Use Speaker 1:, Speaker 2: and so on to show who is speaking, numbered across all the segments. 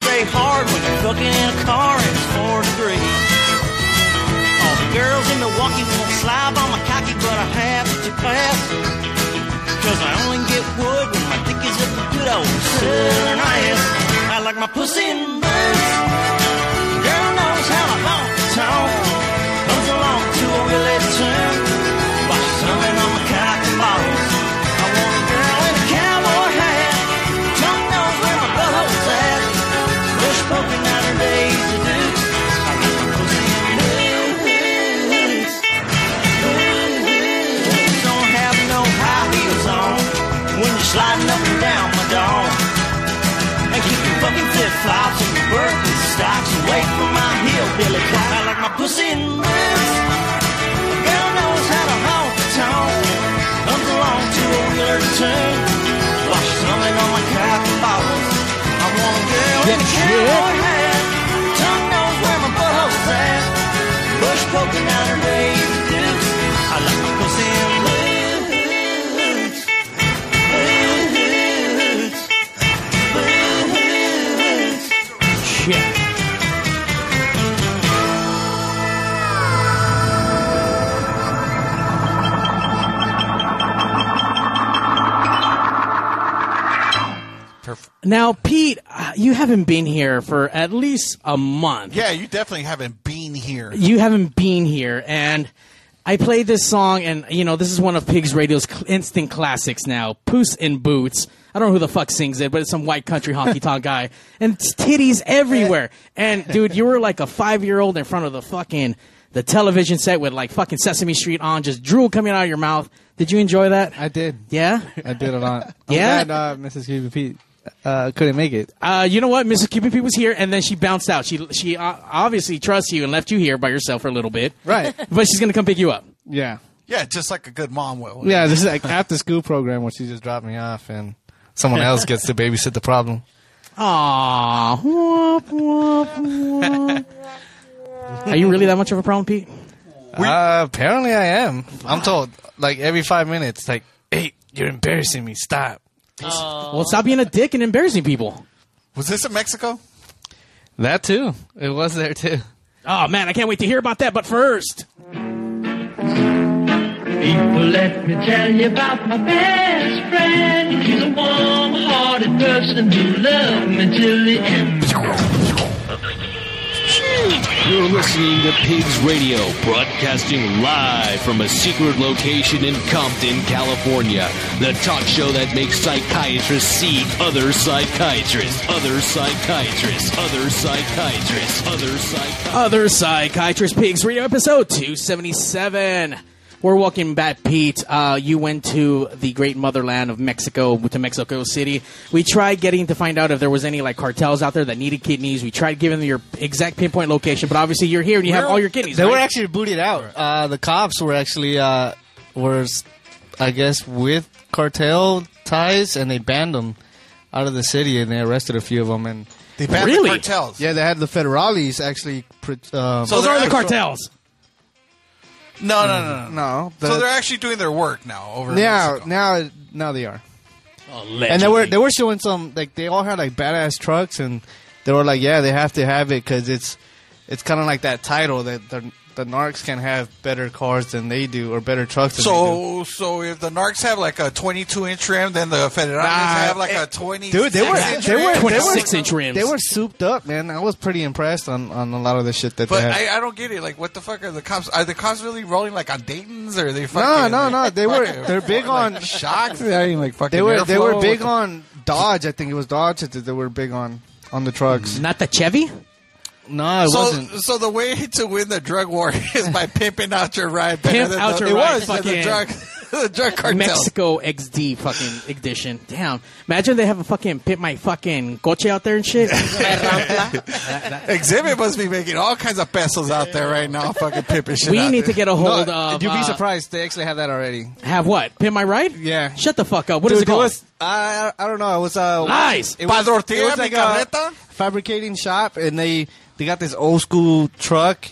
Speaker 1: play hard when you're cooking in a car and it's four degrees. All the girls in Milwaukee won't slide on my cocky, but I have to pass. Cause I only get wood when my dick is at the good old southern ass. I like my pussy in boots. Girl knows how to honk the tone. Comes along to a really tune. While she's humming on my cocky balls. I want a girl in a cowboy hat. Tongue knows where my butthole's at. Bush poking out her days of dukes. I like my pussy in boots. Boots don't have no high heels on. When you're sliding up and down my dog. And keep your fucking flip flops and your Birkin stocks away from my hillbilly cock. I like my pussy in boots. A girl knows how to honk the tone. Comes along to a wheeler tune. Wash something on my cotton bottles. I want a girl in a
Speaker 2: Get
Speaker 1: cowboy hat. Tongue knows where my butthole's at. Bush poking out her raised dudes. I like my pussy in boots. Boots. Boots.
Speaker 2: Check.
Speaker 3: Perf-
Speaker 2: Now, Pete, uh, you haven't been here for at least a month.
Speaker 3: Yeah, you definitely haven't been here.
Speaker 2: you haven't been here and i played this song and you know this is one of pigs radio's cl- instant classics now poos in boots i don't know who the fuck sings it but it's some white country honky tonk guy and it's titties everywhere and dude you were like a five year old in front of the fucking the television set with like fucking sesame street on just drool coming out of your mouth did you enjoy that
Speaker 4: I did.
Speaker 2: yeah
Speaker 4: I did a lot. I'm
Speaker 2: Yeah?
Speaker 4: glad, uh, Mrs. Cuban Pete uh, couldn't make it.
Speaker 2: uh, you know what mrs cuban pete was here and then she bounced out she she uh, obviously trusts you and left you here by yourself for a little bit
Speaker 4: Right.
Speaker 2: but she's gonna come pick you up
Speaker 4: yeah.
Speaker 3: Yeah, just like a good mom will.
Speaker 4: Yeah, this is like after school program where she just dropped me off and someone else gets to babysit the problem.
Speaker 2: Aww. Womp, womp, womp. Are you really that much of a problem, Pete?
Speaker 4: Uh, apparently I am. I'm told like every five minutes, like, hey, you're embarrassing me. Stop.
Speaker 2: Well, stop being a dick and embarrassing people.
Speaker 3: Was this in Mexico?
Speaker 4: That too. It was there too.
Speaker 2: Oh, man, I can't wait to hear about that. But first,
Speaker 5: Well, let me tell you about my best friend. He's a warm-hearted person who loved me till the end.
Speaker 6: You're listening to Pigs Radio, broadcasting live from a secret location in Compton, California. The talk show that makes psychiatrists see other psychiatrists, other psychiatrists, other psychiatrists, other psychiatrists.
Speaker 2: Other Psychiatrist Pigs Radio episode 277. We're walking back, Pete. Uh, you went to the great motherland of Mexico, to Mexico City. We tried getting to find out if there was any like cartels out there that needed kidneys. We tried giving them your exact pinpoint location, but obviously you're here and you have all your kidneys.
Speaker 4: They
Speaker 2: right?
Speaker 4: were actually booted out. Uh, the cops were actually uh, were, s- I guess, with cartel ties, and they banned them out of the city, and they arrested a few of them. And
Speaker 3: They banned
Speaker 2: Really?
Speaker 3: the cartels.
Speaker 4: yeah, they had the federales actually. pr- Um,
Speaker 3: So
Speaker 2: Those
Speaker 3: they're
Speaker 2: are the
Speaker 3: actual-
Speaker 2: cartels.
Speaker 3: No, no,
Speaker 4: Mm.
Speaker 3: no, no. no.
Speaker 4: no,
Speaker 3: so
Speaker 4: the-
Speaker 3: they're actually doing their work now over in
Speaker 4: now,
Speaker 3: Mexico.
Speaker 4: now, now they are. And they were they were showing some like they all had like badass trucks, and they were like, yeah, they have to have it because it's it's kind of like that title that the the narcs can have better cars than they do or better trucks. Than they
Speaker 3: So,
Speaker 4: do.
Speaker 3: so if the Narcs have like a 22 inch rim, then the Federales have like a 20.
Speaker 4: eh, Dude, they were
Speaker 3: inch
Speaker 4: they
Speaker 3: rim.
Speaker 4: were they were-
Speaker 2: 26 inch rims.
Speaker 4: They were souped up, man. I was pretty impressed on, on a lot of the shit that
Speaker 3: But
Speaker 4: they had.
Speaker 3: I, I don't get it. Like, what the fuck are the cops? Are the cops really rolling like on Dayton's, or are they
Speaker 4: no,
Speaker 3: fucking?
Speaker 4: no, no. They were
Speaker 3: fucking-
Speaker 4: they're big on
Speaker 3: like, shocks. I mean, like fucking.
Speaker 4: they were they
Speaker 3: airflow?
Speaker 4: were
Speaker 3: What
Speaker 4: big
Speaker 3: the-
Speaker 4: on Dodge. I think it was Dodge that they were big on on the trucks.
Speaker 2: Not the Chevy?
Speaker 4: No, it
Speaker 3: So,
Speaker 4: wasn't.
Speaker 3: so the way to win the drug war is by pimping out your ride. better
Speaker 2: Pimp
Speaker 3: than
Speaker 2: out
Speaker 3: the,
Speaker 2: your
Speaker 3: it
Speaker 2: ride,
Speaker 3: was than
Speaker 2: fucking-
Speaker 3: the drug, the drug cartel.
Speaker 2: Mexico XD fucking edition. Damn. Imagine they have a fucking pit my fucking coche out there and shit.
Speaker 3: Exhibit must be making all kinds of pesos out there right now, fucking pimping shit.
Speaker 2: we
Speaker 3: out
Speaker 2: need to
Speaker 3: there.
Speaker 2: get a hold
Speaker 4: No,
Speaker 2: of.
Speaker 4: you'd be
Speaker 2: uh,
Speaker 4: surprised. They actually have that already.
Speaker 2: Have what? Pit my ride?
Speaker 4: Yeah.
Speaker 2: Shut the fuck up. Uh, What is
Speaker 4: Dude,
Speaker 2: it called?
Speaker 4: was- I, I I don't know. It was uh,
Speaker 2: Lies!
Speaker 4: It was,
Speaker 3: Padre Ortega,
Speaker 4: it was like
Speaker 3: Micareta?
Speaker 4: a fabricating shop, and they they got this old school truck,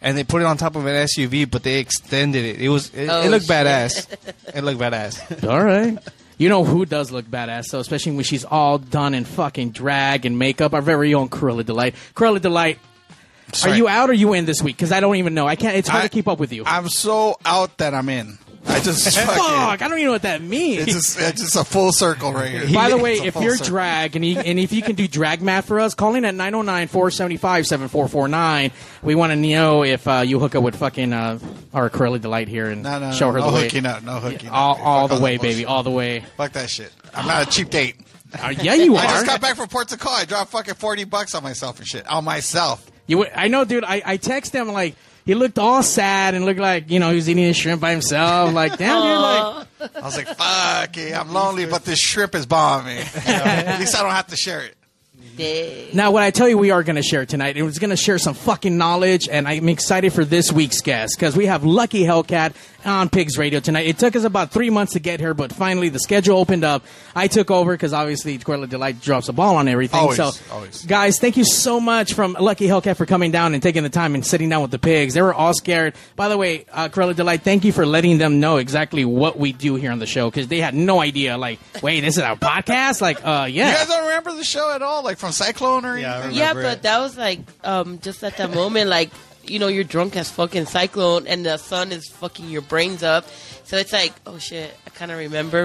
Speaker 4: and they put it on top of an
Speaker 2: Oh,
Speaker 4: Oh, SUV, but they extended it. It was it, it looked badass. it looked badass.
Speaker 2: All right. You know who does look badass, though, especially when she's all done in fucking drag and makeup. Our very own Cruella Delight. Cruella Delight, are you out or you in this week? Because I don't even know. I can't. It's hard
Speaker 3: I-
Speaker 2: to keep up with you.
Speaker 3: I'm so out that I'm in. I just
Speaker 2: Fuck!
Speaker 3: fucking.
Speaker 2: I don't even know what that means.
Speaker 3: It's just, it's just a full circle right here.
Speaker 2: By the way,
Speaker 3: It's a
Speaker 2: if
Speaker 3: full
Speaker 2: you're
Speaker 3: circle.
Speaker 2: drag and, you, and if you can do drag math for us, calling at 909-475-7449. We want to know if uh, you hook up with fucking uh, our Curly Delight here and
Speaker 3: no, no,
Speaker 2: show her
Speaker 3: no
Speaker 2: the way.
Speaker 3: hooking up, no hooking up.
Speaker 2: all,
Speaker 3: Fuck
Speaker 2: all the
Speaker 3: all
Speaker 2: way,
Speaker 3: that bullshit.
Speaker 2: baby, all the way.
Speaker 3: Fuck that shit. I'm not a cheap date.
Speaker 2: Uh, yeah, you are.
Speaker 3: I just got back from Puerto Rico. I dropped fucking forty bucks on myself and shit. On myself.
Speaker 2: You, would- I know, dude. I, I text him like he looked all sad and looked like you know he was eating his shrimp by himself. Like damn, dude, like
Speaker 3: I was like, fuck it. I'm lonely, but this shrimp is bombing me. You know, At least I don't have to share it.
Speaker 2: Now, what I tell you, we are going to share tonight. It was going to share some fucking knowledge, and I'm excited for this week's guest because we have Lucky Hellcat on Pigs Radio tonight. It took us about three months to get here, but finally the schedule opened up. I took over because obviously Corella Delight drops a ball on everything.
Speaker 3: Always,
Speaker 2: so,
Speaker 3: always.
Speaker 2: guys, thank you so much from Lucky Hellcat for coming down and taking the time and sitting down with the pigs. They were all scared. By the way, uh, Corella Delight, thank you for letting them know exactly what we do here on the show because they had no idea. Like, wait, this is our podcast? Like, uh,
Speaker 3: You
Speaker 2: yeah.
Speaker 3: guys don't remember the show at all? Like from Cyclone or
Speaker 4: Yeah, I
Speaker 3: anything?
Speaker 7: Yeah,
Speaker 4: remember
Speaker 7: but
Speaker 4: it.
Speaker 7: that was like um, just at that moment, like you know, you're drunk as fucking cyclone, and the sun is fucking your brains up. So it's like, oh shit, I kind of remember,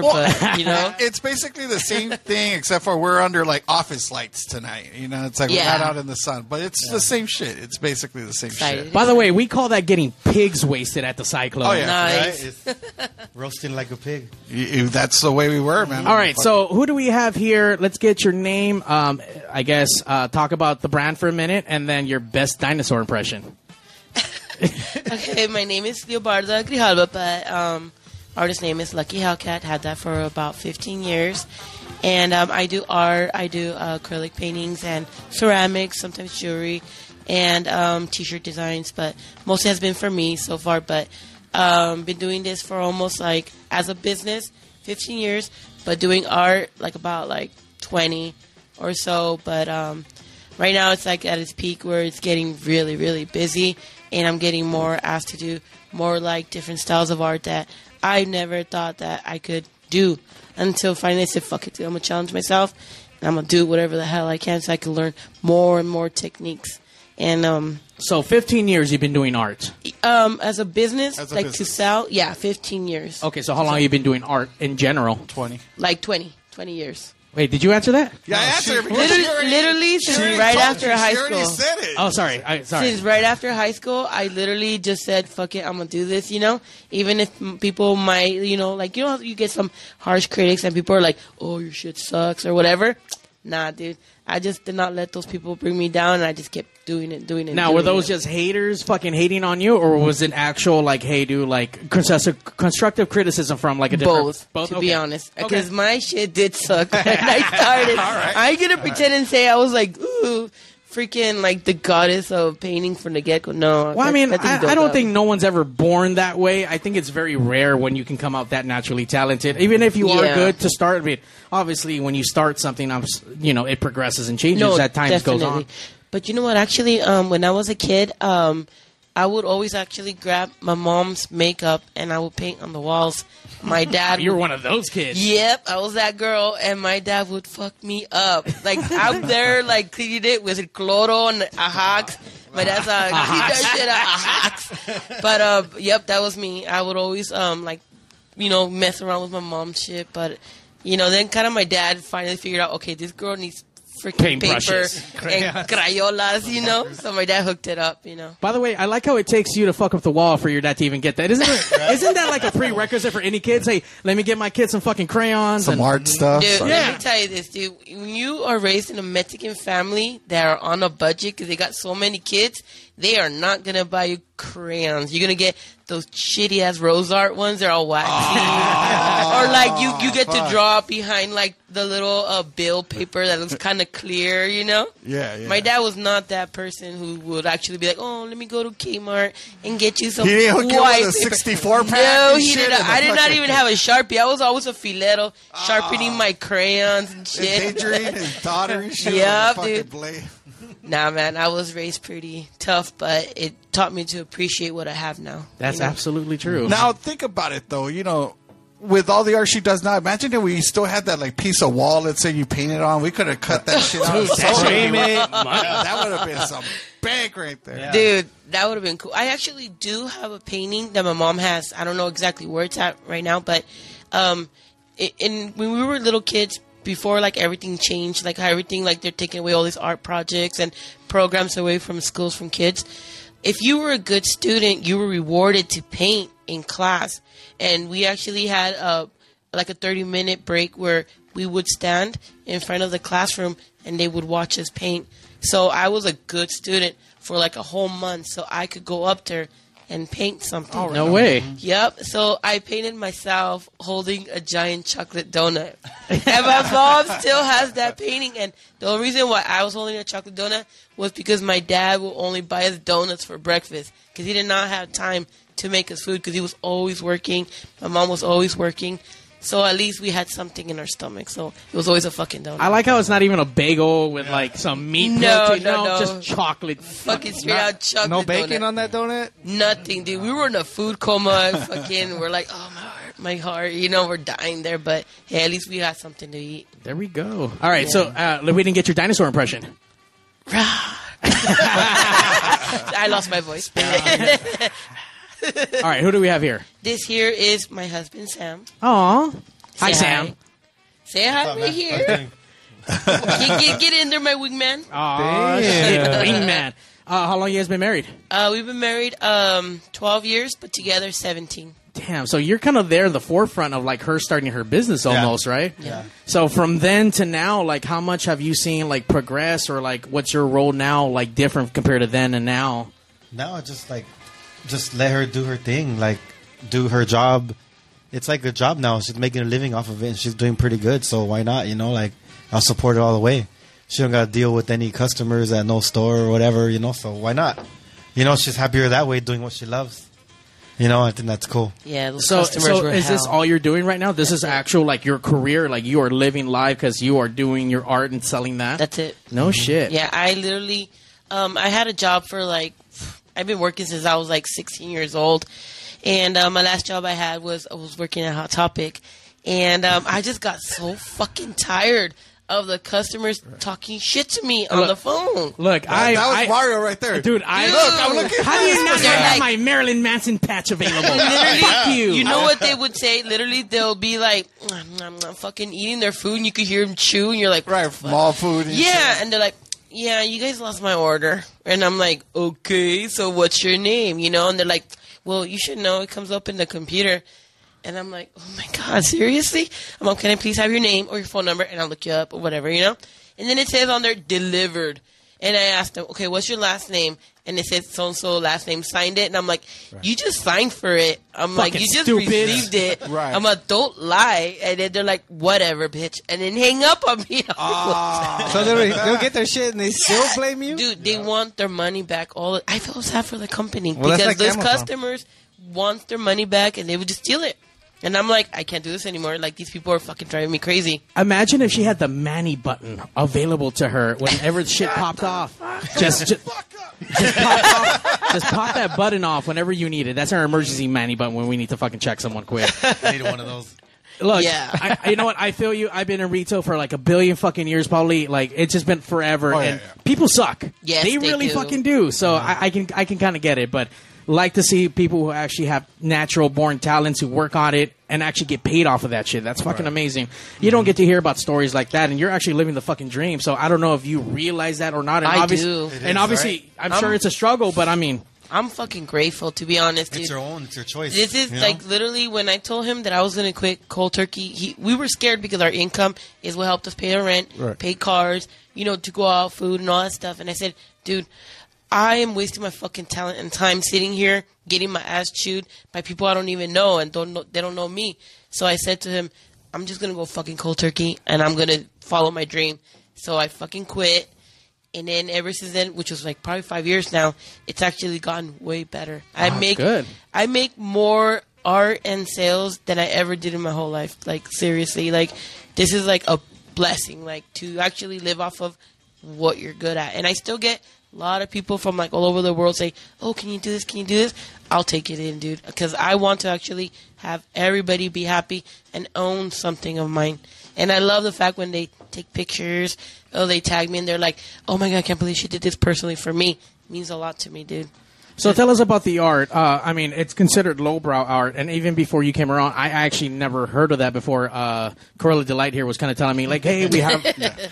Speaker 7: but you know,
Speaker 3: It's basically the same thing, except for we're under like office lights tonight. You know, it's like
Speaker 7: Yeah.
Speaker 3: we're not out in the sun, but it's the same shit. It's basically the same
Speaker 7: Excited.
Speaker 3: shit.
Speaker 2: By the way, we call that getting pigs wasted at the cyclone.
Speaker 3: Oh, yeah.
Speaker 7: nice.
Speaker 4: roasting like a pig.
Speaker 3: You- that's the way we were, man.
Speaker 2: All right, so who do we have here? Let's get your name. Um, I guess uh, talk about the brand for a minute, and then your best dinosaur impression.
Speaker 7: Okay, my name is Leobarda Grijalva, but um, artist name is Lucky Hellcat. Had that for about 15 years, and um, I do art. I do uh, acrylic paintings and ceramics, sometimes jewelry, and um, t-shirt designs. But mostly has been for me so far. But um, been doing this for almost like as a business, 15 years. But doing art like about like 20 or so. But um, right now it's like at its peak where it's getting really really busy and i'm getting more asked to do more like different styles of art that i never thought that i could do until finally i said fuck it dude. i'm gonna challenge myself and i'm gonna do whatever the hell i can so i can learn more and more techniques and um,
Speaker 2: So, 15 years you've been doing art.
Speaker 7: um as a business
Speaker 3: As a
Speaker 7: like
Speaker 3: business.
Speaker 7: to sell yeah 15 years
Speaker 2: Okay, so how long have you been doing art in general?
Speaker 3: twenty.
Speaker 7: like 20 20 years
Speaker 2: Wait, did you answer that?
Speaker 3: Yeah, I answered it because
Speaker 7: literally,
Speaker 3: she already-
Speaker 7: literally
Speaker 3: she
Speaker 7: since
Speaker 3: already
Speaker 7: right
Speaker 3: told
Speaker 7: after
Speaker 3: you.
Speaker 7: high
Speaker 3: She already
Speaker 7: school
Speaker 3: said it.
Speaker 2: Oh, sorry. I, sorry.
Speaker 7: Since right after high school, I literally just said, "Fuck it, I'm gonna do this," you know. Even if m- people might, you know, like you know, how you get some harsh critics and people are like, "Oh, your shit sucks" or whatever. Nah, dude, I just did not let those people bring me down, and I just kept doing it, doing it.
Speaker 2: Now,
Speaker 7: doing
Speaker 2: were those
Speaker 7: it.
Speaker 2: just haters fucking hating on you, or was it actual like, hey, dude, like constructive constructive criticism from like a different
Speaker 7: both, to
Speaker 2: Okay.
Speaker 7: be honest,
Speaker 2: Okay.
Speaker 7: because my shit did suck when I started. I ain't gonna pretend and say I was like, ooh, freaking like the goddess of painting from the get go. No,
Speaker 2: Well, I
Speaker 7: that-
Speaker 2: mean,
Speaker 7: that thing
Speaker 2: I,
Speaker 7: don't
Speaker 2: I don't
Speaker 7: go.
Speaker 2: think no one's ever born that way. I think it's very rare when you can come out that naturally talented, even if you are
Speaker 7: Yeah.
Speaker 2: good to start. I mean, obviously, when you start something, I'm, s- you know, it progresses and changes as time goes on.
Speaker 7: But you know what? Actually, um, when I was a kid, um, I would always actually grab my mom's makeup and I would paint on the walls. My dad.
Speaker 2: You're one of those kids.
Speaker 7: Yep, I was that girl, and my dad would fuck me up. Like I'm there, like cleaning it with chloro and ajax. My dad's like, clean
Speaker 3: Uh-huh.
Speaker 7: that shit up, ajax. But uh, yep, that was me. I would always um like, you know, mess around with my mom's shit. But you know, then kind of my dad finally figured out, okay, this girl needs freaking paper
Speaker 2: Paintbrushes.
Speaker 7: and crayolas, you know. So my dad hooked it up, you know.
Speaker 2: By the way, I like how it takes you to fuck up the wall for your dad to even get that. Isn't it, isn't that like a prerequisite for any kids? Hey, let me get my kids some fucking crayons.
Speaker 3: Some
Speaker 2: and,
Speaker 3: hard stuff.
Speaker 7: Dude,
Speaker 3: so-
Speaker 7: let me tell you this, dude. When you are raised in a Mexican family that are on a budget because they got so many kids, they are not gonna buy you crayons. You're gonna get those shitty ass rose art ones. They're all waxy, or like you you get to draw behind like the little uh, bill paper that looks kind of clear. You know?
Speaker 3: Yeah, yeah.
Speaker 7: My dad was not that person who would actually be like, "Oh, let me go to Kmart and get you some."
Speaker 3: He didn't hook you up
Speaker 7: white
Speaker 3: with a
Speaker 7: paper."
Speaker 3: 64 pack.
Speaker 7: No,
Speaker 3: and
Speaker 7: he
Speaker 3: shit
Speaker 7: did. not
Speaker 3: and a
Speaker 7: I did not
Speaker 3: fucking-
Speaker 7: even have a sharpie. I was always a filetto, sharpening my crayons and shit.
Speaker 3: Adrian, his daughter, Ah. and shit.
Speaker 7: Yeah,
Speaker 3: with a fucking
Speaker 7: dude.
Speaker 3: blade.
Speaker 7: Nah, man, I was raised pretty tough, but it taught me to appreciate what I have now.
Speaker 2: That's
Speaker 7: you know?
Speaker 2: absolutely true.
Speaker 3: Now think about it, though. You know, with all the art she does now, imagine if we still had that like piece of wall that said you painted on. We could have cut that shit out. and sold it. Yeah, that would have been some bank right there.
Speaker 7: Dude, that would have been cool. I actually do have a painting that my mom has. I don't know exactly where it's at right now, but um, i in when we were little kids, before like everything changed, like how everything like they're taking away all these art projects and programs away from schools from kids. If you were a good student, you were rewarded to paint in class, and we actually had a like a thirty minute break where we would stand in front of the classroom and they would watch us paint. So I was a good student for like a whole month, so I could go up there and paint something.
Speaker 2: No way.
Speaker 7: Yep. So I painted myself holding a giant chocolate donut, and my mom still has that painting. And the only reason why I was holding a chocolate donut was because my dad would only buy us donuts for breakfast because he did not have time to make us food because he was always working. My mom was always working. So at least we had something in our stomach. So it was always a fucking donut.
Speaker 2: I like how it's not even a bagel with like some meat.
Speaker 7: No,
Speaker 2: melted.
Speaker 7: no, no.
Speaker 2: just chocolate.
Speaker 7: fucking straight out chocolate
Speaker 4: No bacon
Speaker 7: donut.
Speaker 4: on that donut.
Speaker 7: nothing, dude. We were in a food coma. Fucking, we're like, oh my heart, my heart. You know, we're dying there, but hey, at least we had something to eat.
Speaker 2: There we go. All right, so uh, we didn't get your dinosaur impression.
Speaker 7: I lost my voice.
Speaker 2: All right, who do we have here?
Speaker 7: this here is my husband Sam.
Speaker 2: Aw. Hi,
Speaker 7: Say
Speaker 2: Sam.
Speaker 7: hi. Say hi right here. get, get, get in there, my wingman.
Speaker 2: Aw, shit. Wingman. Uh, how long you guys been married?
Speaker 7: Uh, we've been married um, 12 years, but together 17.
Speaker 2: Damn. So you're kind of there in the forefront of like her starting her business almost, right? Yeah. So from then to now, like how much have you seen like progress or like what's your role now like different compared to then and now?
Speaker 8: now I just like just let her do her thing, like do her job. It's like a job now. She's making a living off of it, and she's doing pretty good. So why not? You know, like I'll support it all the way. She don't got to deal with any customers at no store or whatever. You know, so why not? You know, she's happier that way, doing what she loves. You know, I think that's cool.
Speaker 7: Yeah, those
Speaker 2: So,
Speaker 7: customers
Speaker 2: so
Speaker 7: were
Speaker 2: is this
Speaker 7: hell.
Speaker 2: all you're doing right now? This is actual like your career, like you are living live because you are doing your art and selling that.
Speaker 7: That's it.
Speaker 2: no Oh, shit.
Speaker 7: Yeah, I literally, um, I had a job for like, I've been working since I was like 16 years old, and uh, my last job I had was I was working at Hot Topic, and um, I just got so fucking tired of the customers talking shit to me on the phone.
Speaker 2: Look, I
Speaker 3: that was
Speaker 2: I,
Speaker 3: Mario right there,
Speaker 2: dude. I
Speaker 7: Look, I'm looking
Speaker 2: How do you not
Speaker 7: They're
Speaker 2: have
Speaker 7: like-
Speaker 2: my Marilyn Manson patch available?
Speaker 7: Literally,
Speaker 2: Fuck you.
Speaker 7: You know what they would say? Literally, they'll be like, "Mm, "I'm fucking eating their food," and you could hear them chew, and you're like,
Speaker 3: Right,
Speaker 7: "Fuck."
Speaker 3: mall food. And
Speaker 7: Yeah, and they're like, "Yeah, you guys lost my order," and I'm like, "Okay, so what's your name?" You know, and they're like, "Well, you should know. It comes up in the computer," and I'm like, "Oh my god, seriously?" I'm like, "Can I please have your name or your phone number?" And I'll look you up or whatever, you know. And then it says on there delivered, and I asked them, "Okay, what's your last name?" And it says so and so last name signed it, and I'm like, "You just signed for it." I'm like,
Speaker 2: Fucking
Speaker 7: "You just
Speaker 2: stupid."
Speaker 7: received it."
Speaker 3: Right.
Speaker 7: I'm a don't lie, and then they're like, "Whatever, bitch," and then hang up on me.
Speaker 3: Ah.
Speaker 4: ah. So they'll, they'll get their shit and they still blame you.
Speaker 7: Dude, they want their money back. All I feel sad for the company
Speaker 4: Well, that's
Speaker 7: because
Speaker 4: like
Speaker 7: those
Speaker 4: Amazon.
Speaker 7: customers want their money back and they would just steal it. And I'm like, I can't do this anymore. Like these people are fucking driving me crazy.
Speaker 2: Imagine if she had the Manny button available to her whenever the shit popped off. Just, just, just pop off. Just pop that button off whenever you need it. That's our emergency Manny button when we need to fucking check someone quick.
Speaker 8: I need one of those.
Speaker 2: Look,
Speaker 7: Yeah.
Speaker 2: I, I- you know what? I feel you. I've been in retail for like a billion fucking years, probably. Like it's just been forever,
Speaker 3: yeah,
Speaker 2: and
Speaker 3: yeah.
Speaker 2: people suck.
Speaker 7: Yes,
Speaker 2: they,
Speaker 7: they
Speaker 2: really
Speaker 7: do.
Speaker 2: fucking do. So I, I can I can kind of get it, but like to see people who actually have natural born talents who work on it and actually get paid off of that shit. That's fucking amazing. You don't get to hear about stories like that, and you're actually living the fucking dream. So I don't know if you realize that or not. And
Speaker 7: I
Speaker 2: obvious-
Speaker 7: do. It
Speaker 2: And obviously, I'm, sure it's a struggle, but I mean,
Speaker 7: I'm fucking grateful to be honest, dude.
Speaker 8: It's your own. It's your choice.
Speaker 7: This is
Speaker 8: you know?
Speaker 7: like literally when I told him that I was going to quit cold turkey. He, we were scared because our income is what helped us pay our rent, pay cars, you know, to go out, food, and all that stuff. And I said, dude, I am wasting my fucking talent and time sitting here getting my ass chewed by people I don't even know and don't know, they don't know me. So I said to him, I'm just going to go fucking cold turkey and I'm going to follow my dream. So I fucking quit. And then ever since then, which was like probably five years now, it's actually gotten way better. I make
Speaker 2: good.
Speaker 7: I make more art and sales than I ever did in my whole life. Like seriously, like this is like a blessing. Like to actually live off of what you're good at. And I still get a lot of people from like all over the world say, "Oh, can you do this? Can you do this?" I'll take it in, dude, because I want to actually have everybody be happy and own something of mine. And I love the fact when they take pictures, oh, they tag me and they're like, "Oh my god, I can't believe she did this personally for me." It means a lot to me, dude.
Speaker 2: So tell us about the art. Uh, I mean, it's considered lowbrow art, and even before you came around, I actually never heard of that before. Uh, Corella Delight here was kind of telling me, like, hey, we have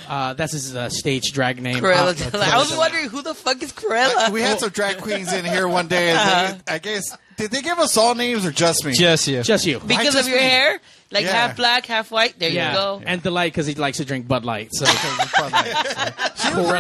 Speaker 2: uh, that's his uh, stage drag name.
Speaker 7: Cruella de
Speaker 2: Uh,
Speaker 7: Vil- I was wondering who the fuck is Cruella.
Speaker 3: We had some drag queens in here one day. And they, I guess did they give us all names or just me?
Speaker 4: Yes, yeah.
Speaker 2: Just you.
Speaker 7: because
Speaker 3: just
Speaker 7: of your
Speaker 3: me.
Speaker 7: hair, like
Speaker 3: Yeah.
Speaker 7: half black, half white. There
Speaker 2: yeah.
Speaker 7: you go.
Speaker 2: And Delight because he likes to drink Bud Light. So
Speaker 3: she was pretty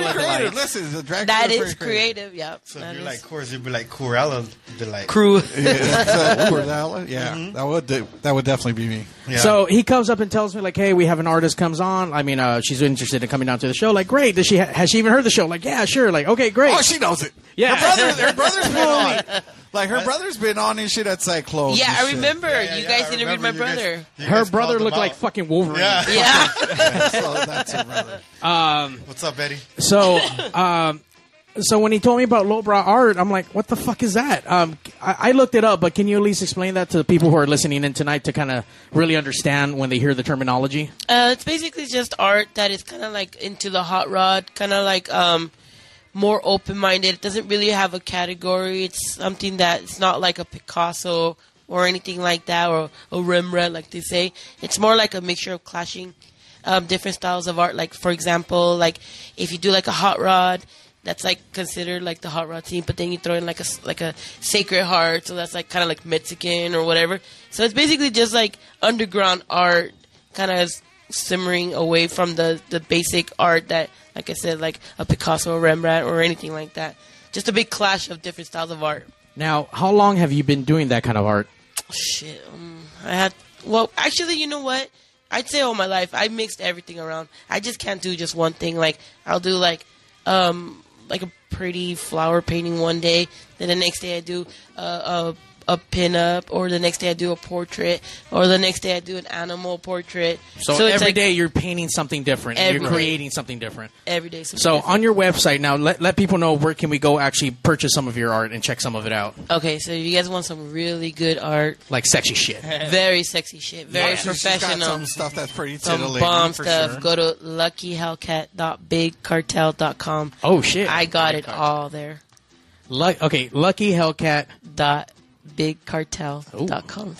Speaker 2: Cruella
Speaker 3: creative.
Speaker 2: Delight.
Speaker 3: Listen, the drag
Speaker 7: That
Speaker 3: queen
Speaker 7: is
Speaker 3: was pretty
Speaker 7: creative. Yep.
Speaker 8: So
Speaker 7: that
Speaker 8: if you're
Speaker 7: is-
Speaker 8: like Coors, you'd be like Corella delight.
Speaker 7: crew.
Speaker 3: Yeah, so, Cruella, yeah,
Speaker 7: Mm-hmm.
Speaker 3: that would do- that would definitely be me.
Speaker 8: Yeah.
Speaker 2: So he comes up and tells me like, "Hey, we have an artist comes on. I mean, uh, she's interested in coming down to the show. Like, great. Does she ha- has she even heard the show? Like, yeah, sure. Like, okay, great.
Speaker 3: Oh, she knows it.
Speaker 2: Yeah.
Speaker 3: her brother, her brother's been on. Like her brother's been on and shit at Cyclone.
Speaker 7: yeah,
Speaker 3: and
Speaker 7: I
Speaker 3: shit.
Speaker 7: remember
Speaker 8: oh, Yeah,
Speaker 7: you
Speaker 8: yeah,
Speaker 7: guys
Speaker 8: I
Speaker 7: interviewed
Speaker 8: remember
Speaker 7: my
Speaker 8: you guys-
Speaker 7: brother.
Speaker 8: you
Speaker 2: her
Speaker 8: guys
Speaker 2: brother
Speaker 8: called them
Speaker 2: looked like
Speaker 8: out.
Speaker 2: fucking Wolverine.
Speaker 8: Yeah.
Speaker 7: yeah.
Speaker 3: So that's her brother.
Speaker 8: What's up, Eddie?
Speaker 2: So, um, so when he told me about lowbrow art, I'm like, what the fuck is that? Um, I, I looked it up, but can you at least explain that to the people who are listening in tonight to kind of really understand when they hear the terminology?
Speaker 7: Uh, it's basically just art that is kind of like into the hot rod, kind of like um, more open minded. It doesn't really have a category. It's something that it's not like a Picasso or anything like that, or a Rembrandt, like they say. It's more like a mixture of clashing um, different styles of art. Like for example, like if you do like a hot rod. That's like considered like the hot rod scene, but then you throw in like a s- like a sacred heart, so that's like kind of like Mexican or whatever. So it's basically just like underground art kind of simmering away from the, the basic art that, like I said, like a Picasso or Rembrandt or anything like that. Just a big clash of different styles of art.
Speaker 2: Now, how long have you been doing that kind of art?
Speaker 7: Shit, um, I had. Well, actually, you know what? I'd say all my life I mixed everything around. I just can't do just one thing. Like I'll do like, um, like a pretty flower painting one day, then the next day I do uh, a a pinup, or the next day I do a portrait, or the next day I do an animal portrait.
Speaker 2: So,
Speaker 7: it's
Speaker 2: every
Speaker 7: like
Speaker 2: day you're painting something different. and You're
Speaker 7: Every day.
Speaker 2: creating something different.
Speaker 7: every day. something
Speaker 2: So
Speaker 7: different.
Speaker 2: on your website now, let, let people know where can we go actually purchase some of your art and check some of it out,
Speaker 7: Okay, so you guys want some really good art,
Speaker 2: like sexy shit.
Speaker 7: very sexy shit, very
Speaker 3: She's- she's got
Speaker 7: professional,
Speaker 3: some stuff that's pretty
Speaker 7: some
Speaker 3: titillating.
Speaker 7: bomb
Speaker 3: for
Speaker 7: stuff.
Speaker 3: sure.
Speaker 7: Go to luckyhellcat.bigcartel.com.
Speaker 2: Oh shit!
Speaker 7: I got it all there.
Speaker 2: Lu- okay, Lucky Hellcat.
Speaker 7: Dot bigcartel.com.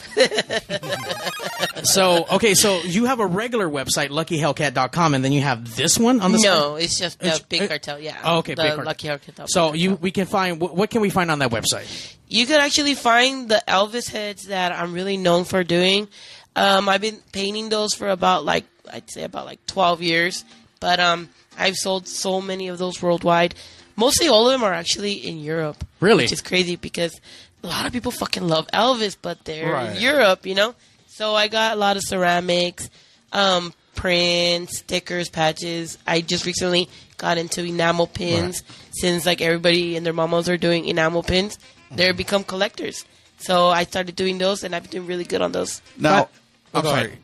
Speaker 2: So okay, so you have a regular website, LuckyHellcat.com, and then you have this one on the
Speaker 7: no, it's just the
Speaker 2: It's-
Speaker 7: Big
Speaker 2: it-
Speaker 7: Cartel. Yeah.
Speaker 2: Oh, okay,
Speaker 7: the
Speaker 2: Big Cartel.
Speaker 7: Lucky Hellcat.
Speaker 2: So you we can find wh- what can we find on that website?
Speaker 7: you could actually find the Elvis heads that I'm really known for doing. Um, I've been painting those for about like I'd say about like 12 years, but um, I've sold so many of those worldwide. Mostly all of them are actually in Europe.
Speaker 2: Really?
Speaker 7: which is crazy because a lot of people fucking love Elvis, but they're
Speaker 3: Right.
Speaker 7: in Europe, you know. So I got a lot of ceramics, um, prints, stickers, patches. I just recently got into enamel pins since like everybody and their mamas are doing enamel pins.
Speaker 3: Mm-hmm.
Speaker 7: They become collectors. So I started doing those, and I've been doing really good on those.
Speaker 3: Now, I'm
Speaker 2: go
Speaker 3: sorry.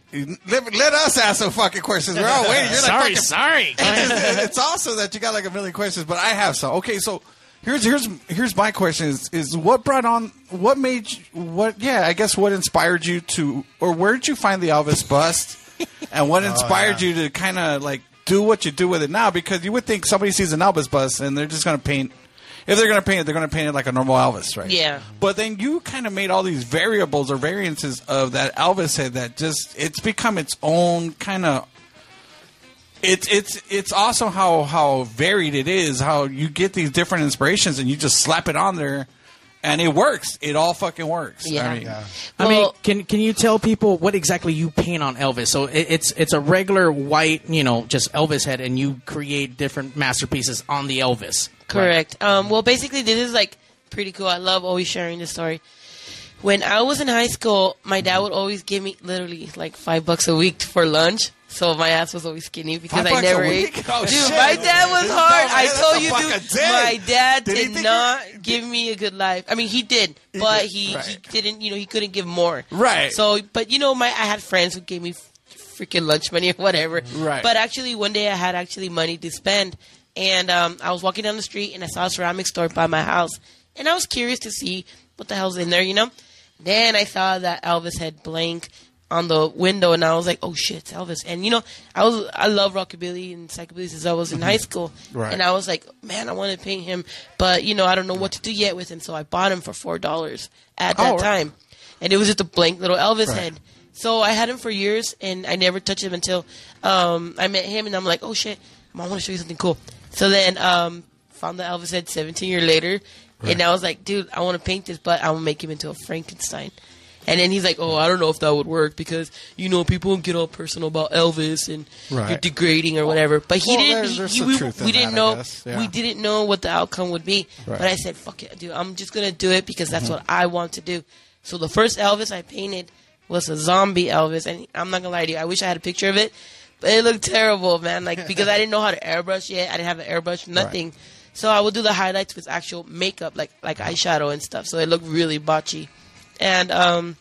Speaker 3: Let, let us ask some fucking questions. We're all waiting. You're like fucking-
Speaker 2: sorry, sorry.
Speaker 3: it's, it's awesome that you got like a million questions, but I have some. Okay, so here's here's here's my question: is, is what brought on what made you, what? Yeah, I guess what inspired you to, or where did you find the Elvis bust, and what inspired you to kind of like do what you do with it now? Because you would think somebody sees an Elvis bust and they're just going to paint. If they're going to paint it, they're going to paint it like a normal Elvis, right?
Speaker 7: Yeah.
Speaker 3: But then you kind of made all these variables or variances of that Elvis head that just it's become its own kind of it's it's it's awesome how how varied it is. How you get these different inspirations and you just slap it on there, and it works. It all fucking works.
Speaker 7: Yeah.
Speaker 3: I mean,
Speaker 8: Yeah.
Speaker 2: I mean,
Speaker 7: Well-
Speaker 2: can can you tell people what exactly you paint on Elvis? So it, it's it's a regular white, you know, just Elvis head, and you create different masterpieces on the Elvis.
Speaker 7: Correct. Um, well, basically, this is like pretty cool. I love always sharing this story. When I was in high school, my dad would always give me literally like five bucks a week for lunch. So my ass was always skinny because
Speaker 3: Five
Speaker 7: I
Speaker 3: bucks
Speaker 7: never
Speaker 3: a
Speaker 7: ate.
Speaker 3: week? Oh,
Speaker 7: dude,
Speaker 3: shit.
Speaker 7: my dad was
Speaker 3: This is
Speaker 7: hard.
Speaker 3: dumb,
Speaker 7: I
Speaker 3: man.
Speaker 7: told
Speaker 3: That's
Speaker 7: you,
Speaker 3: a
Speaker 7: dude.
Speaker 3: fucking
Speaker 7: My
Speaker 3: day.
Speaker 7: dad
Speaker 3: Did he
Speaker 7: did
Speaker 3: think
Speaker 7: not give me a good life. I mean, he did, but he, he
Speaker 3: Right.
Speaker 7: didn't. You know, he couldn't give more.
Speaker 3: Right.
Speaker 7: So, but you know, my I had friends who gave me freaking lunch money or whatever.
Speaker 3: Right.
Speaker 7: But actually, one day I had actually money to spend, And um, I was walking down the street and I saw a ceramic store by my house, and I was curious to see what the hell's in there, you know. Then I saw that Elvis had blank on the window, and I was like, "Oh shit, it's Elvis!" And you know, I was I love rockabilly and psychobilly since I was in high school,
Speaker 3: Right.
Speaker 7: and I was like, "Man, I want to paint him," but you know, I don't know what to do yet with him, so I bought him for four dollars at that
Speaker 3: Oh, right.
Speaker 7: time, and it was just a blank little Elvis
Speaker 3: Right.
Speaker 7: head. So I had him for years, and I never touched him until um, I met him, and I'm like, "Oh shit, Mom, I want to show you something cool." So then um, found the Elvis head 17 years later, and I was like, "Dude, I want to paint this, but I want to make him into a Frankenstein." And then he's like, "Oh, I don't know if that would work because you know people get all personal about Elvis and you're
Speaker 3: Right.
Speaker 7: degrading or whatever." But he
Speaker 3: Well,
Speaker 7: didn't.
Speaker 3: there's-
Speaker 7: he-
Speaker 3: there's
Speaker 7: he-
Speaker 3: some
Speaker 7: we
Speaker 3: truth in
Speaker 7: we didn't
Speaker 3: that, I
Speaker 7: know.
Speaker 3: guess. Yeah.
Speaker 7: We didn't know what the outcome would be.
Speaker 3: Right.
Speaker 7: But I said, "Fuck it, dude. I'm just gonna do it because that's what I want to do." So the first Elvis I painted was a zombie Elvis, and I'm not gonna lie to you. I wish I had a picture of it, but it looked terrible, man. Like because I didn't know how to airbrush yet. I didn't have an airbrush, nothing. So I would do the highlights with actual makeup, like like eyeshadow and stuff. So it looked really botchy, and um.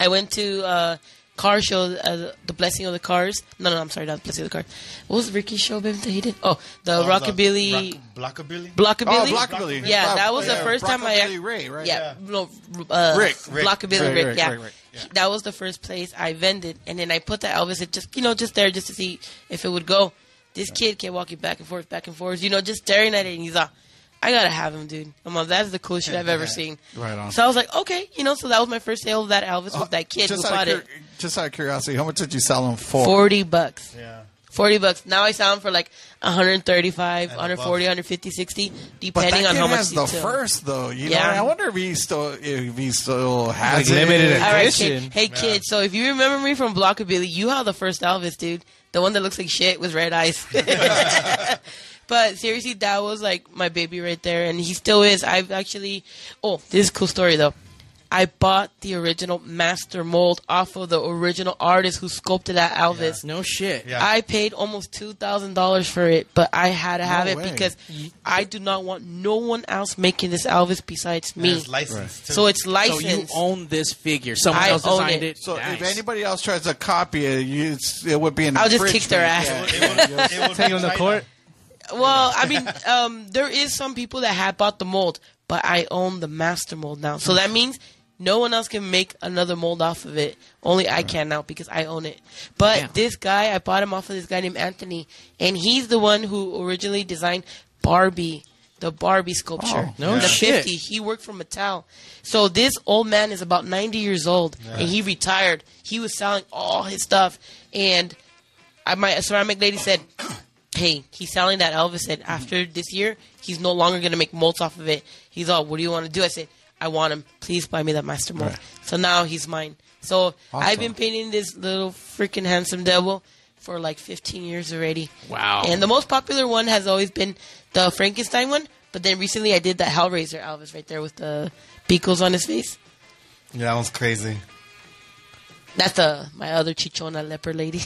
Speaker 7: I went to uh, car show, uh, the Blessing of the Cars. No, no, I'm sorry, not the Blessing of the Cars. What was Ricky's show, baby, that he did? Oh, the Rockabilly,
Speaker 8: Rock- Blockabilly.
Speaker 7: Blockabilly.
Speaker 3: Oh, Blockabilly.
Speaker 7: Yeah,
Speaker 3: Bob-
Speaker 7: that was
Speaker 3: yeah,
Speaker 7: the first time I.
Speaker 3: Rockabilly Ray, right?
Speaker 7: Yeah, no, uh,
Speaker 3: Rick, Rick.
Speaker 7: Blockabilly
Speaker 3: Right,
Speaker 7: Rick.
Speaker 3: right,
Speaker 7: yeah.
Speaker 3: right, right, yeah.
Speaker 7: that was the first place I vended, and then I put the Elvis, it just you know, just there, just to see if it would go. This kid kept walking back and forth, back and forth, you know, just staring at it, and he's like. I gotta have him, dude. I'm like, that's the coolest shit I've ever seen.
Speaker 3: Right on.
Speaker 7: So I was like, okay, you know. So that was my first sale of that Elvis with that kid who
Speaker 3: Oh, Just out,
Speaker 7: bought
Speaker 3: of
Speaker 7: it.
Speaker 3: cur- just out of curiosity, how much did you sell them for?
Speaker 7: 40 bucks.
Speaker 8: Yeah.
Speaker 7: 40 bucks. Now I sell them for like 135,
Speaker 8: above.
Speaker 7: 140, 150, 60,
Speaker 3: But
Speaker 7: depending
Speaker 3: that
Speaker 7: on
Speaker 3: kid
Speaker 7: how much
Speaker 3: has
Speaker 7: you
Speaker 3: the
Speaker 7: sell.
Speaker 3: first though. You
Speaker 7: Yeah.
Speaker 3: know, and I wonder if he still if he still has
Speaker 4: Like
Speaker 3: it.
Speaker 4: limited
Speaker 7: All right, kid.
Speaker 4: edition.
Speaker 7: Hey, kid. So if you remember me from Blockabilly, you had the first Elvis, dude. The one that looks like shit with red eyes. but seriously, that was like my baby right there, and he still is. I've actually. Oh, this is a cool story though. I bought the original master mold off of the original artist who sculpted that Elvis.
Speaker 2: No shit.
Speaker 8: Yeah.
Speaker 7: I paid almost two thousand dollars for it, but I had to have it
Speaker 3: way.
Speaker 7: because I do not want no one else making this Elvis besides
Speaker 8: And
Speaker 7: me.
Speaker 8: it's licensed. too.
Speaker 7: so it's
Speaker 2: So you
Speaker 7: licensed.
Speaker 2: own this figure. Someone
Speaker 7: I
Speaker 2: else
Speaker 7: own
Speaker 2: designed
Speaker 7: it.
Speaker 2: it.
Speaker 3: So
Speaker 2: Nice.
Speaker 3: if anybody else tries to copy it, you, it's, it would be an
Speaker 7: I'll just
Speaker 3: infringement.
Speaker 7: kick their ass.
Speaker 3: Yeah.
Speaker 8: It would- it would
Speaker 4: Take
Speaker 8: be
Speaker 4: him to
Speaker 8: China.
Speaker 4: court.
Speaker 7: well, I mean, um, there is some people that have bought the mold, but I own the master mold now. So that means no one else can make another mold off of it. Only I can now because I own it. But
Speaker 2: Damn.
Speaker 7: this guy, I bought him off of this guy named Anthony, and he's the one who originally designed Barbie. The Barbie sculpture.
Speaker 3: Oh,
Speaker 2: no
Speaker 7: In the
Speaker 2: shit.
Speaker 7: 50s. He worked for Mattel. So this old man is about 90 years old and he retired. He was selling all his stuff. And I, my ceramic lady said, hey, he's selling that Elvis said after this year, he's no longer going to make molds off of it. He's all, what do you want to do? I said, I want him. Please buy me that master mold. So now he's mine. So I've been painting this little freaking handsome devil for like 15 years already.
Speaker 2: Wow.
Speaker 7: And the most popular one has always been the Frankenstein one. But then recently I did that Hellraiser Elvis right there with the beakles on his face.
Speaker 8: Yeah, that one's crazy.
Speaker 7: That's the my other Chichona leper lady.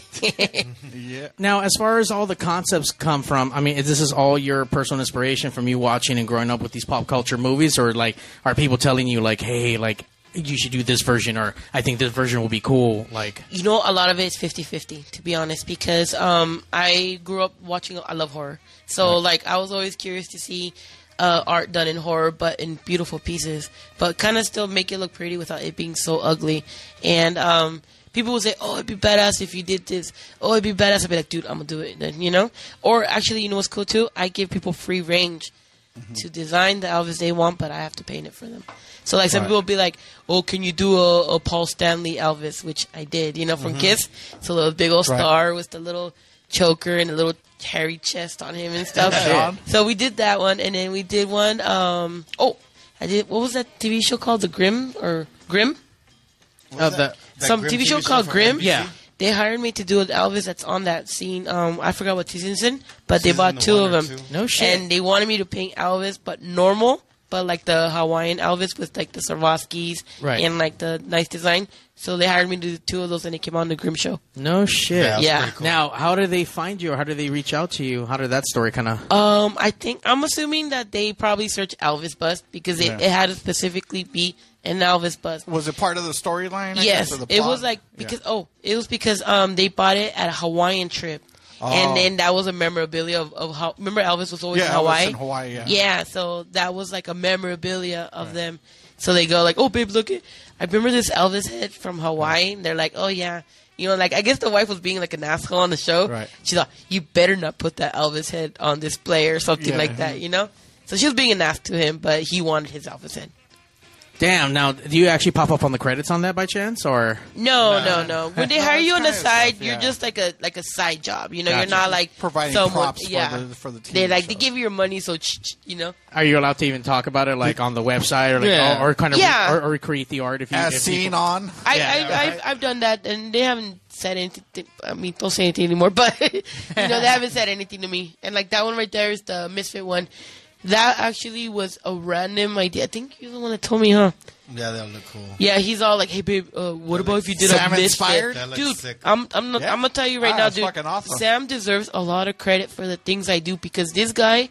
Speaker 2: Now, as far as all the concepts come from, I mean, is this is all your personal inspiration from you watching and growing up with these pop culture movies, or like, are people telling you like, hey, like you should do this version, or I think this version will be cool, like.
Speaker 7: you know a lot of it's 50-50 to be honest because um, i grew up watching i love horror so like i was always curious to see uh, art done in horror but in beautiful pieces but kind of still make it look pretty without it being so ugly and um, people would say oh it'd be badass if you did this oh it'd be badass i'd be like dude i'm gonna do it then you know or actually you know what's cool too i give people free range to design the Elvis they want, but I have to paint it for them. So like some people will be like, "Oh, can you do a, a Paul Stanley Elvis?" Which I did, you know,
Speaker 8: Mm-hmm.
Speaker 7: from Kiss. It's a little big old star with the little choker and the little hairy chest on him and stuff. so we did that one, and then we did one. Um, oh, I did. What was that TV show called? The Grim or Grim?
Speaker 2: Of the
Speaker 8: That
Speaker 7: some
Speaker 8: Grimm
Speaker 7: TV show called
Speaker 8: from
Speaker 7: Grimm.
Speaker 8: NBC?
Speaker 2: Yeah.
Speaker 7: They hired me to do an Elvis that's on that scene. Um, I forgot what season's in, but they
Speaker 8: Season
Speaker 7: bought two
Speaker 8: one
Speaker 7: of
Speaker 8: or
Speaker 7: them.
Speaker 8: two.
Speaker 2: No shit.
Speaker 7: And they wanted me to paint Elvis, but normal, but like the Hawaiian Elvis with like the Swarovskis
Speaker 2: Right.
Speaker 7: and like the nice design. So they hired me to do two of those, and it came on the Grimm show.
Speaker 2: no shit.
Speaker 8: Yeah, that's
Speaker 7: Yeah.
Speaker 8: pretty cool.
Speaker 2: Now, how do they find you, or how do they reach out to you? How did that story kind of?
Speaker 7: Um, I think I'm assuming that they probably searched Elvis bust because it, it had to specifically be an Elvis bust.
Speaker 3: Was it part of the storyline? I guess,
Speaker 7: Yes,
Speaker 3: or the
Speaker 7: it
Speaker 3: plot?
Speaker 7: was like
Speaker 3: Yeah.
Speaker 7: because oh, it was because um they bought it at a Hawaiian trip, And then that was a memorabilia of, of how. Remember, Elvis was always
Speaker 3: Yeah,
Speaker 7: in
Speaker 3: Elvis
Speaker 7: Hawaii.
Speaker 3: in Hawaii, yeah.
Speaker 7: so that was like a memorabilia of them. So they go like, "Oh, babe, look it." I remember this Elvis hit from Hawaii. And they're like, "Oh yeah." You know, like I guess the wife was being like an asshole on the show.
Speaker 4: Right.
Speaker 7: She's like, "You better not put that Elvis head on display or something
Speaker 3: Yeah.
Speaker 7: like that," you know. So she was being an ass to him, but he wanted his Elvis head.
Speaker 2: Damn. Now, do you actually pop up on the credits on that by chance, or
Speaker 7: No, no, no. When they hire
Speaker 3: it's
Speaker 7: you on the
Speaker 3: kinda
Speaker 7: side,
Speaker 3: stuff,
Speaker 7: you're
Speaker 3: yeah.
Speaker 7: just like a like a side job. You know,
Speaker 2: Gotcha.
Speaker 7: you're not like
Speaker 3: Providing
Speaker 7: someone,
Speaker 3: props for
Speaker 7: yeah.
Speaker 3: the- for the
Speaker 7: They
Speaker 3: TV
Speaker 7: like they
Speaker 3: show.
Speaker 7: give you your money, so ch- ch- you know.
Speaker 2: are you allowed to even talk about it, like on the website, or like,
Speaker 4: Yeah.
Speaker 2: or, or kind of
Speaker 7: Yeah.
Speaker 2: or, or recreate the art if you
Speaker 3: As
Speaker 2: if
Speaker 3: seen
Speaker 2: people-
Speaker 3: on.
Speaker 7: I,
Speaker 2: Yeah,
Speaker 7: I,
Speaker 2: yeah,
Speaker 7: I've, I've done that, and they haven't said anything. I mean, don't say anything anymore, but you know, they haven't said anything to me. And like that one right there is the misfit one. That actually was a random idea. I think you're the one that told me, huh?
Speaker 8: Yeah, that'll look cool.
Speaker 7: Yeah, he's all like, "Hey, babe, uh, what about if you did
Speaker 3: Sam
Speaker 7: a misfit?"
Speaker 3: inspired?
Speaker 8: That looks
Speaker 7: dude?
Speaker 8: sick.
Speaker 7: I'm I'm, not,
Speaker 3: Yeah.
Speaker 7: I'm gonna tell you right
Speaker 3: Ah,
Speaker 7: now,
Speaker 3: that's
Speaker 7: dude.
Speaker 3: fucking awesome.
Speaker 7: Sam deserves a lot of credit for the things I do because this guy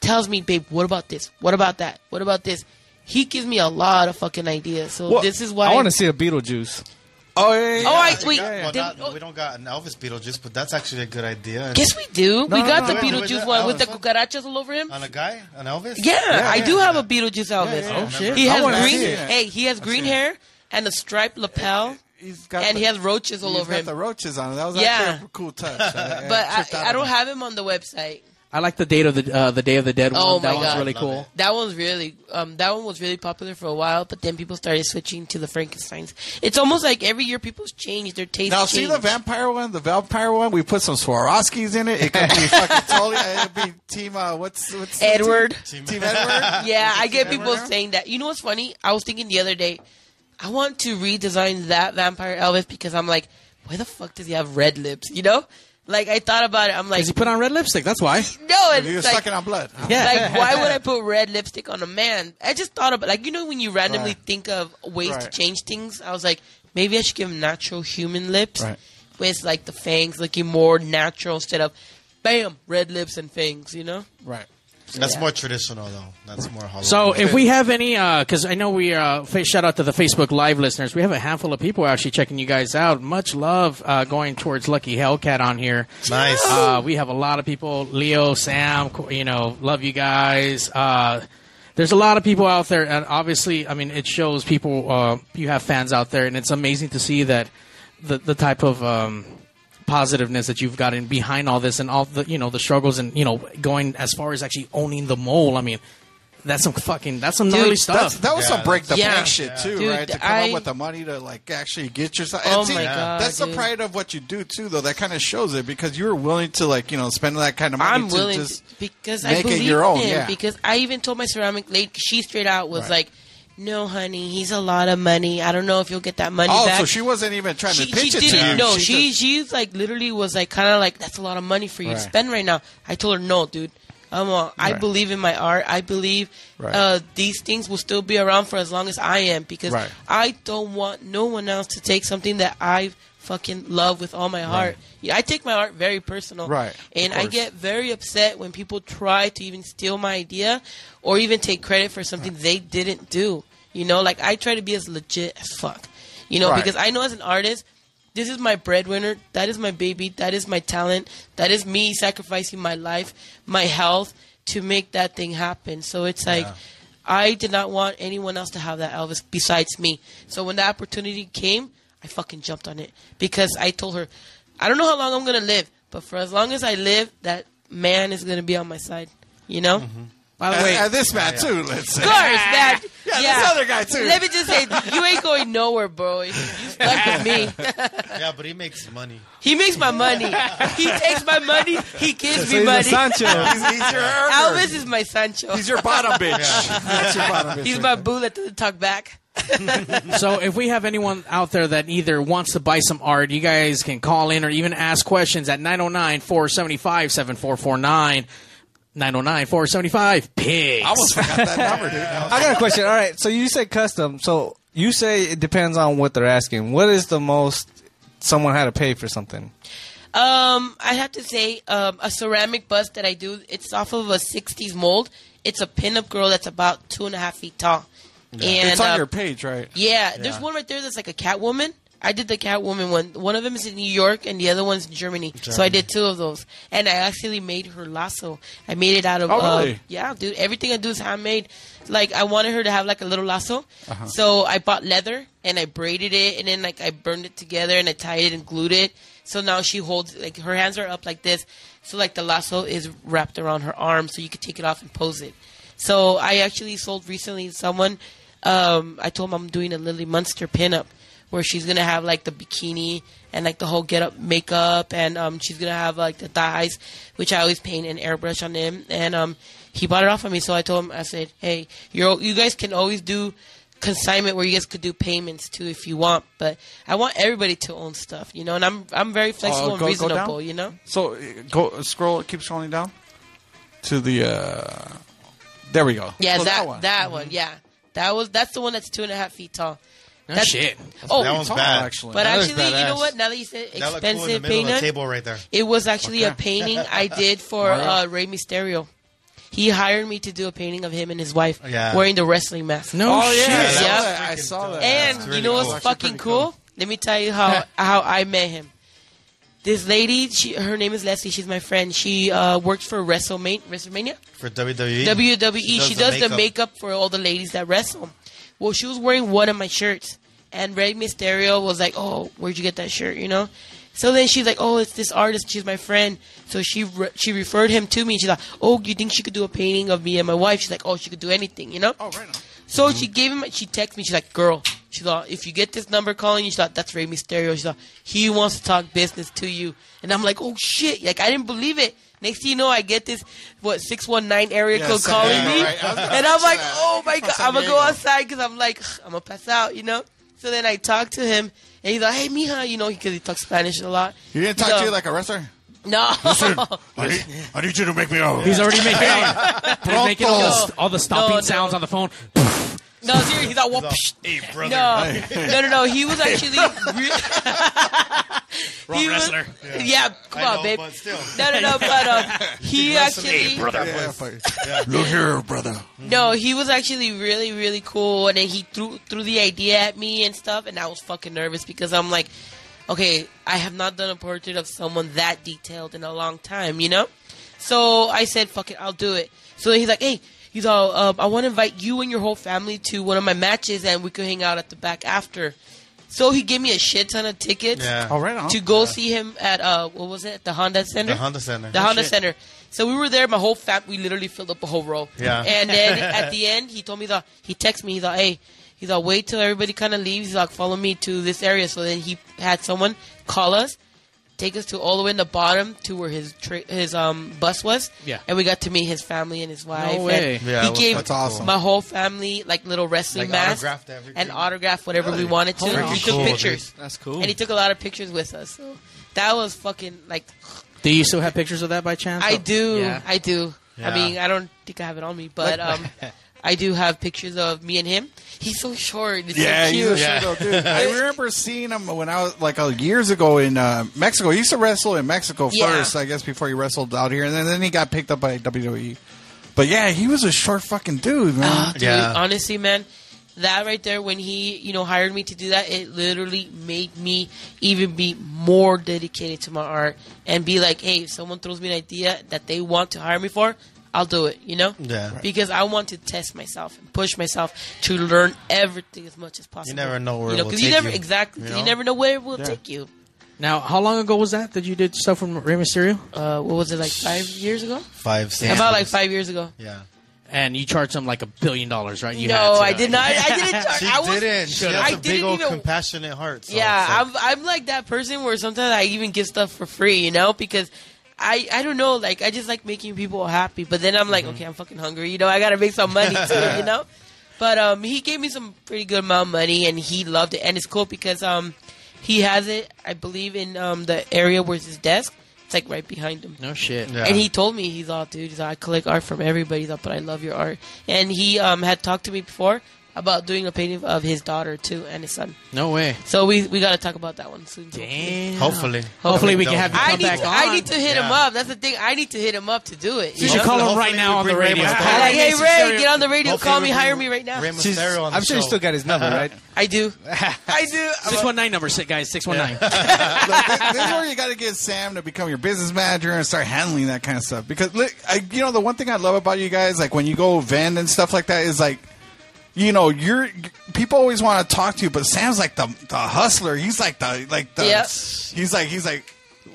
Speaker 7: tells me, "Babe, what about this? What about that? What about this?" He gives me a lot of fucking ideas. So
Speaker 3: Well,
Speaker 7: this is why
Speaker 4: I want to see a Beetlejuice.
Speaker 3: Oh, yeah, yeah,
Speaker 7: Oh, I wait.
Speaker 8: Well,
Speaker 7: did-
Speaker 8: not, we don't got an Elvis Beetlejuice, but that's actually a good idea. And
Speaker 7: Yes, we do. we
Speaker 4: no,
Speaker 7: got
Speaker 4: no,
Speaker 7: the
Speaker 8: wait, wait,
Speaker 7: Beetlejuice
Speaker 8: wait,
Speaker 7: one
Speaker 8: that
Speaker 7: with the
Speaker 8: was-
Speaker 7: cucarachas all over him.
Speaker 8: On a guy, an Elvis.
Speaker 7: yeah, I
Speaker 3: yeah,
Speaker 7: do have a Beetlejuice Elvis.
Speaker 8: yeah, I Oh, remember. shit.
Speaker 7: He
Speaker 3: I
Speaker 7: has
Speaker 3: wanna
Speaker 7: green.
Speaker 3: see it.
Speaker 7: Hey, he has green
Speaker 3: seen it.
Speaker 7: hair and a striped lapel,
Speaker 3: He's got
Speaker 7: and
Speaker 3: the-
Speaker 7: he has roaches all
Speaker 3: he's
Speaker 7: over
Speaker 3: got
Speaker 7: him.
Speaker 3: the roaches on it. That was
Speaker 7: Yeah.
Speaker 3: actually a cool touch. I- I
Speaker 7: But
Speaker 3: tripped out
Speaker 7: I, I
Speaker 3: on
Speaker 7: don't
Speaker 3: it.
Speaker 7: have him on the website.
Speaker 2: I like the date of the uh, the Day of the Dead one.
Speaker 7: Oh
Speaker 2: that
Speaker 7: my
Speaker 2: one's
Speaker 7: God.
Speaker 2: really
Speaker 8: Love
Speaker 2: cool.
Speaker 8: it.
Speaker 7: That one's really um, that one was really popular for a while, but then people started switching to the Frankenstein's. It's almost like every year people's change their taste.
Speaker 3: Now see the
Speaker 7: change.
Speaker 3: vampire one, the vampire one. We put some Swarovskis in it. It could be fucking totally. It'd be team. Uh, what's what's the
Speaker 7: Edward.
Speaker 3: Team, team Edward.
Speaker 7: Yeah, I get people saying that. You know what's funny? I was thinking the other day, I want to redesign that vampire Elvis because I'm like, why the fuck does he have red lips? You know, like I thought about it. I'm like,
Speaker 2: Because he put on red lipstick. That's why.
Speaker 7: no, and
Speaker 3: He was
Speaker 7: it's like,
Speaker 3: sucking on blood.
Speaker 7: like why would I put red lipstick on a man? I just thought about like you know when you randomly
Speaker 3: Right.
Speaker 7: think of ways to
Speaker 3: Right.
Speaker 7: change things. I was like, maybe I should give him natural human lips
Speaker 3: Right.
Speaker 7: with like the fangs looking more natural instead of. Bam! Red lips and fangs, you know?
Speaker 3: Right.
Speaker 8: That's
Speaker 7: Yeah.
Speaker 8: more traditional though. That's more Halloween.
Speaker 2: So if we have any, because I know we uh, fa- shout out to the Facebook Live listeners. We have a handful of people actually checking you guys out. Much love uh, going towards Lucky Hellcat on here.
Speaker 8: nice.
Speaker 2: Uh, we have a lot of people. Leo, Sam, co- you know, love you guys. Uh, there's a lot of people out there, and obviously, I mean, it shows people. Uh, you have fans out there, and it's amazing to see that the the type of um, positiveness that you've gotten behind all this, and all the you know the struggles, and you know going as far as actually owning the mole. I mean, that's some fucking that's some gnarly
Speaker 3: That's,
Speaker 2: stuff.
Speaker 3: that was
Speaker 8: Yeah,
Speaker 3: some break the
Speaker 7: that's-
Speaker 3: bank
Speaker 7: Yeah.
Speaker 3: shit too,
Speaker 7: Dude,
Speaker 3: right? To come
Speaker 7: I-
Speaker 3: up with the money to like actually get yourself.
Speaker 7: Oh
Speaker 3: and see,
Speaker 7: my God,
Speaker 3: that's
Speaker 7: dude.
Speaker 3: the pride of what you do too, though. That kind of shows it because you were willing to like you know spend that kind of money
Speaker 7: I'm
Speaker 3: to
Speaker 7: willing
Speaker 3: just
Speaker 7: to- because I
Speaker 3: make
Speaker 7: believe
Speaker 3: it your own.
Speaker 7: in him.
Speaker 3: Yeah.
Speaker 7: Because I even told my ceramic lady, she straight out was
Speaker 3: Right.
Speaker 7: like, "No, honey, he's a lot of money. I don't know if you'll get that money
Speaker 3: oh,
Speaker 7: back."
Speaker 3: so she wasn't even trying
Speaker 7: she,
Speaker 3: to pitch
Speaker 7: she
Speaker 3: it to
Speaker 7: didn't.
Speaker 3: you.
Speaker 7: No,
Speaker 3: She
Speaker 7: she
Speaker 3: just-
Speaker 7: she's like literally was like kind of like that's a lot of money for you to
Speaker 3: Right.
Speaker 7: spend right now. I told her no, dude. I'm a, I
Speaker 3: Right.
Speaker 7: believe in my art. I believe
Speaker 3: Right.
Speaker 7: uh, these things will still be around for as long as I am because
Speaker 3: Right.
Speaker 7: I don't want no one else to take something that I fucking love with all my heart. Yeah, I take my art very personal.
Speaker 3: Right, of
Speaker 7: And I
Speaker 3: course.
Speaker 7: get very upset when people try to even steal my idea or even take credit for something they didn't do. You know, like I try to be as legit as fuck. You know,
Speaker 3: Right.
Speaker 7: because I know as an artist, this is my breadwinner, that is my baby, that is my talent, that is me sacrificing my life, my health to make that thing happen. So it's like I did not want anyone else to have that Elvis besides me. So when the opportunity came, I fucking jumped on it because I told her, I don't know how long I'm gonna live, but for as long as I live, that man is gonna be on my side. You know?
Speaker 2: By the
Speaker 3: and,
Speaker 2: way,
Speaker 3: and this man too. Let's say.
Speaker 7: Of course, man.
Speaker 3: Yeah, this other guy too.
Speaker 7: Let me just say, you ain't going nowhere, bro. You stuck with me.
Speaker 8: yeah, but he makes money.
Speaker 7: He makes my money. he takes my money. He gives me
Speaker 4: he's a
Speaker 7: money.
Speaker 4: Sancho.
Speaker 3: he's, he's your Elvis.
Speaker 7: Elvis is my Sancho.
Speaker 3: He's your bottom bitch. That's your bottom bitch.
Speaker 7: He's
Speaker 3: right
Speaker 7: my
Speaker 3: there.
Speaker 7: bullet to the talk back.
Speaker 2: so if we have anyone out there that either wants to buy some art, you guys can call in or even ask questions at 909 475 7449. 909 475 pigs.
Speaker 3: I almost forgot that number, dude.
Speaker 4: I got a question. All right, so you said custom. So you say it depends on what they're asking. What is the most someone had to pay for something?
Speaker 7: Um, I have to say, um, a ceramic bust that I do. It's off of a '60s mold. It's a pinup girl that's about two and a half feet tall. And
Speaker 3: It's on
Speaker 7: uh,
Speaker 3: your page, right?
Speaker 7: yeah, there's one right there that's like a Catwoman. I did the Catwoman one. One of them is in New York, and the other one's in Germany. So I did two of those, and I actually made her lasso. I made it out of
Speaker 3: Oh,
Speaker 7: uh,
Speaker 3: really?
Speaker 7: yeah, dude. Everything I do is handmade. Like I wanted her to have like a little lasso, so I bought leather and I braided it, and then like I burned it together and I tied it and glued it. So now she holds like her hands are up like this, so like the lasso is wrapped around her arm, so you could take it off and pose it. So I actually sold recently to someone. Um, I told them I'm doing a Lily Munster pinup where she's gonna have like the bikini and like the whole get up makeup and um she's gonna have like the thighs which I always paint an airbrush on them and um he bought it off of me so I told him I said hey you're you guys can always do consignment where you guys could do payments too if you want but I want everybody to own stuff you know and I'm I'm very
Speaker 3: Oh,
Speaker 7: flexible and
Speaker 3: go- go down?
Speaker 7: reasonable you know
Speaker 3: So uh, go scroll. Keep scrolling down to the. Uh, there we go.
Speaker 7: yeah
Speaker 3: So
Speaker 7: that that
Speaker 3: Oh, one. Mm-hmm.
Speaker 7: one, yeah that was that's the one that's two and a half feet tall that's,
Speaker 2: shit.
Speaker 7: oh
Speaker 8: That one's
Speaker 3: Tall,
Speaker 8: bad.
Speaker 3: actually.
Speaker 7: but
Speaker 4: That was
Speaker 7: actually you know
Speaker 4: badass.
Speaker 7: what now that you said
Speaker 8: That looked cool in the
Speaker 7: expensive
Speaker 8: middle of the
Speaker 7: peanut
Speaker 8: table right there.
Speaker 7: It was actually a painting I did for uh, Rey Mysterio. He hired me to do a painting of him and his wife
Speaker 8: Yeah.
Speaker 7: wearing the wrestling mask.
Speaker 2: No
Speaker 3: oh yeah, I
Speaker 2: shit.
Speaker 3: saw
Speaker 7: Yeah.
Speaker 3: that. I saw that.
Speaker 7: And
Speaker 8: That's
Speaker 7: you
Speaker 8: really
Speaker 7: know
Speaker 8: cool.
Speaker 7: what's
Speaker 8: Actually
Speaker 7: fucking cool? Let me tell you how how I met him. This lady, she, her name is Leslie. She's my friend. She uh, works for WrestleMania. WrestleMania?
Speaker 8: For WWE.
Speaker 7: WWE. She does,
Speaker 8: She
Speaker 7: the, makeup. for all the ladies that wrestle. Well, she was wearing one of my shirts, and Rey Mysterio was like, "Oh, where'd you get that shirt?" You know. So then she's like, "Oh, it's this artist. She's my friend." So she re- she referred him to me. She's like, "Oh, you think she could do a painting of me and my wife?" She's like, "Oh, she could do anything," you know.
Speaker 3: Oh right. on.
Speaker 7: So she gave him. She texted me. She's like, "Girl, she's like, if you get this number calling you, she's like, that's Rey Mysterio." She's like, "He wants to talk business to you," and I'm like, "Oh shit!" Like I didn't believe it. Next thing you know, I get this what six one nine area
Speaker 3: Yeah,
Speaker 7: code
Speaker 3: San
Speaker 7: calling
Speaker 3: Diego,
Speaker 7: me,
Speaker 3: right? I was gonna
Speaker 7: and I'm
Speaker 3: mention
Speaker 7: like,
Speaker 3: that.
Speaker 7: "Oh my
Speaker 3: From
Speaker 7: god,
Speaker 3: San
Speaker 7: I'm gonna go
Speaker 3: Diego.
Speaker 7: outside because I'm like, I'm gonna pass out," you know. So then I talk to him, and he's like, "Hey, mija," you know, because he talks Spanish a lot.
Speaker 3: You didn't talk
Speaker 7: No.
Speaker 3: to you like a wrestler.
Speaker 7: no.
Speaker 3: I need, I need you to make me over.
Speaker 2: He's already making all, he's making all, the, all the stomping
Speaker 7: No, no.
Speaker 2: sounds on the phone.
Speaker 7: No, seriously, he's like, "Well, psh,
Speaker 8: Hey, brother.
Speaker 7: No, no, no, no. He was actually re- he was,
Speaker 2: wrestler.
Speaker 7: Yeah. come
Speaker 8: I
Speaker 7: on,
Speaker 8: know,
Speaker 7: babe.
Speaker 8: but still.
Speaker 7: No, no, no. But um, he actually
Speaker 3: Yeah, fuck. Look here, brother.
Speaker 7: no, he was actually really, really cool. And then he threw threw the idea at me and stuff, and I was fucking nervous because I'm like, okay, I have not done a portrait of someone that detailed in a long time, you know. So I said, fuck it, I'll do it. So he's like, hey, he's all, um, I want to invite you and your whole family to one of my matches, and we could hang out at the back after. So he gave me a shit ton of tickets
Speaker 8: Yeah.
Speaker 3: All Oh, right. On.
Speaker 7: to go see him at uh what was it the Honda Center
Speaker 8: The Honda Center.
Speaker 7: the
Speaker 8: Oh,
Speaker 7: Honda
Speaker 8: shit.
Speaker 7: Center so we were there my whole fam we literally filled up a whole row
Speaker 8: Yeah.
Speaker 7: and then at the end he told me that he texted me he's like hey he's like wait till everybody kind of leaves he's like follow me to this area so then he had someone call us take us to all the way in the bottom to where his tra- his um bus was
Speaker 2: Yeah.
Speaker 7: and we got to meet his family and his wife and
Speaker 2: way.
Speaker 8: Yeah,
Speaker 7: he
Speaker 8: that's
Speaker 7: gave
Speaker 3: fucking awesome.
Speaker 7: my whole family like little wrestling
Speaker 8: Like,
Speaker 7: masks
Speaker 8: autographed everything.
Speaker 7: and autographed whatever we wanted to
Speaker 8: Freaking
Speaker 7: we took
Speaker 8: cool, dude.
Speaker 7: pictures
Speaker 4: That's cool.
Speaker 7: and he took a lot of pictures with us. So that was fucking like
Speaker 2: Do you still have pictures of that by chance?
Speaker 7: I do,
Speaker 2: Yeah.
Speaker 7: I do.
Speaker 8: Yeah.
Speaker 7: I mean, I don't think I have it on me, but um, I do have pictures of me and him. He's so short. It's
Speaker 3: Yeah,
Speaker 7: so
Speaker 3: he's a
Speaker 7: cute.
Speaker 3: yeah. dude. I remember seeing him when I was like uh, years ago in uh, Mexico. He used to wrestle in Mexico
Speaker 7: Yeah.
Speaker 3: first, I guess, before he wrestled out here, and then, then he got picked up by WWE. But yeah, he was a short fucking dude, man.
Speaker 7: Uh, Ah, Dude,
Speaker 8: Yeah.
Speaker 7: honestly, man, that right there, when he you know hired me to do that, it literally made me even be more dedicated to my art and be like, hey, if someone throws me an idea that they want to hire me for. I'll do it, you know?
Speaker 8: Yeah. Right.
Speaker 7: Because I want to test myself and push myself to learn everything as much as possible.
Speaker 8: never know where it will
Speaker 7: 'cause
Speaker 8: take
Speaker 7: never,
Speaker 8: you,
Speaker 7: Exactly.
Speaker 8: you
Speaker 7: 'cause
Speaker 8: know?
Speaker 7: You never know where it will take you.
Speaker 2: Now, how long ago was that that you did stuff from Rey Mysterio?
Speaker 7: uh, what was it like five years ago?
Speaker 8: Five, six.
Speaker 7: About like
Speaker 8: years.
Speaker 7: five years ago.
Speaker 8: Yeah.
Speaker 2: And you charged him like a billion dollars, right? You
Speaker 7: no,
Speaker 2: had to. uh,
Speaker 7: I did not. I didn't. Charge.
Speaker 8: She
Speaker 7: I was,
Speaker 8: didn't. She
Speaker 7: I
Speaker 8: has a big
Speaker 7: didn't
Speaker 8: old
Speaker 7: even-
Speaker 8: compassionate heart. So
Speaker 7: yeah,
Speaker 8: it's like-
Speaker 7: I'm. I'm like that person where sometimes I even get stuff for free, you know, because. I, I don't know like I just like making people happy but then I'm like
Speaker 2: Mm-hmm.
Speaker 7: okay I'm fucking hungry you know I gotta make some money too you know but um he gave me some pretty good amount of money and he loved it and it's cool because um he has it I believe in um the area where's his desk it's like right behind him
Speaker 2: No shit.
Speaker 8: Yeah.
Speaker 7: And he told me he's all, dude. He's all, I collect art from everybody, he's all, but I love your art. And he um, had talked to me before about doing a painting of his daughter too and his son.
Speaker 2: No way.
Speaker 7: So we we got to talk about that one soon.
Speaker 2: Damn.
Speaker 4: Hopefully.
Speaker 2: Hopefully we can
Speaker 4: Hopefully
Speaker 2: have you
Speaker 7: I
Speaker 2: come
Speaker 7: need,
Speaker 2: back on.
Speaker 7: I need to hit him
Speaker 4: Yeah.
Speaker 7: up. That's the thing. I need to hit him up to do it.
Speaker 2: You
Speaker 7: You
Speaker 2: should
Speaker 7: know?
Speaker 2: call him
Speaker 4: Hopefully
Speaker 2: right
Speaker 4: we
Speaker 2: now on the
Speaker 4: bring Ray
Speaker 2: radio.
Speaker 4: back.
Speaker 2: Call
Speaker 7: Like,
Speaker 2: him.
Speaker 7: hey Ray,
Speaker 2: Stereo.
Speaker 7: get on the radio.
Speaker 4: Hopefully
Speaker 7: Call me.
Speaker 4: we
Speaker 7: Hire
Speaker 4: bring
Speaker 7: me right now.
Speaker 4: Rey Mysterio on the I'm sure show. you still got his number, right?
Speaker 7: I do. I do.
Speaker 2: Six one nine number, si- guys. Six one nine.
Speaker 3: Look, this, this is where you got to get Sam to become your business manager and start handling that kind of stuff. Because, look, I, you know, the one thing I love about you guys, like when you go vend and stuff like that, is like, you know, you're people always want to talk to you, but Sam's like the the hustler. He's like the like the
Speaker 7: Yep.
Speaker 3: he's like he's like.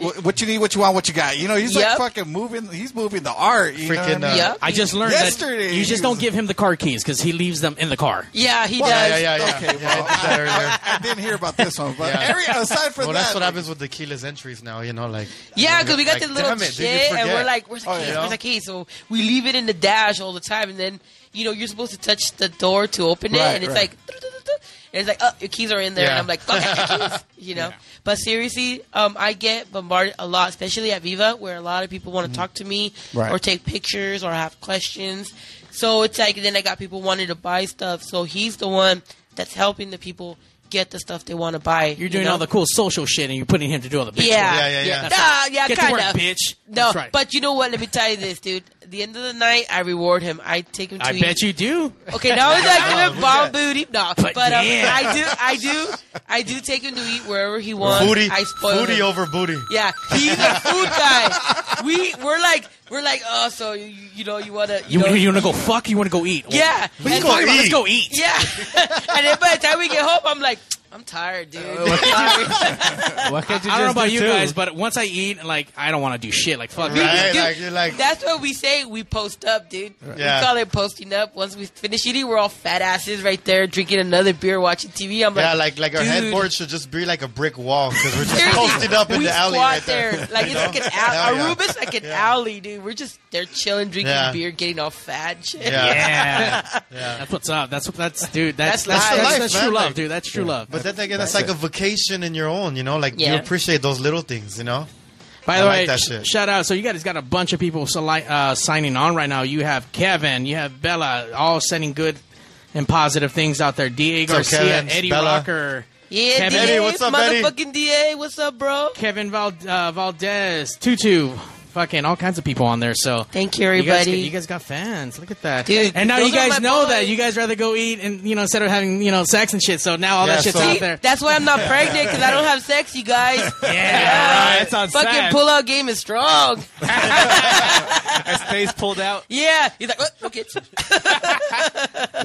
Speaker 3: "Wh- What you need, what you want, what you got. You know, he's
Speaker 7: Yep.
Speaker 3: like fucking moving. He's moving the art. You know what I
Speaker 4: Freaking, uh,
Speaker 3: mean?
Speaker 7: Yeah.
Speaker 2: I just learned
Speaker 3: Yesterday
Speaker 2: that
Speaker 3: he
Speaker 2: you just
Speaker 3: was-
Speaker 2: don't give him the car keys because he leaves them in the car.
Speaker 7: Yeah, he
Speaker 3: Well,
Speaker 7: does.
Speaker 4: Yeah, yeah, yeah.
Speaker 3: Okay,
Speaker 4: Yeah, I did that earlier.
Speaker 3: I didn't hear about this one, but
Speaker 4: Yeah.
Speaker 3: every, aside from
Speaker 4: Well,
Speaker 3: that,
Speaker 4: that's what
Speaker 3: like,
Speaker 4: happens with the keyless entries now, you know, like
Speaker 7: Yeah, because we got
Speaker 4: Like,
Speaker 7: this little
Speaker 4: damn it, dude, you
Speaker 7: shit, and
Speaker 4: forget.
Speaker 7: we're like, "Where's the
Speaker 3: Oh,
Speaker 7: keys?
Speaker 3: yeah.
Speaker 7: Where's the keys?" So we leave it in the dash all the time, and then you know you're supposed to touch the door to open it,
Speaker 3: Right,
Speaker 7: and it's
Speaker 3: right.
Speaker 7: like, and it's like, "Oh, your keys are in there," and
Speaker 4: Yeah.
Speaker 7: I'm like, "Fuck, I got your keys," you know. But seriously, um, I get bombarded a lot, especially at Viva, where a lot of people
Speaker 4: Mm-hmm.
Speaker 7: want to talk to me
Speaker 3: Right.
Speaker 7: or take pictures or have questions. So it's like then I got people wanting to buy stuff. So he's the one that's helping the people get the stuff they want to buy.
Speaker 2: You're doing
Speaker 7: you know?
Speaker 2: all the cool social shit, and you're putting him to do all the bitch
Speaker 7: Yeah,
Speaker 4: Yeah, yeah, yeah.
Speaker 7: Nah, yeah,
Speaker 2: Get to
Speaker 7: kind
Speaker 2: work,
Speaker 7: of,
Speaker 2: bitch.
Speaker 7: No,
Speaker 2: That's right.
Speaker 7: but you know what? Let me tell you this, dude. At the end of the night, I reward him. I take him to.
Speaker 2: I
Speaker 7: eat.
Speaker 2: bet you do.
Speaker 7: Okay, now I give him bomb booty. No, but, um,
Speaker 2: yeah.
Speaker 7: I do, I do, I do take him to eat wherever he wants.
Speaker 4: booty,
Speaker 7: I spoil
Speaker 4: booty
Speaker 7: him.
Speaker 4: over booty.
Speaker 7: Yeah, he's a food guy. We we're like we're like oh, so you, you know you wanna
Speaker 2: You,
Speaker 7: know,
Speaker 2: you want to go fuck? You want to go eat?
Speaker 7: yeah.
Speaker 2: Let's
Speaker 7: And-
Speaker 2: go eat. Let's go eat.
Speaker 7: yeah, and then by the time we get home, I'm like, I'm tired, dude.
Speaker 2: Oh,
Speaker 7: I'm tired.
Speaker 4: Why can't you
Speaker 2: I don't know
Speaker 4: just
Speaker 2: about
Speaker 4: do
Speaker 2: you
Speaker 4: two?
Speaker 2: guys, but once I eat, like I don't want to do shit. Like fuck.
Speaker 4: Right?
Speaker 7: Dude,
Speaker 4: Like, you're like-
Speaker 7: that's what we say. We post up, dude.
Speaker 4: Yeah.
Speaker 7: We call it posting up. Once we finish eating, we're all fat asses right there, drinking another beer, watching TV. I'm like,
Speaker 4: yeah, like like our
Speaker 7: dude.
Speaker 4: headboard should just be like a brick wall because we're just
Speaker 7: seriously,
Speaker 4: posted up in
Speaker 7: we
Speaker 4: the alley
Speaker 7: squat
Speaker 4: right there.
Speaker 7: Like it's like an alley. Our
Speaker 4: Hell yeah.
Speaker 7: room is like an alley, dude. We're just there chilling, drinking
Speaker 4: Yeah.
Speaker 7: beer, getting all fat. And shit.
Speaker 4: Yeah.
Speaker 2: Yeah. That's what's up. That's what that's dude.
Speaker 7: That's
Speaker 2: That's that's, that's,
Speaker 7: life,
Speaker 2: that's
Speaker 4: man.
Speaker 2: true love,
Speaker 4: Like-
Speaker 2: dude. That's true love.
Speaker 4: But then again, that's like a vacation in your own, you know. Like
Speaker 7: Yeah.
Speaker 4: you appreciate those little things, you know.
Speaker 2: By
Speaker 4: I
Speaker 2: the
Speaker 4: like
Speaker 2: way,
Speaker 4: that
Speaker 2: sh-
Speaker 4: shit.
Speaker 2: shout out. So you guys got a bunch of people sali- uh, signing on right now. You have Kevin, you have Bella, all sending good and positive things out there. Da
Speaker 4: What's
Speaker 2: Garcia,
Speaker 4: up, Kevin?
Speaker 2: Eddie
Speaker 4: Bella.
Speaker 2: Rocker,
Speaker 7: Yeah,
Speaker 2: Kevin.
Speaker 7: DA,
Speaker 4: Eddie, what's up, Eddie?
Speaker 7: motherfucking DA, what's up, bro?
Speaker 2: Kevin Val- uh, Valdez, Tutu, fucking all kinds of people on there. So
Speaker 7: Thank you,
Speaker 2: You guys,
Speaker 7: everybody.
Speaker 2: you guys got fans. Look at that,
Speaker 7: Dude,
Speaker 2: And now
Speaker 7: those
Speaker 2: you
Speaker 7: are
Speaker 2: guys
Speaker 7: my
Speaker 2: know
Speaker 7: boys.
Speaker 2: that you guys rather go eat and you know instead of having you know sex and shit. So now all
Speaker 4: Yeah,
Speaker 2: Oh, that shit's
Speaker 4: so-
Speaker 2: out
Speaker 7: See,
Speaker 2: there.
Speaker 7: that's why I'm not pregnant because I don't have sex, you guys.
Speaker 2: Yeah, right. It's on
Speaker 7: Fucking
Speaker 2: sad.
Speaker 7: pull out game is strong.
Speaker 2: As face pulled out.
Speaker 7: Yeah. He's like, oh, okay.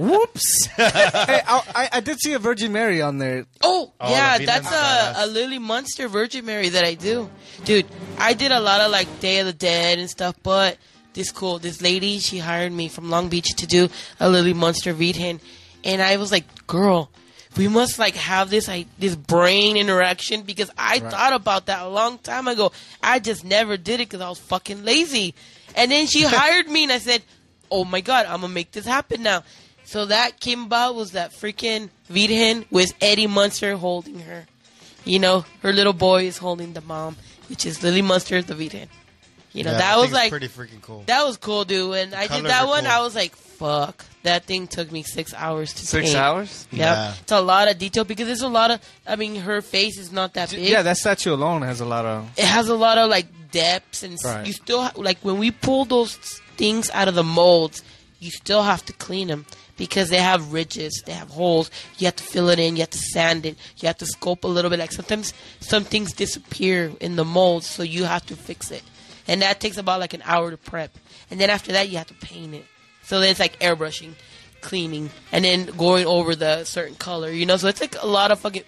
Speaker 2: Whoops.
Speaker 4: Hey,
Speaker 9: I, I did see a Virgin Mary on there.
Speaker 7: Oh,
Speaker 4: Oh,
Speaker 7: yeah,
Speaker 4: the
Speaker 7: that's
Speaker 4: Vietnam
Speaker 7: a, a Lily Munster Virgin Mary that I do. Dude, I did a lot of like Day of the Dead and stuff, but this cool, this lady, she hired me from Long Beach to do a Lily Munster read hen. And I was like, girl, we must like have this like this brain interaction because I thought about that a long time ago. I just never did it because I was fucking lazy. And then she hired me and I said, oh my god, I'm gonna make this happen now. So that came about was that freaking Vidhan with Eddie Munster holding her. You know, her little boy is holding the mom, which is Lily Munster, the Vidhan. You know,
Speaker 4: Yeah, I
Speaker 7: that
Speaker 4: think
Speaker 7: was
Speaker 4: it's
Speaker 7: like
Speaker 4: pretty freaking cool.
Speaker 7: that was cool, dude. And I did
Speaker 4: colors
Speaker 7: that
Speaker 4: are
Speaker 7: one,
Speaker 4: cool.
Speaker 7: I was like, fuck. That thing took me six hours to
Speaker 9: Six
Speaker 7: paint.
Speaker 9: hours?
Speaker 7: Yep.
Speaker 4: Yeah.
Speaker 7: It's a lot of detail because there's a lot of I mean, her face is not that big
Speaker 9: Yeah, that statue alone has a lot of.
Speaker 7: it has a lot of like depths and s-
Speaker 9: Right.
Speaker 7: you still ha- like when we pull those things out of the molds you still have to clean them because they have ridges they have holes you have to fill it in you have to sand it you have to scope a little bit like sometimes some things disappear in the mold so you have to fix it and that takes about like an hour to prep and then after that you have to paint it so then it's like airbrushing cleaning and then going over the certain color you know so it's like a lot of fucking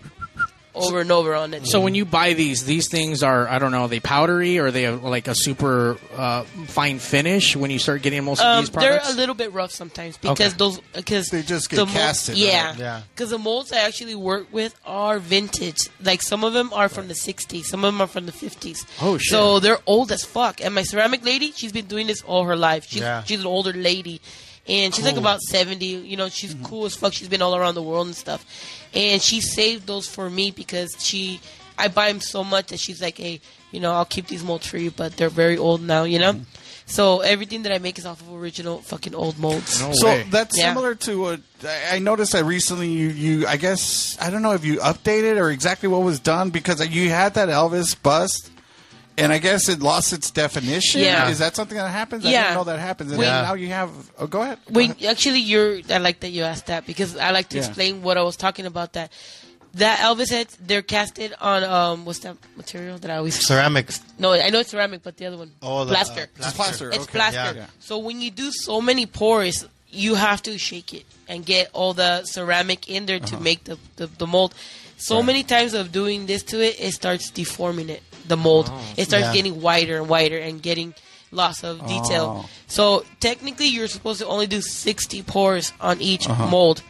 Speaker 7: over and over on it
Speaker 2: So when you buy these, these things are I don't know, are they powdery or they have like a super uh, fine finish when you start getting most of
Speaker 7: Um,
Speaker 2: these
Speaker 7: they're
Speaker 2: products.
Speaker 7: a little bit rough sometimes because
Speaker 2: Okay.
Speaker 7: those because
Speaker 3: They just get
Speaker 7: the molds-
Speaker 3: casted,
Speaker 7: Yeah,
Speaker 3: right?
Speaker 4: Yeah.
Speaker 7: Because the molds I actually work with are vintage. Like some of them are from the '60s, some of them are from the '50s.
Speaker 2: Oh, shit.
Speaker 7: So they're old as fuck. And my ceramic lady, she's been doing this all her life. She's
Speaker 4: Yeah.
Speaker 7: she's an older lady, and she's like about seventy. You know, she's
Speaker 3: Mm-hmm.
Speaker 7: cool as fuck. She's been all around the world and stuff. And she saved those for me because she, I buy them so much that she's like, hey, you know, I'll keep these molds for you, but they're very old now. You know. So everything that I make is off of original fucking old molds.
Speaker 3: so that's
Speaker 7: Yeah.
Speaker 3: similar to what I I noticed that recently. You, you, I guess I don't know if you updated or exactly what was done because you had that Elvis bust, and I guess it lost its definition.
Speaker 7: Yeah.
Speaker 3: is that something that happens? I
Speaker 7: Yeah.
Speaker 3: didn't know that happens. And
Speaker 7: We-
Speaker 3: then now you have. Oh, go ahead. Go
Speaker 7: Wait,
Speaker 3: ahead.
Speaker 7: actually, you're. I like that you asked that because I like to
Speaker 3: Yeah.
Speaker 7: explain what I was talking about. That that Elvis heads they're casted on um what's that material that I always
Speaker 8: Ceramics.
Speaker 7: no I know it's ceramic but the other one
Speaker 8: Oh, the, uh,
Speaker 7: plaster.
Speaker 3: It's plaster.
Speaker 7: It's
Speaker 3: okay.
Speaker 7: plaster.
Speaker 3: Yeah.
Speaker 7: So when you do so many pours, you have to shake it and get all the ceramic in there
Speaker 3: Uh-huh.
Speaker 7: to make the, the, the mold. So many times of doing this to it, it starts deforming it, the mold.
Speaker 3: Oh.
Speaker 7: It starts
Speaker 8: Yeah.
Speaker 7: getting wider and wider and getting loss of detail. So technically, you're supposed to only do 60 pours on each mold.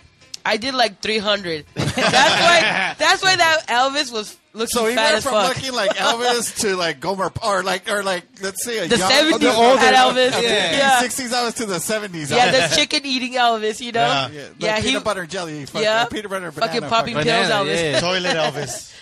Speaker 7: I did like 300. that's why. That's why that Elvis was looking
Speaker 3: So he
Speaker 7: fat
Speaker 3: went
Speaker 7: as
Speaker 3: from
Speaker 7: fuck.
Speaker 3: looking like Elvis to like Gomer, or like, or like, let's say a
Speaker 7: the
Speaker 3: young, Oh,
Speaker 7: 70s
Speaker 3: the older
Speaker 7: had Elvis. yeah.
Speaker 3: 60s Elvis to the 70s.
Speaker 7: Yeah,
Speaker 3: Elvis.
Speaker 7: the chicken eating Elvis, you know?
Speaker 8: Yeah.
Speaker 7: Yeah,
Speaker 3: yeah, the
Speaker 7: yeah
Speaker 3: peanut
Speaker 7: he
Speaker 3: butter and jelly, fucking
Speaker 7: yeah,
Speaker 3: peanut butter and
Speaker 7: fucking
Speaker 3: banana,
Speaker 7: popping
Speaker 3: fucking-
Speaker 7: pills
Speaker 4: Banana,
Speaker 7: Elvis.
Speaker 8: Toilet Elvis.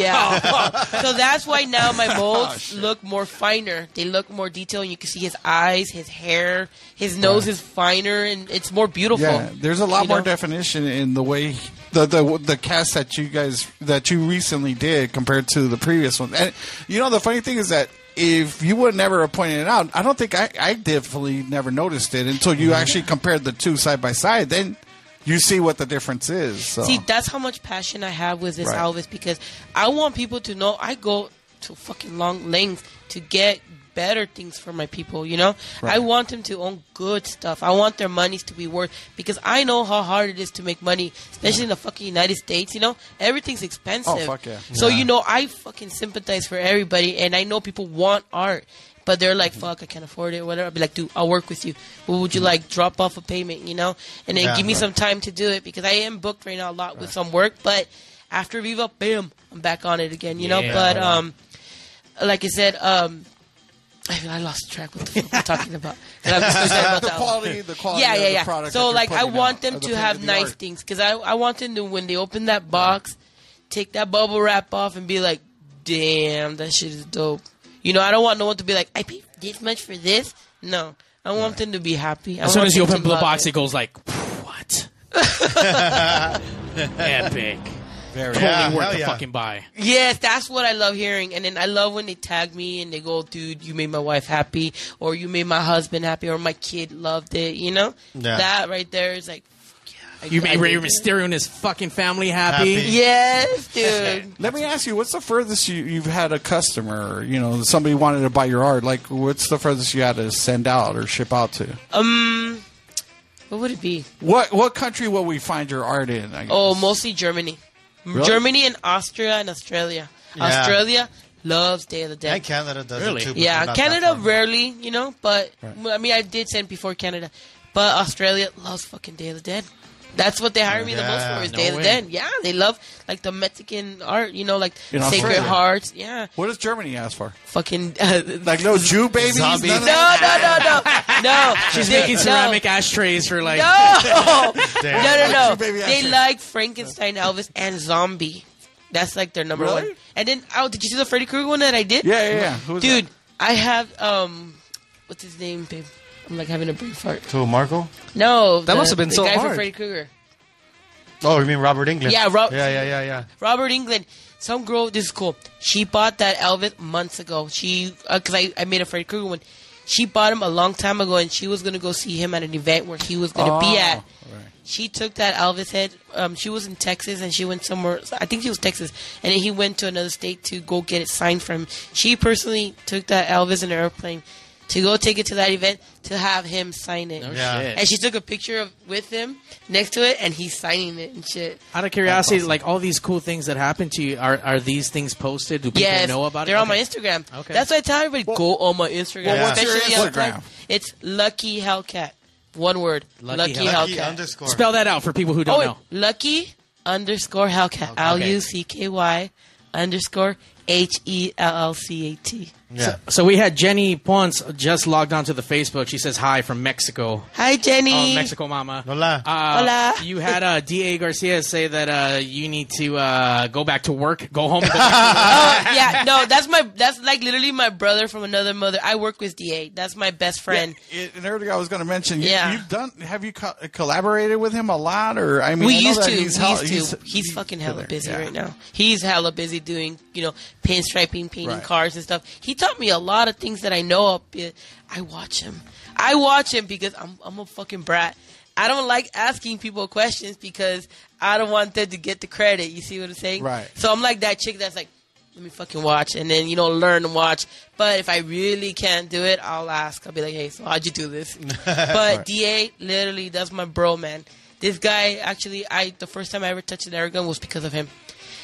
Speaker 7: Yeah. so that's why now my molds look more finer. They look more detailed. and You can see his eyes, his hair, his nose is finer, and it's more beautiful.
Speaker 3: Yeah, there's a lot
Speaker 7: you
Speaker 3: more
Speaker 7: know?
Speaker 3: definition in the way the, the the cast that you guys that you recently did compared to the previous one. And you know, the funny thing is that if you would never have pointed it out, I don't think I, I definitely never noticed it until you
Speaker 7: Mm-hmm.
Speaker 3: actually compared the two side by side. Then you see what the difference is. So.
Speaker 7: See, that's how much passion I have with this
Speaker 3: Right.
Speaker 7: Elvis because I want people to know I go to fucking long lengths to get better things for my people, you know? I want them to own good stuff. I want their monies to be worth because I know how hard it is to make money, especially in the fucking United States, you know? Everything's expensive.
Speaker 3: Oh, fuck yeah.
Speaker 7: So, you know, I fucking sympathize for everybody and I know people want art. But they're like, fuck, I can't afford it, whatever. I'll be like, dude, I'll work with you. What would you like? Drop off a payment, you know? And then
Speaker 8: Mm-hmm. Yeah,
Speaker 7: give me
Speaker 8: right.
Speaker 7: some some time to do it because I am booked right now a lot with some work. But after Viva, bam, I'm back on it again. You know, but um, like I said, um, I, I lost track. What the fuck we're talking about? 'Cause I'm just excited about
Speaker 3: the
Speaker 7: that one.
Speaker 3: quality, the quality
Speaker 7: yeah,
Speaker 3: of
Speaker 7: yeah,
Speaker 3: the
Speaker 7: yeah.
Speaker 3: product. that
Speaker 7: so
Speaker 3: you're
Speaker 7: like, I
Speaker 3: putting
Speaker 7: want
Speaker 3: out,
Speaker 7: them
Speaker 3: of the
Speaker 7: to
Speaker 3: pla-
Speaker 7: have
Speaker 3: the
Speaker 7: nice
Speaker 3: art.
Speaker 7: things because I I want them to when they open that box, take that bubble wrap off and be like, damn, that shit is dope. You know, I don't want no one to be like, I paid this much for this. No. I want them to be happy. I
Speaker 2: As soon
Speaker 7: want
Speaker 2: as you
Speaker 7: them to
Speaker 2: open the
Speaker 7: love
Speaker 2: box,
Speaker 7: it.
Speaker 2: it goes like, what? Epic. Very totally
Speaker 8: Yeah, hell
Speaker 2: worth the
Speaker 8: yeah.
Speaker 2: fucking buy.
Speaker 7: Yes, that's what I love hearing. And then I love when they tag me and they go, dude, you made my wife happy, or you made my husband happy, or my kid loved it, you know?
Speaker 8: Yeah.
Speaker 7: That right there is like, fuck yeah. I-
Speaker 2: You made
Speaker 7: I
Speaker 2: Rey
Speaker 7: did it.
Speaker 2: Mysterio and his fucking family happy.
Speaker 8: Happy.
Speaker 7: Yes, dude.
Speaker 3: Let me ask you, what's the furthest you, you've had a customer? You know, somebody wanted to buy your art. Like, what's the furthest you had to send out or ship out to?
Speaker 7: um, what would it be?
Speaker 3: What what country will we find your art in? I guess?
Speaker 7: Oh, mostly Germany. Germany and Austria and Australia. Australia loves Day of the Dead.
Speaker 8: And Canada does
Speaker 2: Really?
Speaker 8: it too. but they're
Speaker 7: Yeah,
Speaker 8: not
Speaker 7: Canada
Speaker 8: that far.
Speaker 7: rarely, you know, but I mean, I did send before Canada, but Australia loves fucking Day of the Dead. That's what they hire me the most
Speaker 8: Yeah,
Speaker 7: for is
Speaker 2: no
Speaker 7: Day of the
Speaker 2: way.
Speaker 7: Dead. Yeah, they love like the Mexican art, you know, like
Speaker 3: In
Speaker 7: Sacred
Speaker 3: Australia?
Speaker 7: Hearts. Yeah,
Speaker 3: What does Germany ask for?
Speaker 7: fucking. uh,
Speaker 3: Like no Jew babies.
Speaker 8: Zombie.
Speaker 3: none of
Speaker 7: no,
Speaker 3: that?
Speaker 7: no, no, no, no.
Speaker 2: She's
Speaker 7: They-
Speaker 2: making
Speaker 7: no.
Speaker 2: ceramic ashtrays for like.
Speaker 7: No,
Speaker 8: Damn.
Speaker 7: no, no, no.
Speaker 3: Like you, baby,
Speaker 7: They
Speaker 3: Asher.
Speaker 7: like Frankenstein, Elvis, and Zombie. That's like their number
Speaker 3: Really?
Speaker 7: one. And then, oh, did you see the Freddy Krueger one that I did?
Speaker 3: Yeah, yeah, yeah. Who's
Speaker 7: Dude, I have um, what's his name, babe? I'm like having a brain fart.
Speaker 8: To Marco?
Speaker 7: No, that
Speaker 4: must have been
Speaker 7: the
Speaker 4: so
Speaker 7: guy from
Speaker 4: hard.
Speaker 7: Freddy Krueger.
Speaker 8: Oh, you mean Robert England?
Speaker 7: Yeah, Rob-
Speaker 8: Yeah, yeah, yeah, yeah.
Speaker 7: Robert England. Some girl, this is cool. She bought that Elvis months ago. She, because I, I made a Freddy Krueger one. She bought him a long time ago, and she was gonna go see him at an event where he was gonna
Speaker 3: Oh,
Speaker 7: be at. She took that Elvis head. Um, she was in Texas, and she went somewhere. I think she was Texas, and then he went to another state to go get it signed from. him. She personally took that Elvis in an airplane to go take it to that event to have him sign it.
Speaker 8: Yeah.
Speaker 2: Shit.
Speaker 7: And she took a picture of with him next to it, and he's signing it and shit.
Speaker 2: Out of curiosity, like all these cool things that happen to you, are are these things posted? Do people
Speaker 7: Yes,
Speaker 2: know about
Speaker 7: they're
Speaker 2: it?
Speaker 7: on my
Speaker 2: Okay.
Speaker 7: Instagram.
Speaker 2: Okay.
Speaker 7: That's why I tell everybody go on my Instagram.
Speaker 3: well,
Speaker 8: what's
Speaker 3: your
Speaker 7: Especially on
Speaker 3: Instagram?
Speaker 7: time. It's Lucky Hellcat. One word. Lucky,
Speaker 2: Lucky Hellcat.
Speaker 8: Lucky
Speaker 7: Hellcat.
Speaker 8: underscore.
Speaker 2: Spell that out for people who
Speaker 7: oh,
Speaker 2: don't
Speaker 7: wait.
Speaker 2: know.
Speaker 7: Lucky underscore Hellcat. L U C K Y underscore H E L L C A T.
Speaker 8: Yeah.
Speaker 2: So we had Jenny Ponce just logged onto the Facebook. She says hi from Mexico.
Speaker 7: Hi, Jenny.
Speaker 2: Oh, Mexico mama.
Speaker 8: Hola.
Speaker 2: Uh,
Speaker 7: Hola.
Speaker 2: You had uh, D.A. Garcia say that uh, you need to uh, go back to work, go home. Go back to work.
Speaker 7: Oh, yeah, no, that's my that's like literally my brother from another mother. I work with DA. That's my best friend.
Speaker 3: It, and earlier I was going to mention, you,
Speaker 7: Yeah.
Speaker 3: you've done. Have you co- collaborated with him a lot, or I mean,
Speaker 7: we
Speaker 3: I know
Speaker 7: used
Speaker 3: that
Speaker 7: to.
Speaker 3: He's,
Speaker 7: we
Speaker 3: hell-
Speaker 7: used to. He's, fucking hella busy
Speaker 3: Yeah.
Speaker 7: right now. He's hella busy doing, you know, pinstriping, painting
Speaker 3: Right.
Speaker 7: cars and stuff. He taught me a lot of things that I know. Up, I watch him. I watch him because I'm I'm a fucking brat. I don't like asking people questions because I don't want them to get the credit. You see what I'm saying?
Speaker 3: Right.
Speaker 7: So I'm like that chick that's like, let me fucking watch, and then you know learn and watch. But if I really can't do it, I'll ask. I'll be like, hey, so how'd you do this? but Da, literally, that's my bro, man. This guy actually, I the first time I ever touched an air gun was because of him,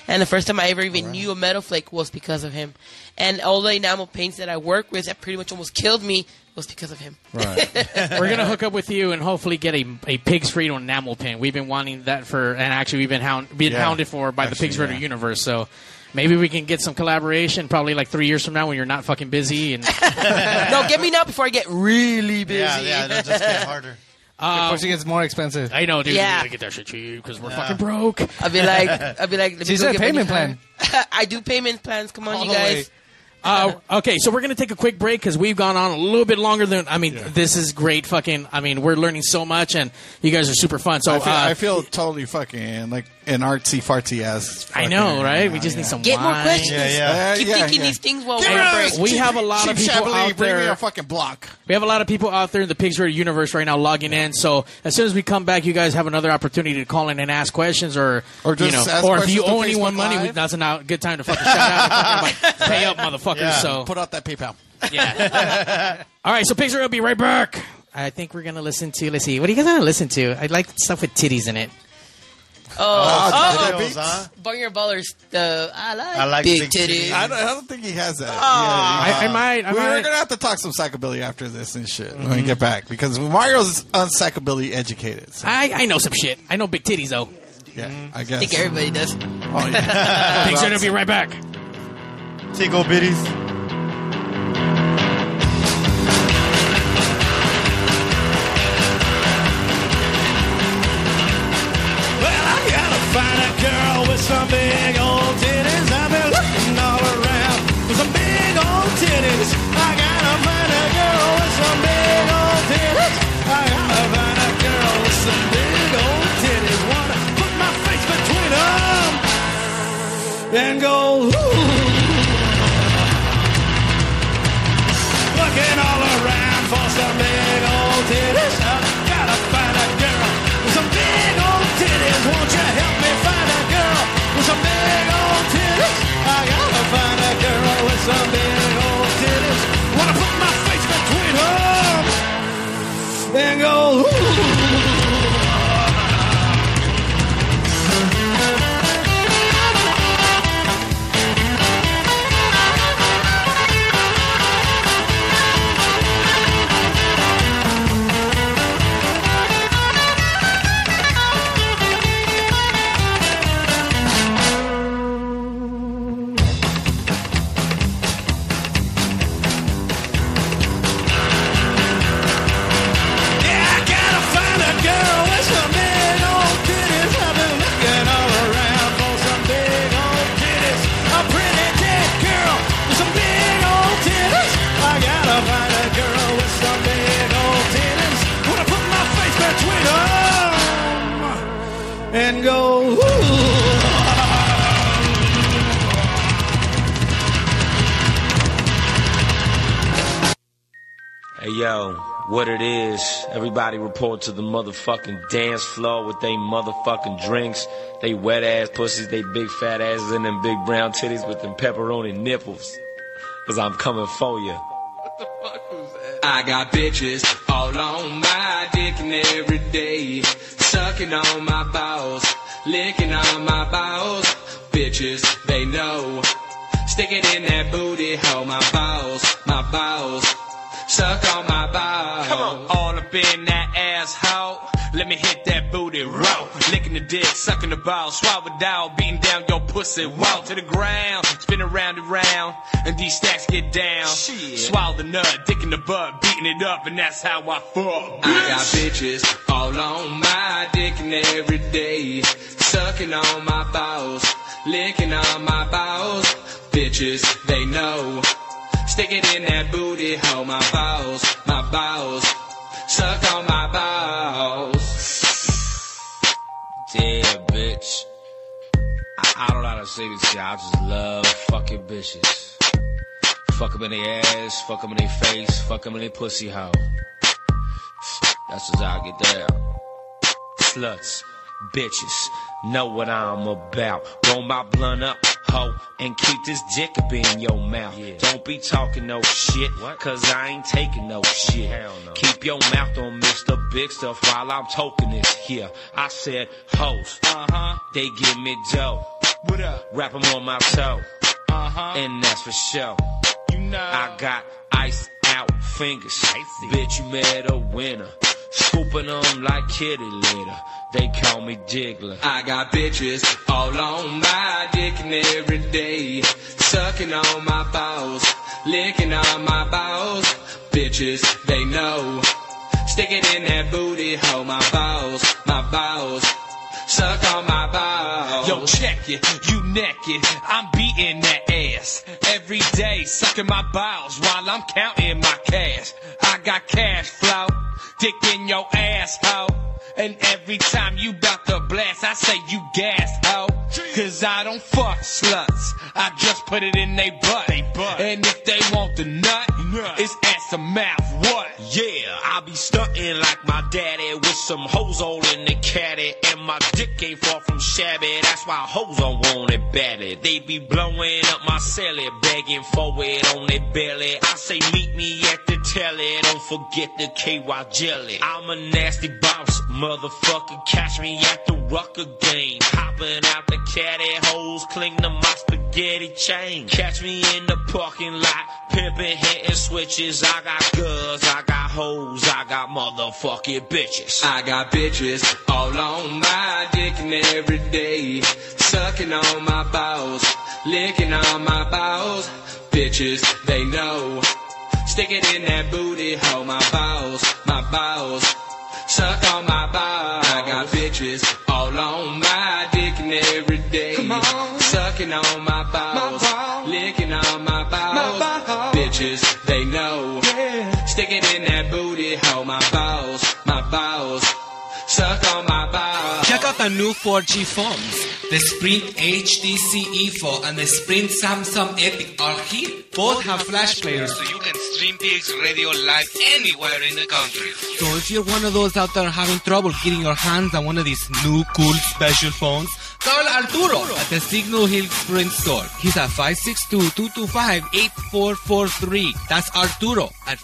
Speaker 7: and the first time I ever even knew a metal flake was because of him, and all the enamel paints that I work with that pretty much almost killed me was because of him.
Speaker 2: We're gonna hook up with you and hopefully get a, a pig's freedom enamel pin. We've been wanting that for, and actually we've been hound, been
Speaker 3: Yeah.
Speaker 2: hounded for by the
Speaker 3: Actually,
Speaker 2: pigs Freedom
Speaker 3: yeah.
Speaker 2: universe. So maybe we can get some collaboration. Probably like three years from now when you're not fucking busy. And uh,
Speaker 7: no, get me now before I get really busy.
Speaker 8: Yeah, yeah, it'll just get harder.
Speaker 9: of course, it gets more expensive.
Speaker 2: I know, dude.
Speaker 7: Yeah.
Speaker 2: We gotta get that shit cheap because we're fucking broke.
Speaker 7: I'll be like, I'll be like, let me
Speaker 9: She
Speaker 7: go
Speaker 9: said
Speaker 7: get my new
Speaker 9: payment
Speaker 7: car.
Speaker 9: plan.
Speaker 7: I do payment plans. Come on,
Speaker 9: All
Speaker 7: you
Speaker 9: the
Speaker 7: guys.
Speaker 9: way.
Speaker 2: Uh, okay, so we're gonna take a quick break because we've gone on a little bit longer than. I mean, this is great. Fucking. I mean, we're learning so much, and you guys are super fun. So
Speaker 3: I feel,
Speaker 2: uh,
Speaker 3: I feel totally fucking like an artsy fartsy ass.
Speaker 2: I
Speaker 3: fucking-
Speaker 2: know, right? we just need some
Speaker 7: Get more
Speaker 2: wine.
Speaker 7: questions.
Speaker 8: Yeah, yeah.
Speaker 3: Uh,
Speaker 7: Keep
Speaker 3: yeah,
Speaker 7: thinking
Speaker 3: yeah.
Speaker 7: these things while
Speaker 3: Give
Speaker 7: we're
Speaker 3: me
Speaker 7: on
Speaker 3: a-
Speaker 7: break.
Speaker 2: We have a lot of
Speaker 3: Chief
Speaker 2: people
Speaker 3: Chablis,
Speaker 2: out
Speaker 3: Bring me
Speaker 2: there-
Speaker 3: a fucking block.
Speaker 2: We have a lot of people out there in the Pigs Radio universe right now logging in. So as soon as we come back, you guys have another opportunity to call in and ask questions, or
Speaker 3: Or just
Speaker 2: you know,
Speaker 3: ask
Speaker 2: or if
Speaker 3: questions
Speaker 2: you owe
Speaker 3: to
Speaker 2: anyone
Speaker 3: Facebook
Speaker 2: money,
Speaker 3: Live.
Speaker 2: we- that's a good time to fucking shout out, and fucking, like, pay up, motherfuckers.
Speaker 8: Yeah.
Speaker 2: So
Speaker 3: Put out that PayPal.
Speaker 2: all right, so Pigs Radio will be right back. I think we're gonna listen to. Let's see, what are you guys gonna listen to? I like stuff with titties in it.
Speaker 7: Oh,
Speaker 8: Oh,
Speaker 7: oh,
Speaker 8: Beats. huh?
Speaker 7: Bunger Ballers. Uh, I like,
Speaker 8: I like
Speaker 7: big
Speaker 8: big
Speaker 7: titties.
Speaker 8: titties.
Speaker 3: I don't, I don't think he has that.
Speaker 2: I, I might. I
Speaker 3: we are
Speaker 2: might. Mm-hmm.
Speaker 3: gonna have to talk some psychobilly after this and shit when we get back because Mario's unpsychobilly educated. So,
Speaker 2: I, I know some shit. I know big titties though.
Speaker 3: yeah, I
Speaker 7: I
Speaker 3: guess.
Speaker 7: think everybody does.
Speaker 3: Oh, yeah.
Speaker 2: Pigs Radio will be right back.
Speaker 8: Tickle bitties.
Speaker 1: Well, I gotta find a girl with some big old titties. I've been looking all around for some big old titties. I gotta find a girl with some big old titties. I gotta find a girl with some big old titties. Wanna put my face between them and go. Ooh. Looking all around for some big old titties. I gotta find a girl with some big old titties. Won't you help me find a girl with some big old titties? I gotta find a girl with some big old titties. Wanna put my face between them and go. Ooh. Yeah, I gotta find a girl with some big old titties. I've been looking all around for some big old titties. A pretty dead girl with some big old titties. I gotta find a girl with some big old titties. Wanna put my face between them and go. Ooh.
Speaker 10: Hey yo, what it is? Everybody report to the motherfucking dance floor with they motherfucking drinks, they wet ass pussies, they big fat asses, and them big brown titties with them pepperoni nipples. Cause I'm coming for you.
Speaker 11: I got bitches all on my dick and every day. Sucking on my balls, licking on my balls. Bitches, they know. Stick it in that booty hole, my balls, my balls. Suck on my balls. Come on. All up in that asshole.
Speaker 10: Let me hit that booty raw. Licking the dick, sucking the ball, swallow down, beating down your pussy wall to the ground. Spin around and round, and these stacks get down. Swallow the nut, dick in the butt, beating it up, and that's how I fuck.
Speaker 11: I got bitches all on my dick and every day. Sucking on my balls, licking on my balls. Bitches, they know. Stick it in that booty hole, my balls, my balls. Suck on my balls.
Speaker 10: Damn, bitch. I, I don't know how to say this shit. I just love fucking bitches. Fuck 'em in their ass, fuck 'em in their face, fuck 'em in their pussy hole. That's just how I get down. Sluts, bitches, know what I'm about. Roll my blunt up, hoe, and keep this Jacoby in your mouth. Don't be talking no shit, cause I ain't taking no shit. Keep your mouth on Mr. Big Stuff while I'm talking this here. I said, hoes, uh-huh. they give me dough. What up? Rap 'em on my toe, uh-huh. and that's for sure. You know. I got ice out fingers. Bitch, you met a winner. Scooping them like kitty litter. They call me Jiggler.
Speaker 11: I got bitches all on my dick and every day. Sucking on my balls, licking on my balls. Bitches, they know. Stick it in that booty hole, my balls, my balls. Suck on my balls.
Speaker 10: Yo, check it, you naked. I'm beating that ass every day, sucking my bowels while I'm counting my cash. I got cash flow, dick in your ass, ho. And every time you bout to blast, I say you gas, ho. Cause I don't fuck sluts, I just put it in they butt. And if they want the nut, it's ass to mouth, what? Yeah, I be stunting like my daddy with some hoes all in the caddy. And my dick ain't far from shabby, that's why hoes don't want it badly. They be blowing up my celly, begging for it on their belly. I say meet me at the telly, don't forget the KY jelly. I'm a nasty boss, motherfucker, catch me at the rucker game. Hopping out the caddy, hoes cling to my spaghetti chain. Catch me in the parking lot, pimping, hitting switches. I got guns, I got hoes, I got motherfucking bitches.
Speaker 11: I got bitches all on my dick and every day. Sucking on my balls, licking on my balls. Bitches, they know. Stick it in that booty hole, my balls, my balls. Suck on my balls. I got bitches all on my dick and every day. Come on. Sucking on my balls, licking on my balls. Bitches, they know. Stick it in that booty hole, my balls, my balls. Suck on my balls.
Speaker 12: Check out the new 4G phones. The Sprint HTC E4 E and the Sprint Samsung Epic are here. Both have flash players, so you can stream PX Radio live anywhere in the country.
Speaker 13: So if you're one of those out there having trouble getting your hands on one of these new cool special phones, call Arturo at the Signal Hill Sprint Store. He's at 562-225-8443. That's Arturo at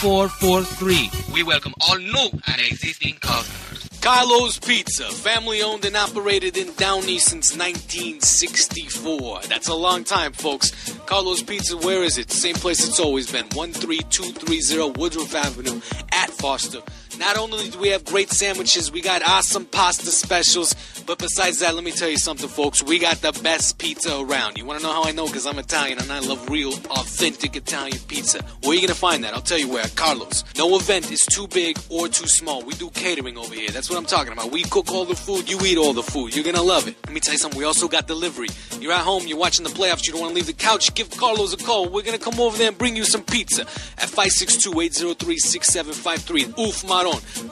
Speaker 13: 562-225-8443.
Speaker 12: We welcome all new and existing customers. Carlos Pizza, family owned and operated in Downey since 1964. That's a long time, folks. Carlos Pizza, where is it? Same place it's always been 13230 Woodruff Avenue at Foster. Not only do we have great sandwiches, we got awesome pasta specials, but besides that, let me tell you something, folks. We got the best pizza around. You want to know how I know? Because I'm Italian and I love real, authentic Italian pizza. Where you going to find that? I'll tell you where. Carlos. No event is too big or too small. We do catering over here. That's what I'm talking about. We cook all the food, you eat all the food. You're going to love it. Let me tell you something. We also got delivery. You're at home, you're watching the playoffs, you don't want to leave the couch, give Carlos a call. We're going to come over there and bring you some pizza at 562 803 6753. Oof, Maron.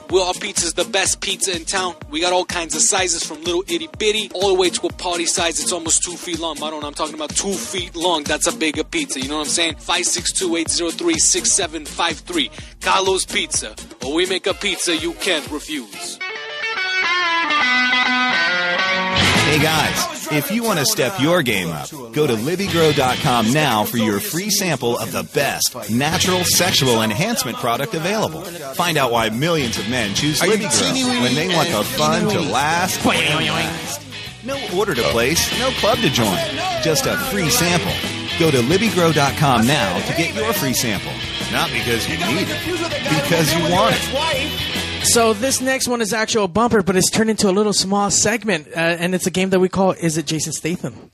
Speaker 12: Will Our Pizza's the best pizza in town. We got all kinds of sizes from little itty bitty all the way to a party size. It's almost two feet long. Maron, I'm talking about two feet long. That's a bigger pizza. You know what I'm saying? 562 803 6753. Carlos Pizza. Or we make a pizza you can't refuse.
Speaker 14: Hey guys, if you want to step your game up, go to LibbyGrow.com now for your free sample of the best natural sexual enhancement product available. Find out why millions of men choose
Speaker 3: Are you
Speaker 14: Libby
Speaker 3: teeny-weeny
Speaker 14: Grow when they want the
Speaker 3: and
Speaker 14: fun to
Speaker 3: teeny-weeny?
Speaker 14: last. and last. No order to place, no club to join, just a free sample. Go to LibbyGrow.com now to get your free sample. Not because you need it, because you want it.
Speaker 2: So this next one is actual bumper, but it's turned into a little small segment, uh, and it's a game that we call "Is it Jason Statham?"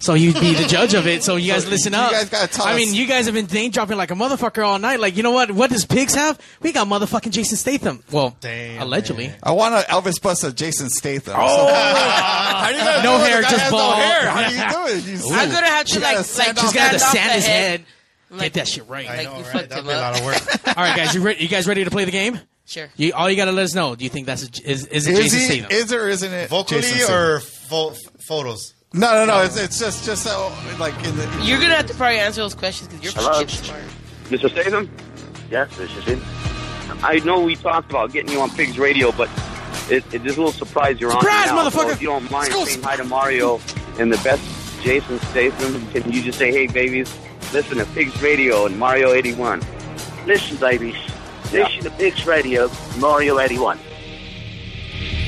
Speaker 2: So you'd be the judge of it. So you guys
Speaker 3: So
Speaker 2: listen
Speaker 3: you
Speaker 2: up.
Speaker 3: guys gotta tell
Speaker 2: I
Speaker 3: us.
Speaker 2: mean, you guys have been name dropping like a motherfucker all night. Like, you know what? What does pigs have? We got motherfucking Jason Statham. Well, allegedly.
Speaker 3: I want to Elvis bust a Jason Statham.
Speaker 2: Oh.
Speaker 3: How do you guys
Speaker 2: No
Speaker 3: know the
Speaker 2: hair,
Speaker 3: guy
Speaker 2: just
Speaker 3: has
Speaker 2: bald.
Speaker 3: No hair. How do you do it? You-
Speaker 7: I'm gonna have to
Speaker 3: You gotta
Speaker 7: like, like
Speaker 3: sand
Speaker 7: just
Speaker 3: off
Speaker 7: got
Speaker 3: that-
Speaker 7: to sand
Speaker 2: his head.
Speaker 7: Like,
Speaker 2: Get that shit right.
Speaker 7: Like you fucked him up.
Speaker 2: all right, guys. You, re- you guys ready to play the game?
Speaker 7: Sure.
Speaker 2: You, all you got to let us know. Do you think that's a, is is it
Speaker 3: Is
Speaker 2: Jason
Speaker 3: he-
Speaker 2: Statham?
Speaker 3: is or isn't it?
Speaker 8: Vocally
Speaker 3: Jason
Speaker 8: or fo- photos?
Speaker 3: No, no, no. It's, it's just just so, like in the.
Speaker 7: Oh, You're gonna have to probably answer those questions because you're
Speaker 15: Hello?
Speaker 7: fucking smart.
Speaker 15: Mr. Statham? Yes, this is it. I know we talked about getting you on Pigs Radio, but it, it is a little surprise you're
Speaker 2: Surprise,
Speaker 15: on now. So
Speaker 2: motherfucker!
Speaker 15: if you don't mind
Speaker 2: Let's go.
Speaker 15: saying hi to Mario and the best Jason Statham, can you just say, hey, babies, listen to Pigs Radio and Mario 81? Listen, babies, listen to Pigs Radio, Mario 81.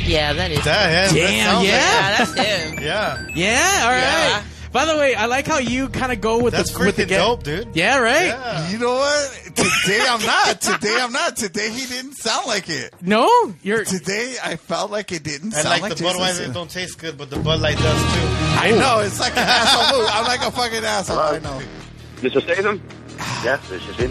Speaker 7: Yeah, that is. Oh
Speaker 8: That,
Speaker 2: yeah, Damn, sounds yeah. like-
Speaker 7: that's him.
Speaker 8: yeah.
Speaker 2: Yeah, all right. By the way, I like how you kind of go with
Speaker 8: That's
Speaker 2: the with the
Speaker 8: freaking
Speaker 2: get-
Speaker 8: dope, dude.
Speaker 2: Yeah, right.
Speaker 3: You know what? Today I'm not. Today I'm not. Today he didn't sound like it.
Speaker 2: No, you're.
Speaker 3: Today I felt like it didn't
Speaker 8: And
Speaker 3: sound
Speaker 8: like,
Speaker 3: like
Speaker 8: the
Speaker 3: Jason
Speaker 8: Budweiser
Speaker 3: Statham.
Speaker 8: don't taste good, but the Bud Light does too.
Speaker 3: I know it's like an asshole move. I'm like a fucking asshole. I know.
Speaker 15: Mr. Statham? yes, this is it.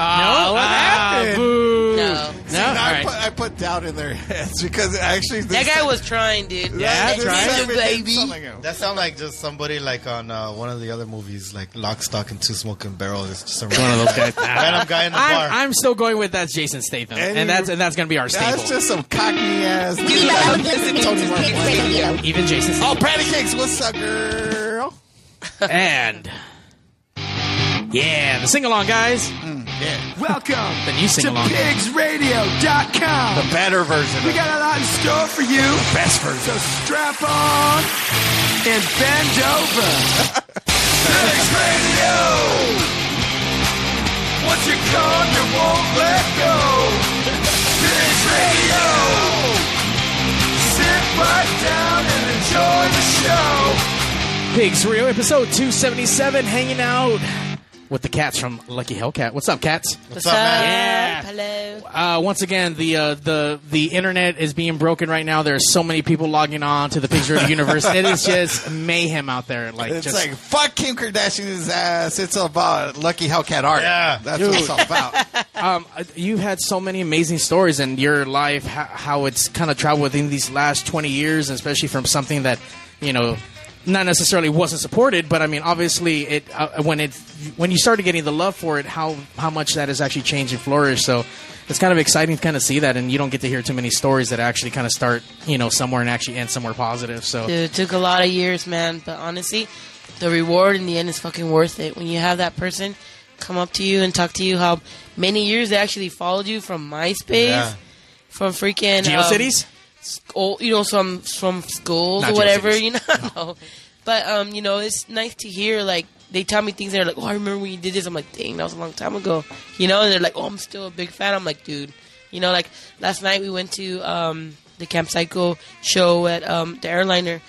Speaker 2: no,
Speaker 7: what
Speaker 2: ah,
Speaker 3: happened?
Speaker 2: Boo.
Speaker 7: No.
Speaker 3: See, now I, put, I put doubt in their heads because actually
Speaker 7: That guy was trying, dude.
Speaker 3: Yeah,
Speaker 7: That's
Speaker 3: that's right.
Speaker 7: you, baby.
Speaker 8: That sounds like just somebody like on uh, one of the other movies, like Lock, Stock, and Two Smoking Barrels. It's just some
Speaker 2: One of those guys.
Speaker 8: random guy in the
Speaker 2: I'm,
Speaker 8: bar.
Speaker 2: I'm still going with that's Jason Statham, and,
Speaker 8: And
Speaker 2: that's
Speaker 8: you-
Speaker 2: and that's gonna be our
Speaker 3: That's
Speaker 2: staple.
Speaker 3: just some cockney ass.
Speaker 2: Even Jason.
Speaker 3: Oh, patty cakes. What's up, girl?
Speaker 2: and yeah, the sing along guys.
Speaker 3: yeah.
Speaker 16: Welcome
Speaker 2: The new
Speaker 16: to
Speaker 2: sing-along.
Speaker 16: pigsradio.com.
Speaker 2: The better version
Speaker 16: We
Speaker 2: of
Speaker 16: got a lot in store for you.
Speaker 3: best version.
Speaker 16: So strap on and bend over. Pigs Radio. Once you're gone, you won't let go. Pigs Radio. Sit right down and enjoy the show.
Speaker 2: Pigs Rio episode 277, hanging out with the cats from Lucky Hellcat. What's up, cats?
Speaker 7: What's up?
Speaker 2: Yeah.
Speaker 7: Hello.
Speaker 2: Uh, once again, the uh, the the internet is being broken right now. There are so many people logging on to the Pigs Radio universe. It is just mayhem out there. Like
Speaker 3: It's
Speaker 2: just,
Speaker 3: like fuck Kim Kardashian's ass. It's about Lucky Hellcat art. Yeah, that's what it's all about.
Speaker 2: um, you've had so many amazing stories in your life, how, how it's kind of traveled within these last 20 years, and especially from something that, you know, not necessarily wasn't supported, but I mean, obviously, it uh, when it when you started getting the love for it, how how much that has actually changed and flourished. So it's kind of exciting to kind of see that, and you don't get to hear too many stories that actually kind of start, you know, somewhere and actually end somewhere positive. So
Speaker 7: Dude, it took a lot of years, man. But honestly, the reward in the end is fucking worth it. When you have that person come up to you and talk to you how many years they actually followed you from MySpace,
Speaker 2: Yeah.
Speaker 7: from freaking
Speaker 2: GeoCities?
Speaker 7: um, school, you know, some from schools
Speaker 2: Not
Speaker 7: or whatever,
Speaker 2: GeoCities.
Speaker 7: you know. No. But um, you know, it's nice to hear like they tell me things. They're like, "Oh, I remember when you did this." I'm like, "Dang, that was a long time ago," you know. And they're like, "Oh, I'm still a big fan." I'm like, "Dude, you know, like last night we went to um, the Camp Psycho show at um, the airliner,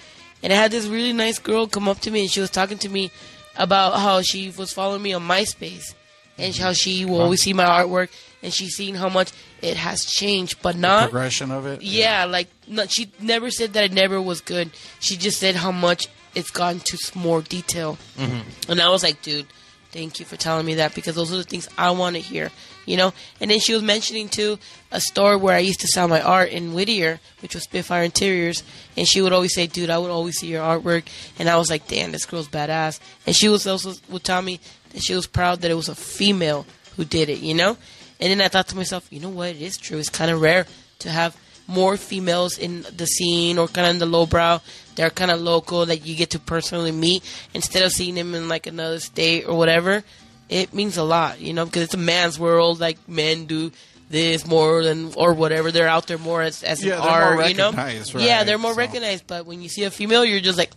Speaker 7: and I had this really nice girl come up to me, and she was talking to me about how she was following me on MySpace, and how she will
Speaker 3: Wow.
Speaker 7: always see my artwork, and she's seen how much it has changed, but not
Speaker 3: progression of it.
Speaker 7: yeah, like no, she never said that it never was good. She just said how much it's gone to s- more detail.
Speaker 3: Mm-hmm.
Speaker 7: And I was like, dude, thank you for telling me that because those are the things I want to hear, you know? And then she was mentioning, too, a store where I used to sell my art in Whittier, which was Spitfire Interiors. And she would always say, dude, I would always see your artwork. And I was like, damn, this girl's badass. And she was also would tell me that she was proud that it was a female who did it, you know? And then I thought to myself, you know what? It is true. It's kind of rare to have more females in the scene or kind of in the lowbrow. They're kind of local that you get to personally meet instead of seeing them in like another state or whatever. It means a lot, you know, because it's a man's world. Like men do this more than or whatever. They're out there more as as
Speaker 3: Yeah,
Speaker 7: an
Speaker 3: they're more
Speaker 7: art, you know.
Speaker 3: recognized,
Speaker 7: Yeah,
Speaker 3: right,
Speaker 7: they're more recognized. But when you see a female, you're just like,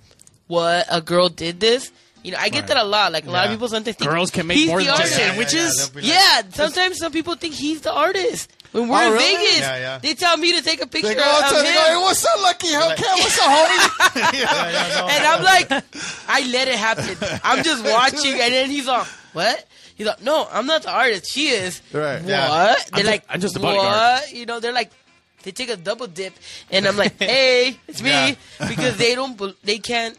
Speaker 7: what? A girl did this? You know, I get that a lot. Like a lot of
Speaker 2: Yeah.
Speaker 7: people sometimes think
Speaker 2: Girls can make
Speaker 7: he's
Speaker 2: more
Speaker 7: the
Speaker 2: than just
Speaker 7: artist.
Speaker 2: sandwiches?
Speaker 7: Yeah, sometimes some people think he's the artist. When we're
Speaker 2: Oh,
Speaker 7: in
Speaker 2: really?
Speaker 7: Vegas,
Speaker 2: Yeah, yeah.
Speaker 7: they tell me to take a picture
Speaker 3: They go out
Speaker 7: of
Speaker 3: to-
Speaker 7: him.
Speaker 3: they go, "Hey, what's up, Lucky Hellcat? What's up, homie?"
Speaker 7: and I'm like, I let it happen. I'm just watching, and then he's like, "What?" He's like, "No, I'm not the artist. She is."
Speaker 4: Right.
Speaker 7: What?
Speaker 4: yeah.
Speaker 7: They're like, What? You know, they're like, they take a double dip, and I'm like, hey, it's me,
Speaker 4: Yeah.
Speaker 7: because they don't, bel- they can't,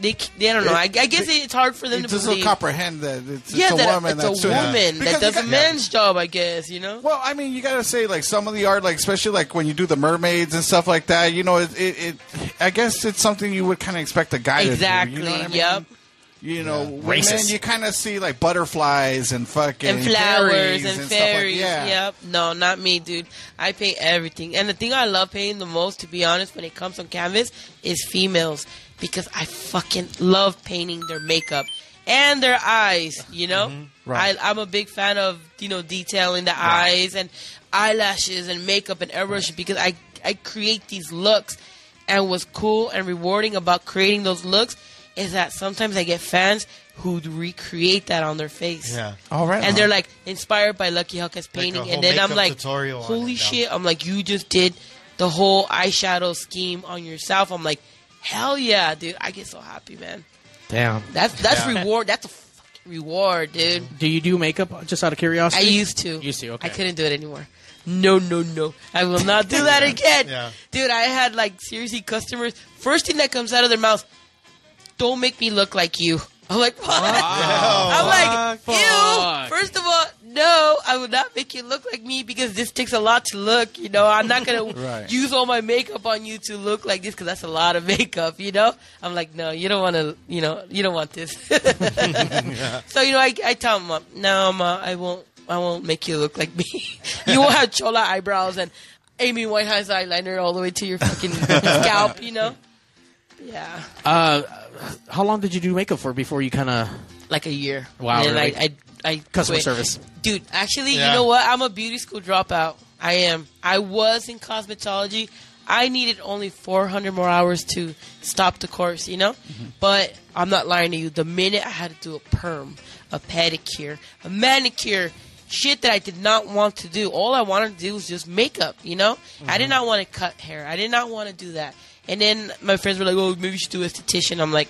Speaker 7: they, c- they don't know. I, I guess it's hard for them
Speaker 3: It
Speaker 7: to
Speaker 3: just
Speaker 7: believe.
Speaker 3: don't comprehend that it's,
Speaker 7: yeah,
Speaker 3: it's a
Speaker 7: that,
Speaker 3: woman.
Speaker 7: it's a
Speaker 3: that's doing it.
Speaker 7: woman
Speaker 3: Because
Speaker 7: that does
Speaker 3: you
Speaker 7: a
Speaker 3: got-
Speaker 7: man's job, I guess. You know.
Speaker 3: Well, I mean, you gotta say like some of the art, like especially like when you do the mermaids and stuff like that. You know, it, it, it I guess it's something you would kind of expect a guy
Speaker 7: Exactly.
Speaker 3: to do. You know what I mean?
Speaker 7: Yep.
Speaker 3: You know, women,
Speaker 7: Racist.
Speaker 3: you kind of see like butterflies and fucking
Speaker 7: and flowers
Speaker 3: fairies
Speaker 7: and,
Speaker 3: stuff like-
Speaker 7: fairies.
Speaker 3: yeah.
Speaker 7: Yep. No, not me, dude. I paint everything. And the thing I love painting the most, to be honest, when it comes on canvas, is females because I fucking love painting their makeup and their eyes. You know,
Speaker 3: Mm-hmm.
Speaker 5: Right.
Speaker 7: I, I'm a big fan of you know detailing the eyes and eyelashes and makeup and airbrush because I I create these looks. And what's cool and rewarding about creating those looks is that sometimes I get fans who recreate that on their face.
Speaker 8: Yeah.
Speaker 3: All right.
Speaker 7: And they're like inspired by Lucky Hucka's
Speaker 8: Like a
Speaker 7: painting,
Speaker 8: whole
Speaker 7: and then I'm
Speaker 8: makeup
Speaker 7: like,
Speaker 8: tutorial on
Speaker 7: holy shit! I'm like, you just did the whole eyeshadow scheme on yourself. I'm like, hell yeah, dude! I get so happy, man.
Speaker 2: Damn.
Speaker 7: That's that's
Speaker 2: Yeah.
Speaker 7: reward. That's a fucking reward, dude.
Speaker 2: Do you do makeup just out of curiosity?
Speaker 7: I used to.
Speaker 2: Used to. Okay.
Speaker 7: I couldn't do it anymore. No, no, no. I will not do that again.
Speaker 2: Yeah.
Speaker 7: Dude, I had like seriously customers. First thing that comes out of their mouth, don't make me look like you. I'm like, what? I'm like, ew. First of all, no, I will not make you look like me because this takes a lot to look. You know, I'm not gonna
Speaker 5: Right.
Speaker 7: use all my makeup on you to look like this because that's a lot of makeup. You know, I'm like, no, you don't want to. You know, you don't want this. So you know, I, I tell them, no, ma, I won't, I won't make you look like me. you won't have chola eyebrows and Amy Whitehouse eyeliner all the way to your fucking scalp. You know? Yeah.
Speaker 2: Uh, how long did you do makeup for before you kind of
Speaker 7: like a year?
Speaker 2: Wow,
Speaker 7: And
Speaker 2: really?
Speaker 7: I, I, I
Speaker 2: customer
Speaker 7: quit.
Speaker 2: service.
Speaker 7: dude. Actually,
Speaker 2: Yeah.
Speaker 7: you know what? I'm a beauty school dropout. I am. I was in cosmetology. I needed only 400 more hours to stop the course, you know. But I'm not lying to you. The minute I had to do a perm, a pedicure, a manicure, shit that I did not want to do. All I wanted to do was just makeup, you know. I did not want to cut hair. I did not want to do that. And then my friends were like, "Oh, maybe you should do esthetician." I'm like,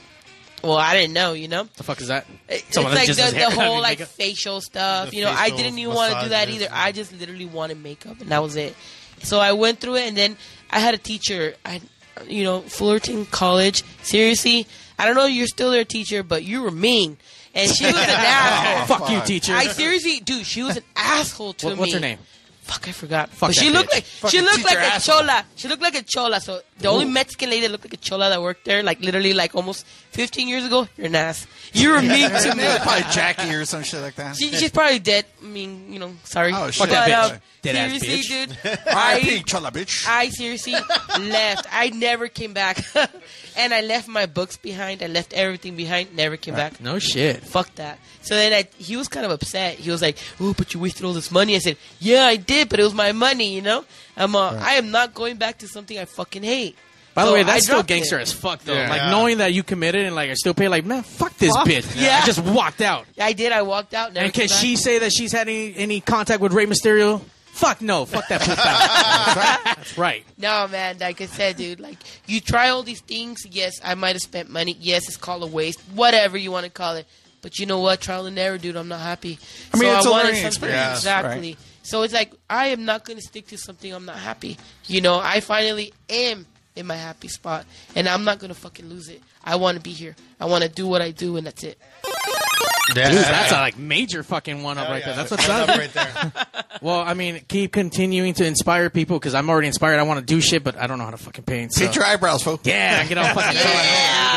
Speaker 7: "Well, I didn't know, you know."
Speaker 2: The fuck is that?
Speaker 7: It's like the, the whole like facial stuff.
Speaker 2: The
Speaker 7: you know, I
Speaker 2: facial
Speaker 7: didn't even want to do that
Speaker 2: massages
Speaker 7: either. I just literally wanted makeup, and that was it. So I went through it, and then I had a teacher. I, you know, Fullerton College. Seriously, I don't know. You're still their teacher, but you were mean, and she was an asshole.
Speaker 2: Fuck you, teacher.
Speaker 7: I seriously, dude, she was an asshole to
Speaker 2: What-
Speaker 7: me.
Speaker 2: what's her name?
Speaker 7: Fuck, I forgot. But
Speaker 2: Fuck that
Speaker 7: she looked
Speaker 2: bitch.
Speaker 7: like she
Speaker 2: Fucking
Speaker 7: looked like
Speaker 2: teacher
Speaker 7: a
Speaker 2: asshole.
Speaker 7: chola. She looked like a chola. So the only
Speaker 2: Ooh.
Speaker 7: Mexican lady that looked like a chola that worked there, like literally like almost 15 years ago, you're an ass. You were mean to me.
Speaker 3: Yeah, probably Jackie or some shit like that.
Speaker 7: She, she's probably dead. I mean, you know, sorry.
Speaker 3: Oh,
Speaker 7: but,
Speaker 3: shit. Fuck that
Speaker 7: Um,
Speaker 3: bitch. Dead ass
Speaker 7: seriously,
Speaker 3: bitch.
Speaker 7: dude.
Speaker 3: R.I.P.,
Speaker 7: I,
Speaker 3: chola bitch.
Speaker 7: I seriously left. I never came back. and I left my books behind. I left everything behind. Never came back.
Speaker 2: No shit.
Speaker 7: Fuck that. So then I, he was kind of upset. He was like, "Oh, but you wasted all this money." I said, "Yeah, I did, but it was my money, you know. I'm, uh, I am not going back to something I fucking hate."
Speaker 2: By the
Speaker 7: So
Speaker 2: way,
Speaker 7: I
Speaker 2: that's still
Speaker 7: dropped
Speaker 2: gangster
Speaker 7: it.
Speaker 2: as fuck though.
Speaker 7: Yeah.
Speaker 2: Like
Speaker 7: Yeah.
Speaker 2: knowing that you committed and like I still pay. Like man, fuck this
Speaker 7: Fuck.
Speaker 2: bitch.
Speaker 7: Yeah.
Speaker 2: I just walked out.
Speaker 7: I did. I walked out. Never
Speaker 2: and can
Speaker 7: came back.
Speaker 2: she say that she's had any, any contact with Rey Mysterio? Fuck no. Fuck that. poop out. That's right.
Speaker 7: No, man. Like I said, dude. Like you try all these things. Yes, I might have spent money. Yes, it's called a waste. Whatever you want to call it. But you know what? Trial and error, dude. I'm not happy.
Speaker 5: I mean, it's a
Speaker 7: wanted
Speaker 5: learning
Speaker 7: something-
Speaker 5: experience,
Speaker 7: Exactly.
Speaker 5: right?
Speaker 7: So it's like I am not going to stick to something I'm not happy. You know, I finally am in my happy spot, and I'm not going to fucking lose it. I want to be here. I want to do what I do, and that's it.
Speaker 2: Dude, that's a like major fucking one up right there. That's what's up.
Speaker 7: right
Speaker 2: there. well, I mean, keep continuing to inspire people because I'm already inspired. I want to do shit, but I don't know how to fucking paint. So.
Speaker 4: Paint your
Speaker 3: eyebrows, folks.
Speaker 2: Yeah, get on fucking. Get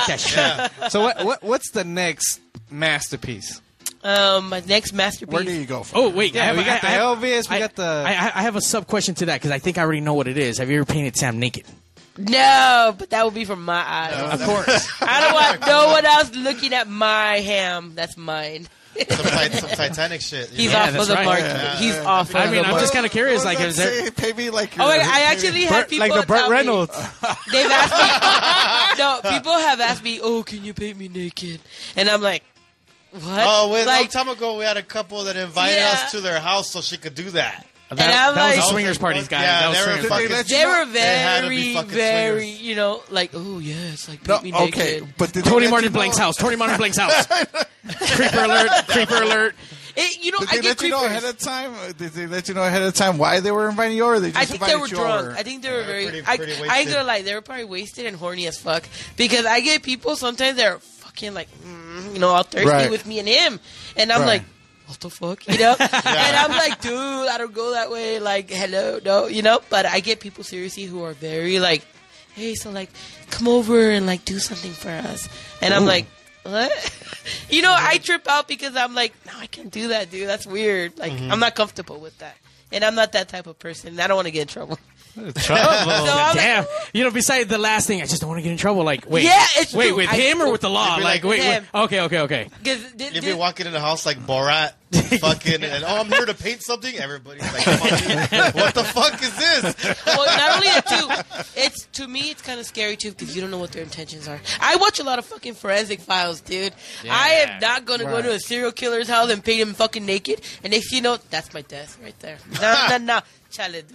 Speaker 2: that shit.
Speaker 4: So what, what? What's the next masterpiece?
Speaker 7: Um, my next masterpiece.
Speaker 4: Where do you go from
Speaker 2: Oh wait, I
Speaker 4: yeah,
Speaker 2: have-
Speaker 4: we got
Speaker 2: I-
Speaker 4: the
Speaker 2: I have-
Speaker 4: Elvis. We got the.
Speaker 2: I, I- I have a sub question to that because I think I already know what it is. Have you ever painted Sam naked?
Speaker 7: No, but that would be from my eyes.
Speaker 2: of course.
Speaker 7: I don't want no one else looking at my ham. That's mine.
Speaker 8: some, tit- some Titanic shit. you
Speaker 7: He's
Speaker 8: know?
Speaker 7: off of the market. He's off of
Speaker 2: I mean,
Speaker 7: the
Speaker 2: I'm
Speaker 7: market.
Speaker 2: just kind of curious. Like, is there?
Speaker 3: pay me like
Speaker 7: Oh, wait, I actually had people tell me- They've asked me. no, people have asked me, "Oh, can you paint me naked?" And I'm like, "What?"
Speaker 8: Oh, wait,
Speaker 7: like,
Speaker 8: long time ago we had a couple that invited
Speaker 7: Yeah.
Speaker 8: us to their house so she could do that.
Speaker 7: And I'm like-
Speaker 8: Yeah, they were fucking-
Speaker 7: They were
Speaker 8: They had to
Speaker 7: very,
Speaker 8: be fucking
Speaker 7: very, you know, like, oh yes, like
Speaker 2: No,
Speaker 7: paint me
Speaker 2: okay,
Speaker 7: naked.
Speaker 2: but did they Tony let Martin you know- Blank's house, Tony Martin Blank's house. creeper alert! Creeper alert!
Speaker 7: It, you know,
Speaker 3: Did
Speaker 7: I
Speaker 3: they
Speaker 7: get
Speaker 3: let you know
Speaker 7: creepers.
Speaker 3: ahead of time? Did they let you know ahead of time why they were inviting you, or they just
Speaker 7: I think they
Speaker 3: invited
Speaker 7: were
Speaker 3: you
Speaker 7: drunk.
Speaker 3: over?
Speaker 7: I think they were very.
Speaker 8: pretty-
Speaker 7: I,
Speaker 8: pretty
Speaker 7: I ain't
Speaker 8: wasted.
Speaker 7: gonna lie, they were probably wasted and horny as fuck. Because I get people sometimes they're fucking like, mm, you know, all thirsty
Speaker 5: Right.
Speaker 7: with me and him, and I'm
Speaker 5: Right.
Speaker 7: like, what the fuck, you know? And I'm like, dude, I don't go that way. Like, hello, no, you know. But I get people seriously who are very like, hey, so like, come over and like do something for us, and I'm
Speaker 5: Ooh.
Speaker 7: like. What? You know, I trip out because I'm like, no, I can't do that, dude. That's weird. Like,
Speaker 3: Mm-hmm.
Speaker 5: Mhm.
Speaker 7: I'm not comfortable with that, and I'm not that type of person. I don't want to get in trouble.
Speaker 2: Trouble.
Speaker 7: So I'm
Speaker 2: Damn. you know, besides the last thing, I just don't want to get in trouble. Like, wait,
Speaker 7: Yeah, it's
Speaker 2: wait,
Speaker 7: true.
Speaker 2: with
Speaker 7: I-
Speaker 2: him or with the law?
Speaker 8: You'd be
Speaker 2: Like,
Speaker 8: like,
Speaker 2: wait, wait,
Speaker 8: "Damn."
Speaker 2: okay, okay, okay.
Speaker 8: You'd be walking in the house like Borat, fucking, and oh, I'm here to paint something. Everybody's like, fucking, what the fuck is this?
Speaker 7: well, not only that too. It's to me, it's kind of scary too because you don't know what their intentions are. I watch a lot of fucking forensic files, dude. I am not gonna go
Speaker 5: Right.
Speaker 7: to a serial killer's house and paint him fucking naked, and if you know, that's my death right there. No, no, no, chale, dude.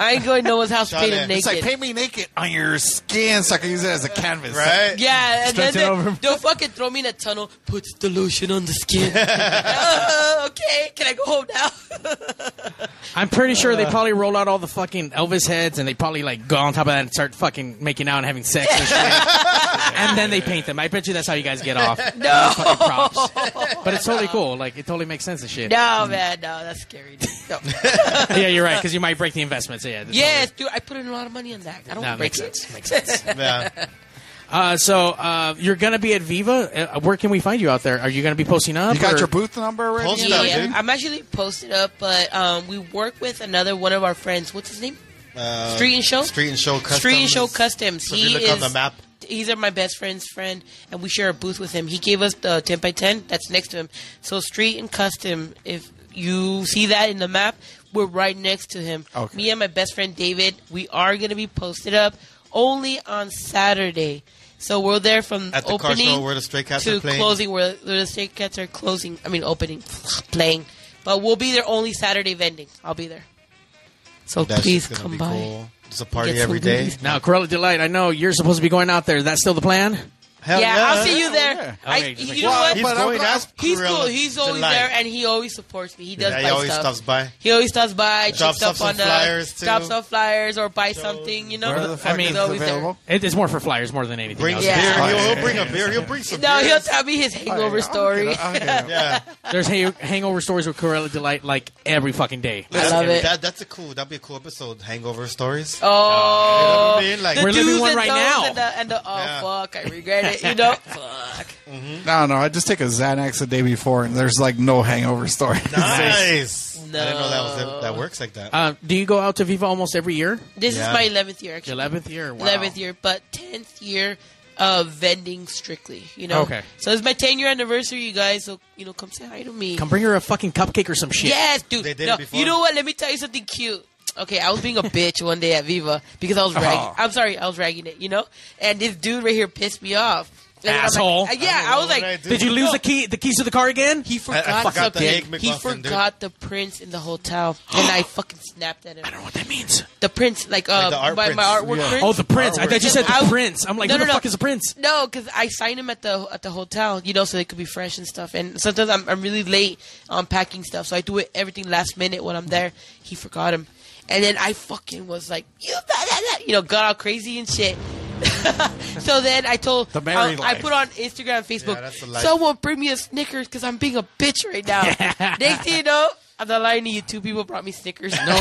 Speaker 7: I ain't going to no one's house to paint him naked.
Speaker 3: It's like paint me naked on your skin so I can use it as a canvas,
Speaker 7: Yeah, and
Speaker 3: Stretch
Speaker 7: then
Speaker 3: it
Speaker 7: they,
Speaker 3: over.
Speaker 7: they'll fucking throw me in a tunnel. Put the lotion on the skin. Uh, okay, can I go home now?
Speaker 2: I'm pretty sure
Speaker 7: Uh.
Speaker 2: they probably roll out all the fucking Elvis heads and they probably like go on top of that and start fucking making out and having sex and shit. and then they paint them. I bet you that's how you guys get off.
Speaker 7: No.
Speaker 2: Fucking props. But it's totally cool. Like it totally makes sense and shit.
Speaker 7: No, man, no, that's scary. dude. No.
Speaker 2: yeah, you're right because you might break the investment. So yeah. that's
Speaker 7: Yes, dude, I put in a lot of money on that. I don't
Speaker 2: No,
Speaker 7: break
Speaker 2: makes
Speaker 7: it.
Speaker 2: sense, makes sense. Yeah. Uh, so uh, you're gonna be at Viva. Uh, where can we find you out there? Are you gonna be posting up?
Speaker 3: You got
Speaker 2: or-
Speaker 3: your booth number already?
Speaker 7: Yeah, I'm actually posted up, but um, we work with another one of our friends. What's his name?
Speaker 8: Uh,
Speaker 7: Street and Show?
Speaker 8: Street and Show Customs.
Speaker 7: Street and Show Customs.
Speaker 8: So if
Speaker 7: he
Speaker 8: you look
Speaker 7: is,
Speaker 8: on the map.
Speaker 7: He's my best friend's friend, and we share a booth with him. He gave us the 10 by 10 that's next to him. So Street and Custom, if you see that in the map, we're right next to him.
Speaker 5: Okay.
Speaker 7: Me and my best friend David, we are going to be posted up only on Saturday. So we're there from
Speaker 8: At the car
Speaker 7: opening
Speaker 8: show where the Stray Cats
Speaker 7: to
Speaker 8: are playing.
Speaker 7: closing, where, where the Stray Cats are closing. I mean, opening, playing. But we'll be there only Saturday vending. I'll be there. So
Speaker 8: That
Speaker 7: please
Speaker 8: shit's gonna
Speaker 7: come
Speaker 8: be
Speaker 7: by.
Speaker 8: cool. There's a party
Speaker 7: Get some
Speaker 8: every day.
Speaker 7: goodies.
Speaker 2: Now, Corella Delight, I know you're supposed to be going out there. Is that still the plan?
Speaker 7: yeah, I'll see you there. I,
Speaker 2: Okay, just
Speaker 7: you
Speaker 2: like-
Speaker 7: know
Speaker 2: Well,
Speaker 7: what?
Speaker 2: He's but I'm going glad- as
Speaker 7: He's
Speaker 2: Cruella
Speaker 7: cool. He's always
Speaker 2: Delight.
Speaker 7: there, and he always supports me. He does
Speaker 8: Yeah,
Speaker 7: buy
Speaker 8: he always
Speaker 7: stuff.
Speaker 8: stops by.
Speaker 7: He always stops by,
Speaker 8: Drops
Speaker 7: checks up
Speaker 8: off some
Speaker 7: on us,
Speaker 8: flyers, too.
Speaker 7: drops off flyers, or buy something. You know,
Speaker 2: I mean,
Speaker 7: he's always there.
Speaker 2: it- it's more for flyers more than anything.
Speaker 8: Bring
Speaker 2: else.
Speaker 8: beer. He'll, he'll bring a beer. He'll bring some.
Speaker 7: No,
Speaker 8: beers. Oh,
Speaker 7: he'll tell me his hangover story.
Speaker 8: yeah,
Speaker 2: There's hang- hangover stories with Corella Delight like every fucking day.
Speaker 8: That's- That, that's a cool. That'd be a cool episode. Hangover stories.
Speaker 7: Oh,
Speaker 8: You know what I mean? Like-
Speaker 7: the
Speaker 8: We're living
Speaker 7: do's
Speaker 8: one
Speaker 7: and
Speaker 8: right
Speaker 7: don'ts
Speaker 8: now.
Speaker 7: And the, and the oh fuck, I regret it. You know, fuck.
Speaker 3: No, no, I just take a Xanax the day before, and there's like no hangover story.
Speaker 8: Nice.
Speaker 7: No.
Speaker 8: I didn't know that was that, that works like that.
Speaker 2: Uh, do you go out to Viva almost every year?
Speaker 7: This is my eleventh year, actually.
Speaker 2: Eleventh year. Wow.
Speaker 7: Eleventh year, but tenth year of vending strictly. You know.
Speaker 2: Okay.
Speaker 7: So it's my ten year anniversary, you guys. So you know, come say hi to me.
Speaker 2: Come bring her a fucking cupcake or some shit.
Speaker 7: Yes, dude.
Speaker 2: They did
Speaker 7: No,
Speaker 2: it before.
Speaker 7: You know what? Let me tell you something cute. Okay, I was being a bitch one day at Viva because I was ragging.
Speaker 2: Oh.
Speaker 7: I'm sorry, I was ragging it, you know. And this dude right here pissed me off. And then I'm like-
Speaker 2: Asshole.
Speaker 7: uh, yeah, I, was like,
Speaker 2: Did you lose
Speaker 7: No,
Speaker 2: the key? The keys to the car again?
Speaker 7: He forgot, something. He forgot the prints in the hotel, and I fucking snapped at him. I don't know what that means. The prints, like, uh,
Speaker 2: Like the art
Speaker 7: my, my
Speaker 2: prints.
Speaker 7: artwork
Speaker 2: Yeah.
Speaker 7: prints.
Speaker 2: Oh, the prints. I thought you said the
Speaker 7: I was-
Speaker 2: prints. I'm like, who the fuck is the prints?
Speaker 7: No, because I signed him at the at the hotel, you know, so they could be fresh and stuff. And sometimes I'm, I'm really late on packing stuff, so I do it everything last minute when I'm there. He forgot him, and then I fucking was like, you, da, da, da," you know, got all crazy and shit. so then I told
Speaker 5: The
Speaker 7: I,
Speaker 5: married
Speaker 7: I
Speaker 5: life.
Speaker 7: put on Instagram,
Speaker 5: Yeah, that's the
Speaker 7: Facebook,
Speaker 5: life.
Speaker 7: someone bring me a Snickers because I'm being a bitch right now. Next thing you know, I'm not lying to you. Two people brought me Snickers. No.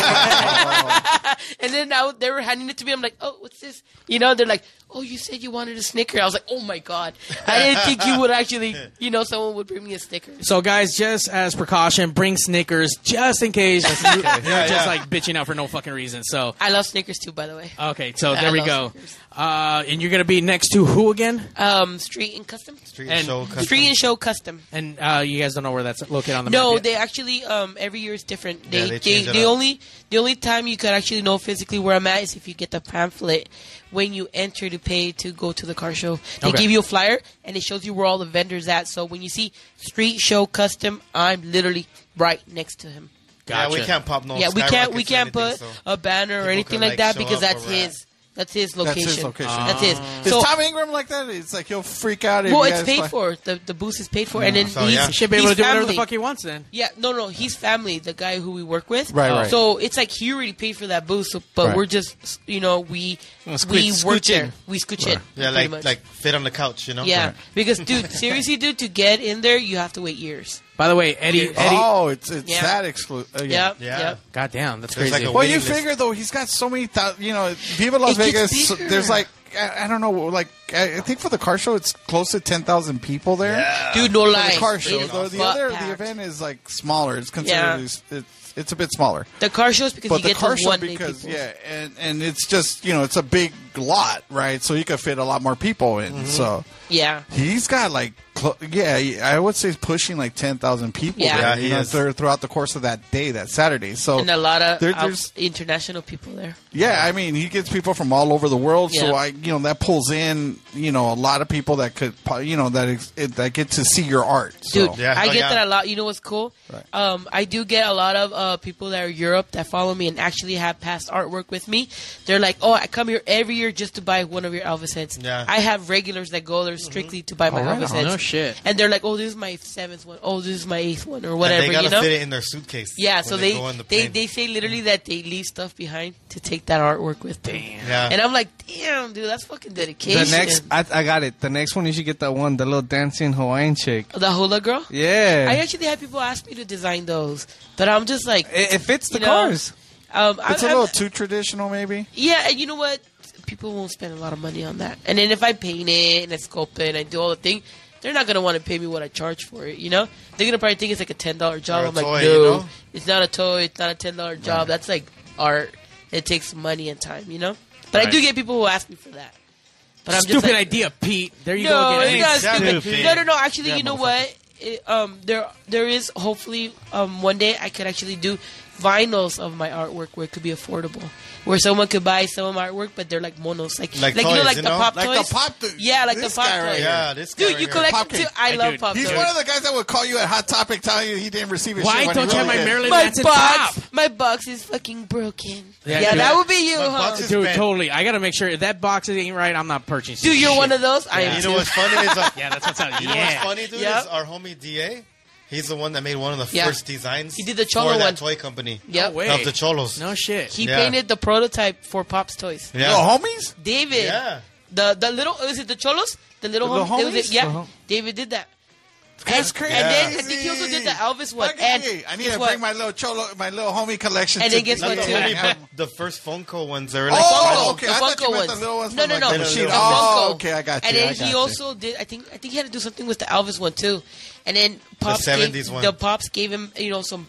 Speaker 7: and then I, w- they were handing it to me. I'm like, oh, what's this? You know, they're like, oh, you said you wanted a Snicker. I was like, oh my god, I didn't think you would actually, you know, someone would bring me a Snicker.
Speaker 2: So, guys, just as precaution, bring Snickers just in case you're
Speaker 7: Yeah,
Speaker 2: just
Speaker 7: yeah.
Speaker 2: like bitching out for no fucking reason. So,
Speaker 7: I love Snickers too, by the way.
Speaker 2: okay, so
Speaker 7: I
Speaker 2: there we
Speaker 7: love
Speaker 2: go. Uh, and you're gonna be next to who again?
Speaker 7: Um, Street and Custom. Street
Speaker 2: and And- Show Custom.
Speaker 7: Street and Show Custom.
Speaker 2: And uh, you guys don't know where that's located on the map.
Speaker 7: no,
Speaker 2: yet.
Speaker 7: they actually um, every year is different. They
Speaker 2: Yeah, they
Speaker 7: they,
Speaker 2: change it
Speaker 7: the
Speaker 2: up.
Speaker 7: only the only time you could actually know physically where I'm at is if you get the pamphlet when you enter to pay to go to the car show. They
Speaker 2: Okay.
Speaker 7: give you a flyer and it shows you where all the vendors at. So when you see Street Show Custom, I'm literally right next to him.
Speaker 4: Yeah, we Gotcha. can't pop no
Speaker 7: Yeah, we can't we
Speaker 4: skyrockets or
Speaker 7: can't put
Speaker 4: anything, so
Speaker 7: a banner or
Speaker 4: people
Speaker 7: anything
Speaker 4: can,
Speaker 7: like
Speaker 4: like,
Speaker 7: that
Speaker 4: show
Speaker 7: because
Speaker 4: up
Speaker 7: that's
Speaker 4: where we're
Speaker 7: his. That's his
Speaker 3: That's
Speaker 7: location.
Speaker 3: his location.
Speaker 7: That's his.
Speaker 3: Is Tom Ingram like that? It's like he'll freak out. if
Speaker 7: Well,
Speaker 3: you
Speaker 7: it's
Speaker 3: guys
Speaker 7: paid
Speaker 3: find-
Speaker 7: for. The the booth is paid for, and then
Speaker 3: So,
Speaker 7: he's,
Speaker 3: yeah. He should be
Speaker 7: he's
Speaker 3: able to do
Speaker 7: family.
Speaker 3: whatever the fuck he wants then.
Speaker 7: Yeah, no, no, he's family. The guy who we work with,
Speaker 3: Right, right.
Speaker 7: So it's like he already paid for that booth, so, but
Speaker 4: Right.
Speaker 7: we're just you know we
Speaker 4: Well, squeeze-
Speaker 7: we work
Speaker 4: scooch in.
Speaker 7: there, we scooch in,
Speaker 4: Yeah,
Speaker 7: pretty
Speaker 4: like
Speaker 7: much.
Speaker 4: like fit on the couch, you know.
Speaker 7: yeah, because dude, seriously, dude, to get in there, you have to wait years.
Speaker 2: By the way, Eddie. Eddie
Speaker 3: Oh, it's it's
Speaker 7: Yeah.
Speaker 3: that exclusive.
Speaker 7: Yep, Yeah. yep.
Speaker 2: God damn, that's
Speaker 3: There's
Speaker 2: crazy.
Speaker 3: Like a well, you figure though, he's got so many. Thou- you know, Viva Las
Speaker 2: It gets
Speaker 3: Vegas.
Speaker 2: bigger.
Speaker 3: There's like I, I don't know, like I, I think for the car show, it's close to ten thousand people there.
Speaker 7: Dude, no
Speaker 3: For
Speaker 7: lies.
Speaker 3: The car
Speaker 7: It
Speaker 3: show,
Speaker 7: is
Speaker 3: though, the
Speaker 7: butt
Speaker 3: other the
Speaker 7: packed.
Speaker 3: event is like smaller. It's considered
Speaker 7: Yeah.
Speaker 3: it's, it's it's a bit smaller.
Speaker 7: The car shows because
Speaker 3: But
Speaker 7: you
Speaker 3: the
Speaker 7: get
Speaker 3: car
Speaker 7: those
Speaker 3: show
Speaker 7: one day
Speaker 3: because,
Speaker 7: people.
Speaker 3: yeah, and and it's just you know it's a big lot, right? So you could fit a lot more people in. Mm-hmm. So
Speaker 7: Mm-hmm. yeah.
Speaker 3: He's got like, cl- yeah, I would say he's pushing like ten thousand people.
Speaker 7: Yeah.
Speaker 3: there,
Speaker 7: Yeah,
Speaker 3: you
Speaker 7: he
Speaker 3: know,
Speaker 7: is.
Speaker 3: through- throughout the course of that day, that Saturday. So
Speaker 7: and a lot of
Speaker 3: there-
Speaker 7: out-
Speaker 3: there's,
Speaker 7: international people there.
Speaker 3: yeah, I mean, he gets people from all over the world.
Speaker 7: Yeah.
Speaker 3: So I, you know, that pulls in, you know, a lot of people that could, po- you know, that ex- it, that get to see your art. So.
Speaker 7: Dude,
Speaker 4: Oh,
Speaker 7: I get that a lot. You know what's cool? Um, I do get a lot of uh, people that are Europe that follow me and actually have past artwork with me. They're like, "Oh, I come here every year just to buy one of your Elvis heads."
Speaker 2: Yeah.
Speaker 7: I have regulars that go there strictly to buy my
Speaker 2: Oh, right
Speaker 7: Elvis
Speaker 2: on.
Speaker 7: heads.
Speaker 2: No shit.
Speaker 7: And they're like, "Oh, this is my seventh one. Oh, this is my eighth one, or whatever."
Speaker 4: they gotta
Speaker 7: you know?
Speaker 4: fit it in their suitcase
Speaker 7: Yeah.
Speaker 4: when
Speaker 7: So
Speaker 4: they
Speaker 7: they
Speaker 4: go on the
Speaker 7: they,
Speaker 4: plane.
Speaker 7: they say literally that they leave stuff behind to take that artwork with them.
Speaker 4: Yeah.
Speaker 7: And I'm like, "Damn, dude, that's fucking dedication."
Speaker 4: The
Speaker 7: next,
Speaker 4: next-
Speaker 7: and
Speaker 4: I, I got it. The next one you should get that one, the little dancing Hawaiian chick.
Speaker 7: the hula girl.
Speaker 4: Yeah.
Speaker 7: I actually had people ask me to design those, but I'm just like,
Speaker 4: it, it fits the
Speaker 7: you know,
Speaker 4: cars.
Speaker 7: Um,
Speaker 3: It's
Speaker 7: I,
Speaker 3: a
Speaker 7: I'm-
Speaker 3: little too traditional, maybe.
Speaker 7: yeah, and you know what? People won't spend a lot of money on that. And then if I paint it and I sculpt it and I do all the thing, they're not gonna want to pay me what I charge for it. You know, they're gonna probably think it's like a ten dollar job.
Speaker 4: Or a
Speaker 7: I'm like, no,
Speaker 4: toy, you know?
Speaker 7: it's not a toy. It's not a ten dollar job. That's like art. It takes money and time. You know, but I
Speaker 2: Right.
Speaker 7: do get people who ask me for that. But I'm
Speaker 2: Stupid
Speaker 7: just like,
Speaker 2: idea, Pete. There you
Speaker 7: no,
Speaker 2: go again.
Speaker 7: it's not stupid. No, no, no. Actually,
Speaker 2: Yeah,
Speaker 7: you know what? It, um, there, there is hopefully um, one day I could actually do vinyls of my artwork where it could be affordable, where someone could buy some of my artwork, but they're like monos, like
Speaker 4: Like
Speaker 7: you know,
Speaker 4: toys,
Speaker 7: like
Speaker 4: you
Speaker 7: the
Speaker 4: know?
Speaker 7: pop
Speaker 4: Like the
Speaker 7: toys.
Speaker 4: pop
Speaker 7: yeah, like
Speaker 4: this
Speaker 7: the pop
Speaker 4: guy right
Speaker 7: toys.
Speaker 4: here. Yeah, this guy
Speaker 7: dude,
Speaker 4: right
Speaker 7: you
Speaker 4: here.
Speaker 7: collect
Speaker 4: Pop
Speaker 7: them too.
Speaker 4: Kid.
Speaker 7: I
Speaker 4: Hey,
Speaker 7: love
Speaker 4: dude,
Speaker 7: pop
Speaker 3: He's
Speaker 7: toys.
Speaker 3: one of the guys that would call you at Hot Topic, telling you he didn't receive his.
Speaker 2: Why
Speaker 3: shit when
Speaker 2: don't
Speaker 3: he
Speaker 2: you have
Speaker 3: really
Speaker 2: my
Speaker 3: did.
Speaker 2: Marilyn
Speaker 7: my
Speaker 2: Manson top?
Speaker 7: box, my box is fucking broken. Yeah, that would be you, huh?
Speaker 2: Dude, totally. I gotta make sure if that box ain't right, I'm not purchasing.
Speaker 7: Dude, you're one of those? I
Speaker 2: Yeah.
Speaker 7: am
Speaker 4: You know what's funny is uh,
Speaker 2: yeah, that's what's up.
Speaker 4: You know
Speaker 2: yeah.
Speaker 4: what's funny, dude?
Speaker 7: Yep.
Speaker 4: Is our homie Da. He's the one that made one of the
Speaker 7: Yeah.
Speaker 4: first designs.
Speaker 7: He did the Cholo
Speaker 4: for that
Speaker 7: one.
Speaker 4: toy company.
Speaker 7: Yep. No way.
Speaker 4: of the Cholos.
Speaker 2: No shit.
Speaker 7: He
Speaker 4: Yeah.
Speaker 7: painted the prototype for Pop's toys.
Speaker 4: Yeah. The homies?
Speaker 7: David.
Speaker 4: Yeah.
Speaker 7: The the little is it the cholos? The little
Speaker 4: The
Speaker 7: homies. It was-
Speaker 4: homies?
Speaker 7: yeah.
Speaker 4: The hom-
Speaker 7: David did that.
Speaker 3: That's
Speaker 7: and,
Speaker 3: crazy.
Speaker 7: And then I think he also did the Elvis one. And
Speaker 3: I need
Speaker 7: guess
Speaker 3: to
Speaker 7: what?
Speaker 3: bring my little cholo, my little homie collection.
Speaker 7: And
Speaker 3: to
Speaker 7: then guess
Speaker 3: the-
Speaker 7: what,
Speaker 3: the
Speaker 7: too?
Speaker 3: homie-
Speaker 4: Yeah. The first phone call ones. They were
Speaker 3: Oh,
Speaker 4: like,
Speaker 3: Funko.
Speaker 7: the
Speaker 3: okay. I thought
Speaker 7: Funko
Speaker 3: you meant the
Speaker 7: ones.
Speaker 3: little ones
Speaker 7: No,
Speaker 3: from,
Speaker 7: no,
Speaker 3: like,
Speaker 7: no.
Speaker 3: the machine.
Speaker 7: The
Speaker 3: Oh,
Speaker 7: Funko.
Speaker 3: okay, I got
Speaker 7: And
Speaker 3: you,
Speaker 7: then
Speaker 3: I got
Speaker 7: he
Speaker 3: you.
Speaker 7: also did. I think. I think he had to do something with the Elvis one too. And then pops
Speaker 4: 70s
Speaker 7: gave,
Speaker 4: one.
Speaker 7: the pops gave him you know some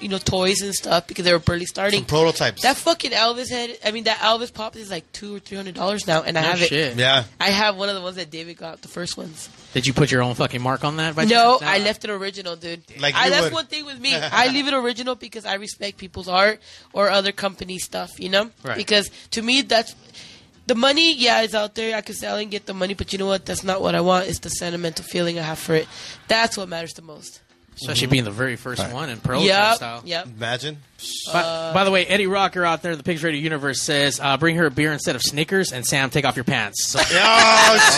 Speaker 7: you know toys and stuff because they were barely starting
Speaker 4: Some prototypes.
Speaker 7: That fucking Elvis head. I mean, that Elvis pop is like two or three hundred dollars now, and I
Speaker 2: No
Speaker 7: have
Speaker 2: shit.
Speaker 7: it.
Speaker 2: Yeah.
Speaker 7: I have one of the ones that David got, the first ones.
Speaker 2: Did you put your own fucking mark on that? by
Speaker 7: No,
Speaker 2: chance?
Speaker 7: I left it original, dude.
Speaker 2: Like
Speaker 7: I,
Speaker 2: you
Speaker 7: that's
Speaker 2: would.
Speaker 7: one thing with me. I leave it original because I respect people's art or other company stuff, you know.
Speaker 2: Right.
Speaker 7: Because to me, that's the money. Yeah, is out there. I could sell and get the money, but you know what? That's not what I want. It's the sentimental feeling I have for it. That's what matters the most.
Speaker 2: Especially being the very first one in pro
Speaker 7: Yep,
Speaker 2: style.
Speaker 7: yep.
Speaker 4: Imagine.
Speaker 2: By, by the way, Eddie Rocker out there in the Pigs Radio universe says, uh, "Bring her a beer instead of Snickers." And Sam, take off your pants. So,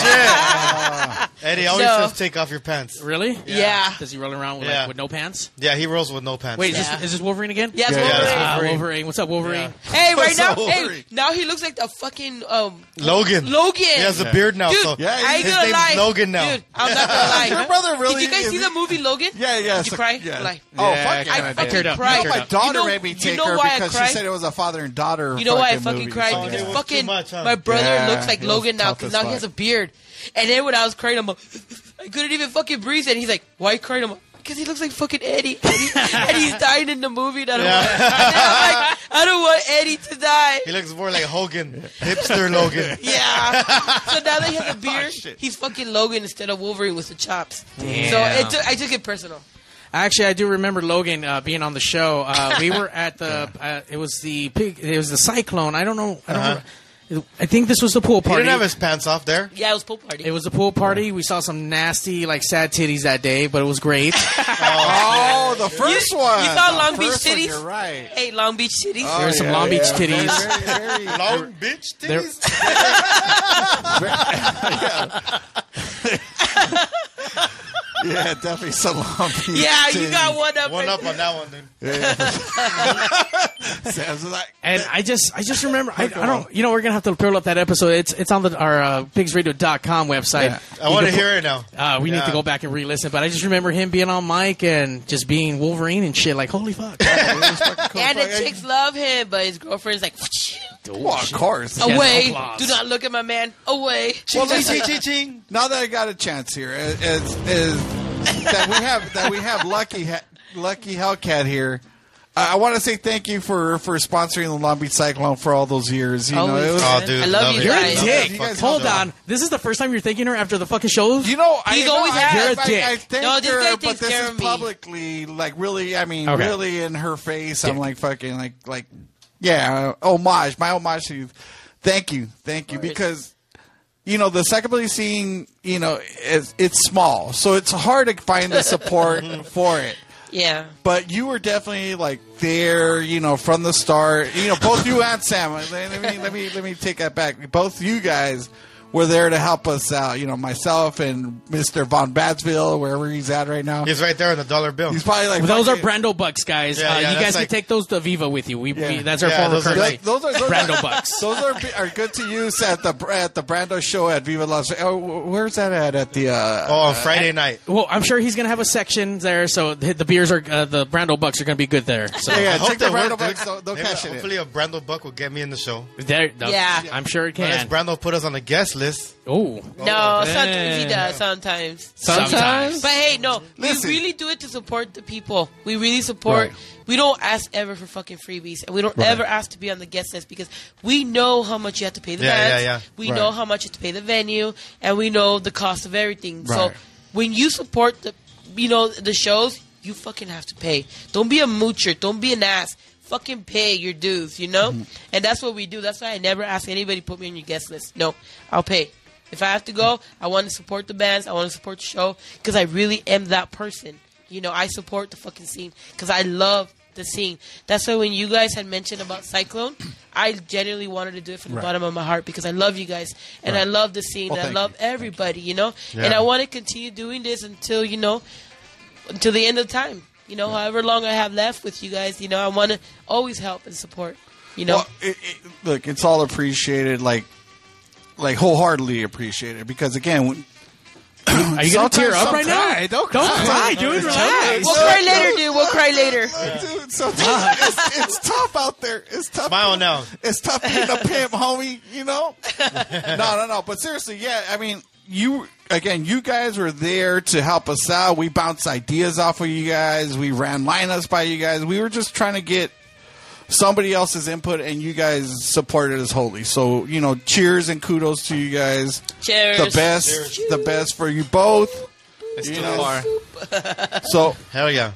Speaker 4: oh shit! Eddie always
Speaker 2: No.
Speaker 4: says take off your pants.
Speaker 2: Really?
Speaker 7: Yeah.
Speaker 2: Does he roll around with,
Speaker 4: Yeah.
Speaker 2: like, with no pants?
Speaker 4: Yeah, he rolls with no pants.
Speaker 2: Wait, is, this, is this Wolverine again?
Speaker 4: Yeah, it's Yeah, yeah, Wolverine. it's
Speaker 2: Ah,
Speaker 4: Wolverine.
Speaker 2: Wolverine. What's up, Wolverine?
Speaker 7: Hey, right
Speaker 4: What's
Speaker 7: now,
Speaker 4: up,
Speaker 7: hey,
Speaker 4: Wolverine?
Speaker 7: now he looks like the fucking um
Speaker 4: Logan.
Speaker 7: Logan.
Speaker 4: He has a beard now,
Speaker 7: Dude,
Speaker 4: so- Yeah,
Speaker 7: I ain't
Speaker 4: his
Speaker 7: gonna
Speaker 4: name's
Speaker 7: lie.
Speaker 4: Logan now.
Speaker 7: Dude, I'm not gonna lie.
Speaker 3: Your brother really
Speaker 7: Did you guys
Speaker 3: is-
Speaker 7: see the movie Logan?
Speaker 3: Yeah, yeah,
Speaker 7: Did you
Speaker 3: so-
Speaker 7: cry?
Speaker 3: yeah.
Speaker 7: Like,
Speaker 3: Oh,
Speaker 7: Yeah,
Speaker 3: fuck
Speaker 7: I
Speaker 3: yeah.
Speaker 7: fucking
Speaker 3: You know,
Speaker 7: cried.
Speaker 3: my
Speaker 7: You
Speaker 3: daughter
Speaker 7: know-
Speaker 3: made me
Speaker 7: you
Speaker 3: take
Speaker 7: know
Speaker 3: her
Speaker 7: why I
Speaker 3: because she
Speaker 7: cried?
Speaker 3: said it was a father and daughter.
Speaker 7: You know why I fucking
Speaker 3: movie.
Speaker 7: cried?
Speaker 4: Oh,
Speaker 7: because fucking my brother
Speaker 3: Yeah.
Speaker 7: looks like
Speaker 3: It was
Speaker 7: Logan now
Speaker 3: tough as
Speaker 7: because now he
Speaker 3: fuck.
Speaker 7: has a beard. And then when I was crying, I'm like, I couldn't even fucking breathe. And he's like, "Why you crying?" I'm like, "Cause he looks like fucking Eddie, and, he- and he's dying in the movie." And I don't, want, and I'm like, I don't want Eddie to die.
Speaker 4: He looks more like Hogan, hipster Logan. Oh,
Speaker 7: Yeah. so now that he has a beard, he's fucking Logan instead of Wolverine with the chops. So
Speaker 2: Damn.
Speaker 7: it took, I took it personal.
Speaker 2: Actually, I do remember Logan uh, being on the show. Uh, we were at the. Uh, it was the pig. It was the cyclone. I don't know. I don't.
Speaker 4: Uh-huh.
Speaker 2: remember. I think this was the pool
Speaker 4: He
Speaker 2: party.
Speaker 4: didn't have his pants off there.
Speaker 7: Yeah, it was pool party.
Speaker 2: It was a pool party. We saw some nasty, like sad titties that day, but it was great.
Speaker 3: Oh, the first one.
Speaker 7: You saw
Speaker 3: The
Speaker 7: Long Beach
Speaker 3: first one,
Speaker 7: titties?
Speaker 3: you're right.
Speaker 7: Hey, Long Beach titties.
Speaker 2: Oh, There were some yeah, Long Beach yeah. titties.
Speaker 4: Long bitch
Speaker 2: There-
Speaker 3: Yeah, definitely some lumpy.
Speaker 7: Yeah, you got
Speaker 3: titties.
Speaker 7: one up.
Speaker 4: One up on that one, dude.
Speaker 3: Sam's like,
Speaker 2: and I just, I just remember. I, I don't. You know, we're gonna have to throw up that episode. It's, it's on the our uh, pigsradio.com website.
Speaker 4: Yeah. I
Speaker 2: You
Speaker 4: wanna
Speaker 2: can
Speaker 4: hear
Speaker 2: pu-
Speaker 4: it now.
Speaker 2: Uh, we need
Speaker 4: Yeah.
Speaker 2: to go back and re-listen. But I just remember him being on mic and just being Wolverine and shit. Like, holy fuck!
Speaker 7: and the chicks love him, but his girlfriend's like,
Speaker 3: Well, of course.
Speaker 7: away. Do not look at my man. Away.
Speaker 3: Well, listen, now that I got a chance here, is, is that we have that we have lucky ha- lucky Hellcat here. I, I want to say thank you for for sponsoring the Long Beach Cyclone for all those years. You know,
Speaker 2: Always,
Speaker 3: it was,
Speaker 2: man. Oh, dude, I love love you it. You're a dick. Hold on.
Speaker 3: This
Speaker 2: is the first time you're thanking her after the fucking shows.
Speaker 3: You know, I
Speaker 7: He's
Speaker 3: know,
Speaker 7: always
Speaker 3: I,
Speaker 7: had-
Speaker 3: I,
Speaker 7: You're a dick.
Speaker 3: I, I thank
Speaker 7: No, this guy
Speaker 3: her,
Speaker 7: takes
Speaker 3: but this
Speaker 7: care
Speaker 3: is
Speaker 7: of me.
Speaker 3: publicly, like, really. I mean,
Speaker 2: Okay.
Speaker 3: really in her face. I'm like fucking, like, like, yeah, uh, homage. My homage to you. Thank you, thank you, because you know the psychobilly scene. You know, it's, it's small, so it's hard to find the support for it.
Speaker 7: Yeah.
Speaker 3: But you were definitely like there, you know, from the start. You know, both you and Sam. Let let me let me let me take that back. Both you guys were there to help us out. You know, myself and Mister Von Badsville, wherever he's at right now.
Speaker 4: He's right there on the dollar bill.
Speaker 3: He's probably like
Speaker 2: those are Brando bucks, guys.
Speaker 3: Yeah,
Speaker 2: uh,
Speaker 3: yeah,
Speaker 2: you
Speaker 3: that's
Speaker 2: guys
Speaker 3: like-
Speaker 2: can take those to Viva with you. We, we that's our
Speaker 3: Yeah,
Speaker 2: former
Speaker 3: those are,
Speaker 2: currency.
Speaker 3: like, those are those
Speaker 2: Brando
Speaker 3: are,
Speaker 2: bucks.
Speaker 3: Those are are good to use at the at the Brando show at Viva Las. Oh, where's that at? At the uh,
Speaker 4: oh Friday night.
Speaker 2: Well, I'm sure he's gonna have a section there, so the, the beers are uh, the Brando bucks are gonna be good there. So
Speaker 4: I hope they work,
Speaker 3: Bucks,
Speaker 4: dude.
Speaker 3: they'll- they'll
Speaker 4: Maybe-
Speaker 3: cash it in.
Speaker 4: Hopefully, a Brando Buck will get me in the show.
Speaker 2: There, no, Yeah. I'm sure it
Speaker 4: Unless
Speaker 2: can.
Speaker 4: Brando put us on the guest list.
Speaker 2: Oh.
Speaker 7: No, sometimes he does. Sometimes.
Speaker 4: Sometimes. Sometimes.
Speaker 7: But hey, no,
Speaker 4: Listen.
Speaker 7: we really do it to support the people. We really support.
Speaker 4: Right.
Speaker 7: We don't ask ever for fucking freebies, and we don't
Speaker 4: Right.
Speaker 7: ever ask to be on the guest list because we know how much you have to pay the
Speaker 4: Yeah,
Speaker 7: bands.
Speaker 4: yeah, yeah.
Speaker 7: We
Speaker 4: Right.
Speaker 7: know how much you have to pay the venue, and we know the cost of everything. So
Speaker 4: Right.
Speaker 7: when you support the, you know, the shows, you fucking have to pay. Don't be a moocher. Don't be an ass. Fucking pay your dues, you know? And that's what we do. That's why I never ask anybody to put me on your guest list. No, I'll pay. If I have to go, I want to support the bands. I want to support the show because I really am that person. You know, I support the fucking scene because I love the scene. That's why when you guys had mentioned about Cyclone, I genuinely wanted to do it from the
Speaker 17: Right.
Speaker 7: bottom of my heart because I love you guys and I
Speaker 17: Right.
Speaker 7: love the scene
Speaker 17: Well,
Speaker 7: and I
Speaker 17: thank
Speaker 7: love everybody. You know, and
Speaker 17: Yeah.
Speaker 7: I want to continue doing this until you know, until the end of time. You know, however long I have left with you guys, you know, I want to always help and support. You know,
Speaker 3: Well, it- it- look, it's all appreciated, like, like wholeheartedly appreciated. Because again, when,
Speaker 2: are you gonna tear up right now?
Speaker 3: Don't cry,
Speaker 2: Don't cry, dude, relax.
Speaker 7: We'll cry later, dude. We'll cry later.
Speaker 3: Dude, sometimes it's, it's tough out there. It's tough.
Speaker 4: Smile now.
Speaker 3: It's tough being a pimp, homie. You know. no, no, no. But seriously, yeah. I mean, you again. You guys were there to help us out. We bounced ideas off of you guys. We ran lineups by you guys. We were just trying to get somebody else's input, and you guys supported us wholly. So you know, cheers and kudos to you guys.
Speaker 7: Cheers.
Speaker 3: The best.
Speaker 7: Cheers.
Speaker 3: The best for you both.
Speaker 4: It's
Speaker 3: You
Speaker 4: too
Speaker 3: know.
Speaker 4: far.
Speaker 3: So
Speaker 4: hell yeah.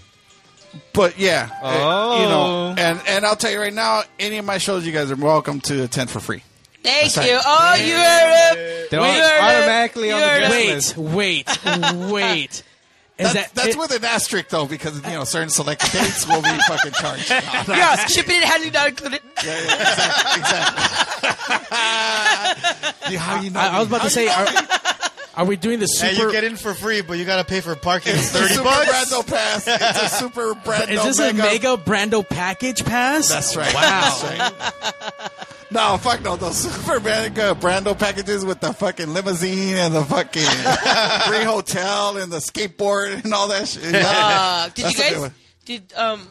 Speaker 3: But yeah, uh, you
Speaker 4: Oh.
Speaker 3: know, and and I'll tell you right now, any of my shows, you guys are welcome to attend for free.
Speaker 7: Thank
Speaker 3: That's
Speaker 7: you.
Speaker 3: right.
Speaker 7: Oh, you heard him.
Speaker 3: They're
Speaker 7: You
Speaker 3: all
Speaker 7: heard him.
Speaker 3: automatically
Speaker 7: You
Speaker 3: on the
Speaker 7: heard him.
Speaker 3: guest
Speaker 2: Wait,
Speaker 3: list.
Speaker 2: wait, wait.
Speaker 3: That's,
Speaker 2: Is that-
Speaker 3: that's
Speaker 2: it-
Speaker 3: with an asterisk though, because you know certain select dates will be fucking charged.
Speaker 7: Yeah, shipping and handling not included.
Speaker 2: I, I was about to say, are, are we doing the
Speaker 4: Hey, you
Speaker 2: super?
Speaker 4: get in for free, but you gotta pay for parking.
Speaker 3: the
Speaker 4: Thirty
Speaker 3: Super
Speaker 4: bucks.
Speaker 3: Brando pass. It's a super Brando.
Speaker 2: is this a mega Brando package pass?
Speaker 3: That's right.
Speaker 2: Wow.
Speaker 3: That's right. No, fuck no. Those Super Brando, Brando packages with the fucking limousine and the fucking free hotel and the skateboard and all that shit.
Speaker 7: Fuck. did
Speaker 3: That's
Speaker 7: you
Speaker 3: a good
Speaker 7: guys?
Speaker 3: one.
Speaker 7: Did um,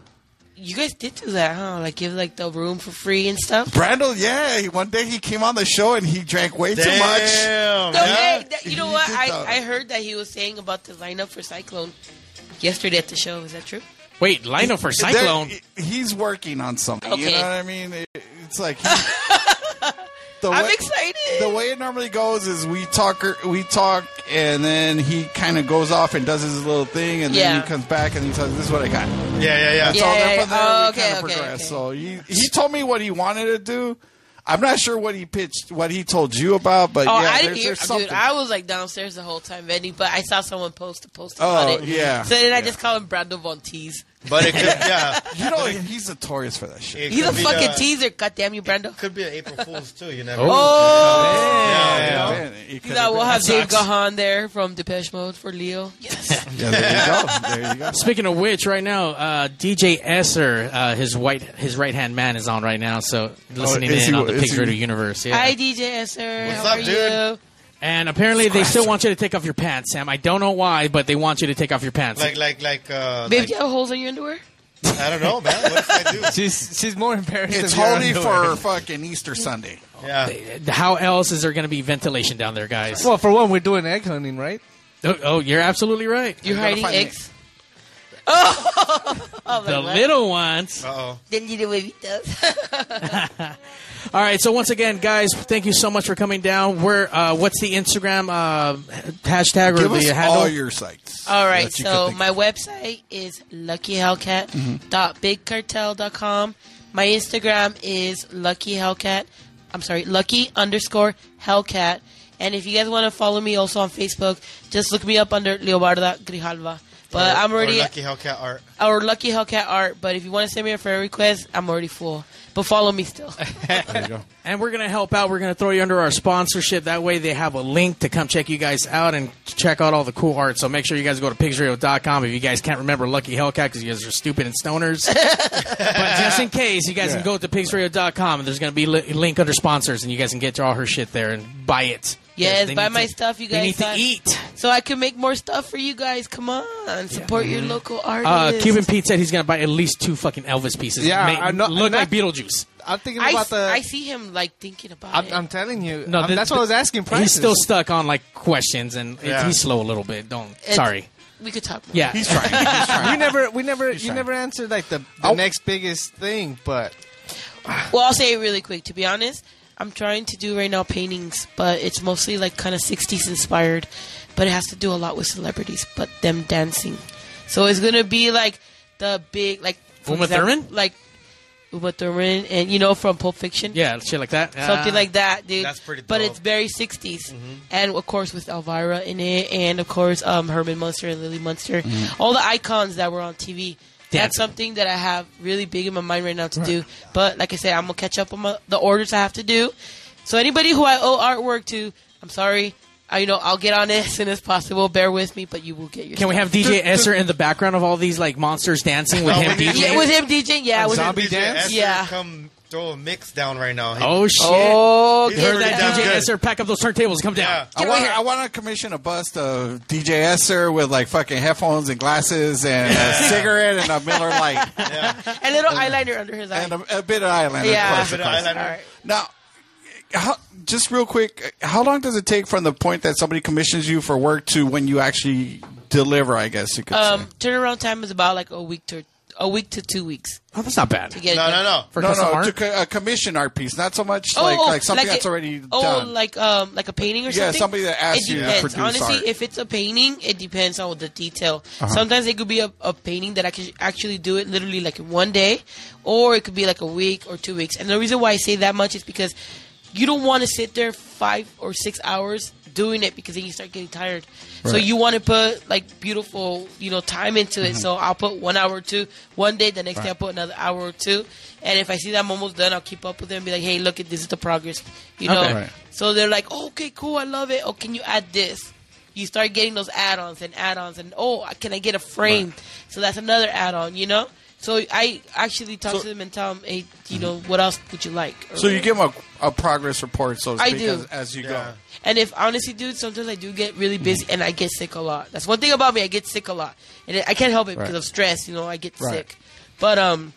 Speaker 7: you guys did do that, huh? Like give like the room for free and stuff.
Speaker 3: Brando, yeah. he- One day he came on the show and he drank way too much.
Speaker 7: No,
Speaker 3: Yeah.
Speaker 7: hey, that- you know what? I, I heard that he was saying about the lineup for Cyclone yesterday at the show. Is that true?
Speaker 2: Wait, lineup for
Speaker 3: There-
Speaker 2: Cyclone.
Speaker 3: he's working on something. You
Speaker 7: Okay.
Speaker 3: know what I mean? It- it's like he- the
Speaker 7: I'm
Speaker 3: way,
Speaker 7: excited.
Speaker 3: The way it normally goes is we talk, er- we talk, and then he kind of goes off and does his little thing, and
Speaker 7: Yeah.
Speaker 3: then he comes back and he tells, "This is what I got."
Speaker 4: yeah, yeah.
Speaker 3: And so
Speaker 4: Yeah,
Speaker 3: then
Speaker 4: yeah,
Speaker 3: from there, we
Speaker 4: yeah. Oh, okay,
Speaker 3: kinda
Speaker 4: okay,
Speaker 3: progress. So he, he told me what he wanted to do. I'm not sure what he pitched, what he told you about, but
Speaker 7: oh,
Speaker 3: yeah,
Speaker 7: I
Speaker 3: there's,
Speaker 7: didn't hear,
Speaker 3: there's something.
Speaker 7: dude. I was like downstairs the whole time, vending, but I saw someone post a post about
Speaker 3: Oh,
Speaker 7: it.
Speaker 3: yeah.
Speaker 7: So then I just call him Brando Von Tees.
Speaker 4: But it could, yeah.
Speaker 3: You know, he's notorious for that shit.
Speaker 7: He's a fucking teaser. God damn you, Brando.
Speaker 8: Could be an April Fool's too. You never.
Speaker 7: Oh,
Speaker 8: Yeah,
Speaker 7: Yeah,
Speaker 8: yeah.
Speaker 7: You
Speaker 8: could've
Speaker 7: thought we'll
Speaker 8: been-
Speaker 7: have
Speaker 8: That
Speaker 7: Dave
Speaker 8: sucks.
Speaker 7: Gahan there from Depeche Mode for Leo. Yes.
Speaker 3: yeah, there you go. There you go.
Speaker 2: Speaking of which, right now, uh, DJ Esser, uh, his white, his right hand man, is on right now. So
Speaker 3: Oh,
Speaker 2: listening
Speaker 6: is
Speaker 2: in
Speaker 6: he-
Speaker 2: on the
Speaker 6: is
Speaker 2: Pigs
Speaker 6: he-
Speaker 2: Radio Universe. Yeah.
Speaker 7: Hi, DJ Esser.
Speaker 8: What's
Speaker 7: How
Speaker 8: up,
Speaker 7: are
Speaker 8: dude?
Speaker 7: you?
Speaker 2: and apparently, they still want you to take off your pants, Sam. I don't know why, but they want you to take off your pants.
Speaker 8: Like, like, like. Uh,
Speaker 7: Babe,
Speaker 8: like-
Speaker 7: do you have holes in your underwear?
Speaker 8: I don't know, man. What if I do?
Speaker 4: she's she's more embarrassed.
Speaker 3: It's
Speaker 2: of your
Speaker 3: holy for
Speaker 2: underwear.
Speaker 3: fucking Easter Sunday.
Speaker 8: Yeah.
Speaker 2: How else is there going to be ventilation down there, guys?
Speaker 4: Well, for one, we're doing egg hunting, right?
Speaker 2: Oh, oh, you're absolutely right.
Speaker 7: You're
Speaker 2: I'm gonna
Speaker 7: hiding
Speaker 2: find the-
Speaker 7: eggs? Oh! I'm
Speaker 2: The
Speaker 7: like, what?
Speaker 2: little ones.
Speaker 8: Uh-oh.
Speaker 7: Then you do what he does.
Speaker 2: All right. So once again, guys, thank you so much for coming down. Where? Uh, what's the Instagram uh, hashtag or
Speaker 3: Give
Speaker 2: the
Speaker 3: us
Speaker 2: handle?
Speaker 3: all your sites.
Speaker 7: All right,
Speaker 3: that you could
Speaker 7: so
Speaker 3: think
Speaker 7: my website is luckyhellcat.bigcartel.com. My Instagram is luckyhellcat. I'm sorry, lucky underscore hellcat. And if you guys want to follow me also on Facebook, just look me up under Leobarda Grijalva. But
Speaker 8: Or-
Speaker 7: I'm already
Speaker 8: Or Lucky Hellcat art.
Speaker 7: or Lucky Hellcat Art. But if you want to send me a friend request, I'm already full. But follow me still.
Speaker 2: And we're going to help out. We're going to throw you under our sponsorship. That way, they have a link to come check you guys out and check out all the cool art. So make sure you guys go to pigsradio.com if you guys can't remember Lucky Hellcat because you guys are stupid and stoners. but just in case, you guys can go to pigsradio.com and there's going to be a li- link under sponsors and you guys can get all her shit there and buy it.
Speaker 7: Yes,
Speaker 2: They
Speaker 7: buy
Speaker 2: need
Speaker 7: my
Speaker 2: to-
Speaker 7: stuff, you guys.
Speaker 2: they need to
Speaker 7: so I-
Speaker 2: eat.
Speaker 7: So I can make more stuff for you guys. Come on. Support your local
Speaker 2: Uh,
Speaker 7: artists.
Speaker 2: Cuban Pete said he's going to buy at least two fucking Elvis pieces.
Speaker 4: Yeah,
Speaker 2: Make-
Speaker 4: I know-
Speaker 2: look
Speaker 4: and I-
Speaker 2: like Beetlejuice.
Speaker 4: I'm thinking
Speaker 7: I,
Speaker 4: about
Speaker 7: s-
Speaker 4: the.
Speaker 7: I see him like thinking about
Speaker 4: I'm,
Speaker 7: it.
Speaker 4: I'm telling you.
Speaker 2: No,
Speaker 4: No,
Speaker 2: the-
Speaker 4: Um, that's why I was asking. Prices.
Speaker 2: He's still stuck on like questions and it-
Speaker 4: Yeah.
Speaker 2: he's slow a little bit. Don't.
Speaker 4: It's-
Speaker 2: sorry.
Speaker 7: we could talk. More.
Speaker 2: Yeah. He's trying. He's
Speaker 4: we never, we never, you
Speaker 7: trying.
Speaker 4: never answered like the, the
Speaker 2: Oh.
Speaker 4: next biggest thing, but
Speaker 7: Well, I'll say it really quick. To be honest, I'm trying to do right now paintings, but it's mostly like kind of 60s inspired, but it has to do a lot with celebrities, but them dancing. So it's gonna be like the big like for
Speaker 2: Uma
Speaker 7: example,
Speaker 2: Thurman?
Speaker 7: like Uma Thurman, and you know from Pulp Fiction.
Speaker 2: Yeah, shit like that.
Speaker 7: Something
Speaker 2: Ah.
Speaker 7: like that, dude.
Speaker 2: That's pretty
Speaker 7: But
Speaker 2: dope.
Speaker 7: it's very 60s.
Speaker 8: Mm-hmm.
Speaker 7: And, of course, with Elvira in it, and, of course, um, Herman Munster and Lily Munster.
Speaker 3: Mm-hmm.
Speaker 2: Mhm.
Speaker 7: All the icons that were on TV. That's
Speaker 2: Dancing.
Speaker 7: something that I have really big in my mind right now to do. But, like I said, I'm going to catch up on my, the orders I have to do. So, anybody who I owe artwork to, I'm sorry. I, you know, I'll get on it as soon as possible. Bear with me, but you will get your
Speaker 2: Can we have
Speaker 7: stuff.
Speaker 2: DJ Esser in the background of all these like monsters
Speaker 8: Oh,
Speaker 2: dancing
Speaker 7: Oh,
Speaker 2: with him DJing?
Speaker 7: Yeah, with him DJing, yeah.
Speaker 8: And
Speaker 7: with him-
Speaker 8: Zombie dance?
Speaker 7: Yeah.
Speaker 8: Come throw a mix down right now. He-
Speaker 2: Oh shit!
Speaker 7: Oh,
Speaker 2: you heard
Speaker 8: get
Speaker 2: that
Speaker 8: down
Speaker 2: DJ
Speaker 8: good.
Speaker 2: Esser? Pack up those turntables. Come down.
Speaker 3: I want, I want to commission a bust of DJ Esser with like fucking headphones and glasses and a cigarette and a Miller Lite
Speaker 7: A little eyeliner under his eye.
Speaker 3: and a, a bit of eyeliner.
Speaker 7: Yeah.
Speaker 3: of course,
Speaker 7: A
Speaker 3: of
Speaker 7: bit of
Speaker 3: course.
Speaker 7: eyeliner. All right.
Speaker 3: Now, how, just real quick, how long does it take from the point that somebody commissions you for work to when you actually deliver? I guess you could.
Speaker 7: Um, turnaround time is about like a week to a week to two weeks.
Speaker 2: Oh, that's not bad.
Speaker 7: To get it done.
Speaker 3: no, no, to co- a commission art piece, not so much like, like something that's
Speaker 7: Oh, it-
Speaker 3: already
Speaker 7: oh,
Speaker 3: done.
Speaker 7: like um, like a painting or
Speaker 3: Yeah,
Speaker 7: something.
Speaker 3: somebody that asks
Speaker 7: it
Speaker 3: you to
Speaker 7: depends.
Speaker 3: produce
Speaker 7: Honestly,
Speaker 3: art.
Speaker 7: if it's a painting, it depends on the detail.
Speaker 3: Uh-huh.
Speaker 7: Sometimes it could be a, a painting that I could actually do it literally like in one day, or it could be like a week or two weeks. And the reason why I say that much is because you don't want to sit there five or six hours doing it because then you start getting tired. So
Speaker 17: Right.
Speaker 7: you want to put like beautiful, you know, time into it.
Speaker 3: Mm-hmm.
Speaker 17: Mhm.
Speaker 7: So I'll put one hour or two one day. The next day
Speaker 17: Right.
Speaker 7: I'll put another hour or two. And if I see that I'm almost done, I'll keep up with them and be like, hey, look at this is the progress. You know.
Speaker 17: Okay. Right.
Speaker 7: So they're like, oh, okay, cool, I love it. Oh, can you add this? You start getting those add-ons and add-ons and oh, can I get a frame? So that's another add-on. You know. So I actually talked to them and tell them, hey, you know, what else would you like? or
Speaker 3: So you
Speaker 7: whatever.
Speaker 3: give them a, a progress report, so to
Speaker 7: I
Speaker 3: speak,
Speaker 7: do.
Speaker 3: As, as you go.
Speaker 7: And if honestly, dude, sometimes I do get really busy and I get sick a lot. That's one thing about me. I get sick a lot, and I can't help it because
Speaker 3: Right.
Speaker 7: of stress. You know, I get
Speaker 3: Right.
Speaker 7: sick. But um,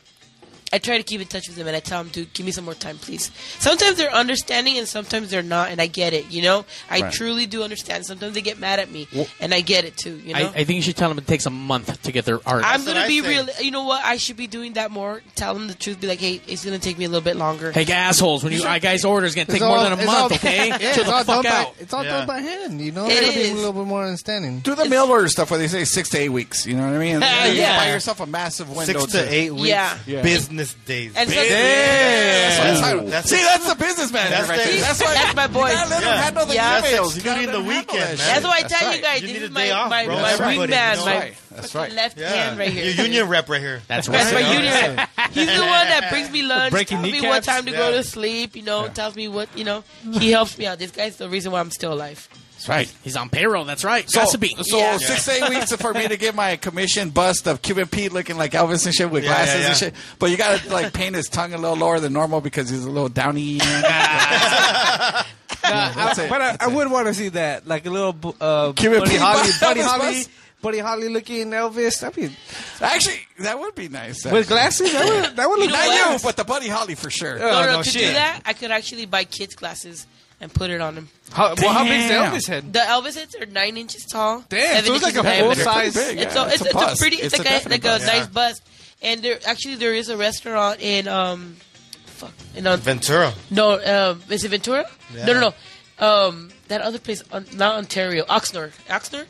Speaker 7: I try to keep in touch with them, and I tell them, dude, give me some more time, please. Sometimes they're understanding, and sometimes they're not, and I get it. You know, I
Speaker 2: Right.
Speaker 7: truly do understand. Sometimes they get mad at me, and I get it too. You know,
Speaker 2: I, I think you should tell them it takes a month to get their art.
Speaker 7: I'm gonna be real. You know what? I should be doing that more. Tell them the truth. Be like, hey, it's gonna take me a little bit longer.
Speaker 2: Hey, assholes! When you I guys order is gonna
Speaker 7: It's
Speaker 2: take
Speaker 7: all-
Speaker 2: more than a
Speaker 7: it's
Speaker 2: month,
Speaker 7: all-
Speaker 2: okay?
Speaker 7: Yeah,
Speaker 2: Chill
Speaker 4: it's
Speaker 2: the
Speaker 4: all
Speaker 2: fuck
Speaker 4: done by-
Speaker 2: out.
Speaker 4: it's all
Speaker 2: Yeah.
Speaker 4: done by hand. You know,
Speaker 2: It
Speaker 4: Gotta be
Speaker 2: is.
Speaker 4: a little bit more understanding.
Speaker 3: Do the mail order stuff where they say six to eight weeks. You know what I mean?
Speaker 4: Yeah,
Speaker 3: You
Speaker 4: yeah.
Speaker 3: Buy yourself a massive window.
Speaker 4: Six to eight weeks. Yeah. Business
Speaker 3: days.
Speaker 4: And so-
Speaker 3: yeah.
Speaker 4: That's what I'm talking about.
Speaker 3: That's See, that's the business manager
Speaker 4: That's
Speaker 3: right
Speaker 4: the-
Speaker 3: there. That's why
Speaker 7: That's my boy.
Speaker 3: You gotta let
Speaker 7: Yeah.
Speaker 3: them handle the
Speaker 7: Yeah. That's
Speaker 3: emails. You
Speaker 7: excluding
Speaker 3: gotta
Speaker 7: the
Speaker 3: weekend.
Speaker 7: That's why I tell you guys, this is my, my,
Speaker 8: bro.
Speaker 7: my
Speaker 8: That's right.
Speaker 7: wingman,
Speaker 8: That's
Speaker 7: my
Speaker 8: right. That's
Speaker 7: fucking
Speaker 8: right.
Speaker 7: left
Speaker 8: Yeah.
Speaker 7: hand right here.
Speaker 8: Your union rep right here.
Speaker 2: That's
Speaker 7: That's
Speaker 8: right.
Speaker 7: my union
Speaker 8: Yeah.
Speaker 7: rep. He's the one that brings me lunch,
Speaker 8: Breaking
Speaker 7: tells me
Speaker 8: kneecaps?
Speaker 7: what time to go
Speaker 8: Yeah.
Speaker 7: to sleep, you know, tells me what, you know, he helps me out. This guy's the reason why I'm still alive.
Speaker 2: That's right. He's on payroll. That's right.
Speaker 3: So,
Speaker 2: Gossipy.
Speaker 3: so six to eight weeks for me to get my commission bust of Cuban Pete looking like Elvis and shit with
Speaker 2: Yeah,
Speaker 3: glasses
Speaker 2: yeah, yeah.
Speaker 3: and shit. But you gotta like paint his tongue a little lower than normal because he's a little downy.
Speaker 17: I, but I, I would want to see that, like a little bu- uh,
Speaker 3: Cuban
Speaker 17: Buddy
Speaker 3: Pete
Speaker 17: Holly,
Speaker 3: Bus-
Speaker 17: Buddy
Speaker 3: Elvis
Speaker 17: Holly,
Speaker 3: Bus.
Speaker 17: Buddy Holly looking Elvis. That'd be
Speaker 3: Actually, that would be nice.
Speaker 17: With glasses? That would- that would look
Speaker 3: not
Speaker 17: nice. Oh,
Speaker 3: you, but the Buddy Holly for sure.
Speaker 7: no, no, to do that, I could actually buy kids' glasses and put it on him.
Speaker 17: How- well, how big's the
Speaker 3: Damn.
Speaker 17: Elvis head?
Speaker 7: The Elvis heads are nine inches tall.
Speaker 17: Damn, so
Speaker 7: seven
Speaker 17: it's like
Speaker 7: inches
Speaker 17: a
Speaker 7: in diameter.
Speaker 17: full-size- It's pretty big,
Speaker 7: It's,
Speaker 17: yeah.
Speaker 7: a,
Speaker 17: It's
Speaker 7: it's,
Speaker 17: a
Speaker 7: it's a
Speaker 17: bust.
Speaker 7: pretty, it's,
Speaker 17: It's a
Speaker 7: like a,
Speaker 17: definite
Speaker 7: like a
Speaker 17: bust.
Speaker 7: nice
Speaker 17: Yeah.
Speaker 7: bust. And there actually there is a restaurant in um, fuck, in uh,
Speaker 8: Ventura.
Speaker 7: No, um, is it Ventura?
Speaker 8: Yeah.
Speaker 7: No, no, no. Um, that other place, on, not Ontario, Oxnard. Oxnard?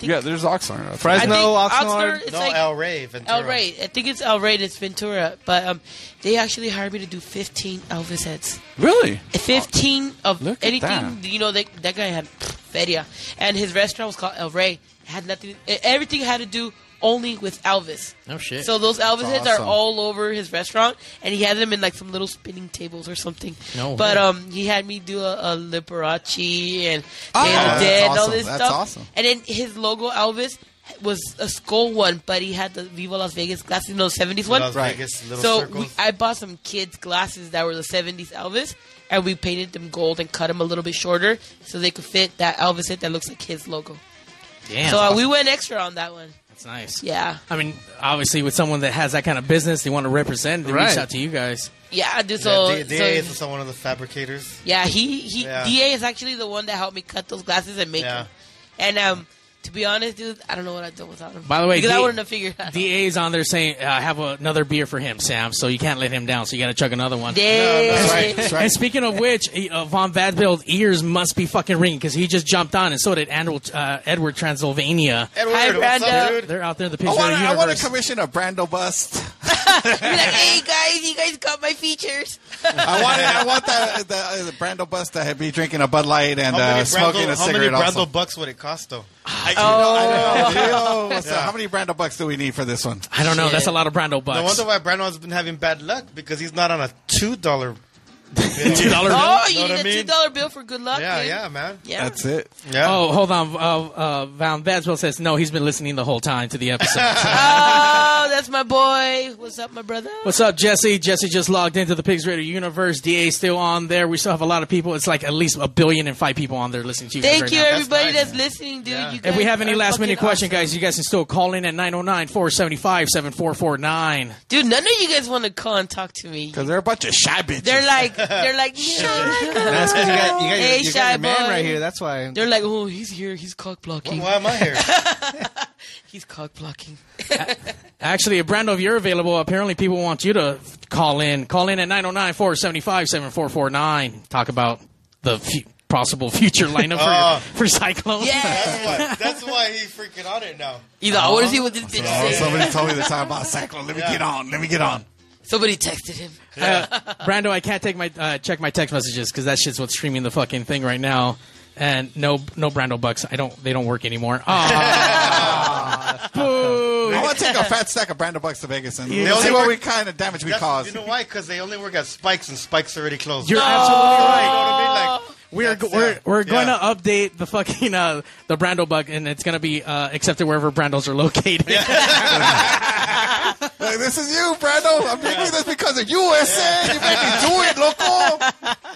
Speaker 3: Yeah, there's Oxnard.
Speaker 7: I think it's
Speaker 8: no,
Speaker 7: like
Speaker 8: El Rey, Ventura.
Speaker 7: El Rey. I think it's El Rey. and It's Ventura, but um, they actually hired me to do 15 Elvis heads.
Speaker 3: Really?
Speaker 7: 15 of
Speaker 3: Look at
Speaker 7: anything.
Speaker 3: that.
Speaker 7: You know, that that guy had feria, and his restaurant was called El Rey. It had nothing. e, Everything had to do only with Elvis.
Speaker 2: Oh shit.
Speaker 7: So those Elvis
Speaker 2: That's
Speaker 7: heads
Speaker 2: awesome.
Speaker 7: are all over his restaurant, and he had them in like some little spinning tables or something.
Speaker 2: No
Speaker 7: but
Speaker 2: way.
Speaker 7: um, he had me do a, a Liberace and
Speaker 2: Oh,
Speaker 7: Day of
Speaker 2: that's
Speaker 7: the Dead and all
Speaker 2: awesome.
Speaker 7: this
Speaker 2: That's
Speaker 7: stuff.
Speaker 2: awesome.
Speaker 7: And then his logo Elvis was a skull one, but he had the Viva Las Vegas glasses, you know, seventies one.
Speaker 8: Las Right. Vegas little
Speaker 7: so
Speaker 8: circles.
Speaker 7: we, I bought some kids glasses that were the seventies Elvis, and we painted them gold and cut them a little bit shorter so they could fit that Elvis hit that looks like his logo.
Speaker 2: Damn.
Speaker 7: so uh, we went extra on that one.
Speaker 2: That's nice.
Speaker 7: Yeah.
Speaker 2: I mean, obviously, with someone that has that kind of business, they want to represent. They
Speaker 8: Right.
Speaker 2: reach out to you guys.
Speaker 7: Yeah, dude. So,
Speaker 8: Yeah, D- DA
Speaker 7: so
Speaker 8: is one of the fabricators.
Speaker 7: Yeah, he he
Speaker 8: Yeah.
Speaker 7: DA is actually the one that helped me cut those glasses and make
Speaker 8: Yeah.
Speaker 7: them. And um, to be honest, dude, I don't know what I'd do without him.
Speaker 2: By the way,
Speaker 7: because I
Speaker 2: D-
Speaker 7: wouldn't have figured out.
Speaker 2: DA is on there saying, uh, "Have another beer for him, Sam." So you can't let him down. So you got to chug another one.
Speaker 7: Damn. No, that's right,
Speaker 3: that's right.
Speaker 2: And speaking of which, uh, Von Vadbild's ears must be fucking ringing because he just jumped on, and so did Andrew, uh, Edward Transylvania.
Speaker 3: Edward, Hi, what's up, Brando.
Speaker 2: They're, they're out there in the
Speaker 3: I
Speaker 2: picture
Speaker 3: want, I want
Speaker 2: universe.
Speaker 3: to commission a Brando bust.
Speaker 7: hey guys, you guys got my features.
Speaker 3: I want I want the, the, uh, the Brando bust to be drinking a Bud Light and
Speaker 8: How many
Speaker 3: uh, smoking
Speaker 8: Brando-
Speaker 3: a
Speaker 8: how many
Speaker 3: cigarette.
Speaker 8: Brando
Speaker 3: also.
Speaker 8: bucks would it cost though?
Speaker 3: I know, I know. Yo, what's up?
Speaker 8: Oh. Yeah.
Speaker 3: How many Brando bucks do we need for this one?
Speaker 2: I don't know. That's a lot of Brando
Speaker 8: No wonder why Brando's been having bad luck because he's not on a two dollar.
Speaker 2: Two dollar bill?
Speaker 7: Oh, you
Speaker 8: Know what
Speaker 7: need
Speaker 8: I
Speaker 7: a two
Speaker 8: mean?
Speaker 7: dollar bill for good luck.
Speaker 8: Yeah,
Speaker 7: dude.
Speaker 8: yeah, man.
Speaker 7: Yeah.
Speaker 3: That's it.
Speaker 8: Yeah.
Speaker 2: Oh, hold on. Uh, uh, Von Vadswell says no. He's been listening the whole time to the episode.
Speaker 7: oh, that's my boy. What's up, my brother?
Speaker 2: What's up, Jesse? Jesse just logged into the Pigs Radio universe. DA still on there. We still have a lot of people. It's like at least a billion and five people on there listening to you. guys
Speaker 7: Thank
Speaker 2: right
Speaker 7: you,
Speaker 2: now.
Speaker 7: everybody that's, listening, dude. You guys
Speaker 2: If we have any
Speaker 7: are
Speaker 2: last minute
Speaker 7: fucking
Speaker 2: question, guys, you guys can still call in at 909 475 7449.
Speaker 7: awesome. dude, none of you guys want to call and talk to me.
Speaker 3: Because they're a bunch of shy bitches.
Speaker 7: They're like, they're like, shy girl.
Speaker 4: That's 'cause you got- you got your-
Speaker 7: hey,
Speaker 4: you got
Speaker 7: shy
Speaker 4: your man
Speaker 7: boy.
Speaker 4: right here. That's why-
Speaker 7: They're like, oh, he's here. He's cock blocking.
Speaker 4: Why- why am I here?
Speaker 7: he's cock blocking.
Speaker 2: Actually, if Brando, if you're available, apparently people want you to f- call in. Call in at 909 475 7449. Talk about the fu- possible future lineup for,
Speaker 8: Oh.
Speaker 2: for Cyclone.
Speaker 8: That's why, that's why he freaking on it now.
Speaker 7: He's like, I
Speaker 2: Uh-huh.
Speaker 7: want to see what this bitch
Speaker 3: Oh,
Speaker 7: says.
Speaker 3: somebody told me the time about Cyclone. Let me get on. Let me get on.
Speaker 7: Somebody texted him.
Speaker 2: Uh, Brando, I can't take my uh, check my text messages because that shit's what's streaming the fucking thing right now. And no, no Brando bucks. I don't. They don't work anymore. Ah.
Speaker 3: I want to take a fat stack of Brando bucks to Vegas and
Speaker 8: They
Speaker 3: we'll
Speaker 8: only
Speaker 3: see what we
Speaker 8: work-
Speaker 3: kind of damage we
Speaker 8: That's-
Speaker 3: cause.
Speaker 8: You know why? Because they only work at Spikes, and Spikes already closed.
Speaker 2: You're absolutely right.
Speaker 8: You know what I mean? Like,
Speaker 2: We're, we're, we're going to update the fucking uh, the Brando buck, and it's going to be uh, accepted wherever Brandos are located.
Speaker 3: like, this is you, Brando. I'm making this because of you, SN. You made me do it, loco.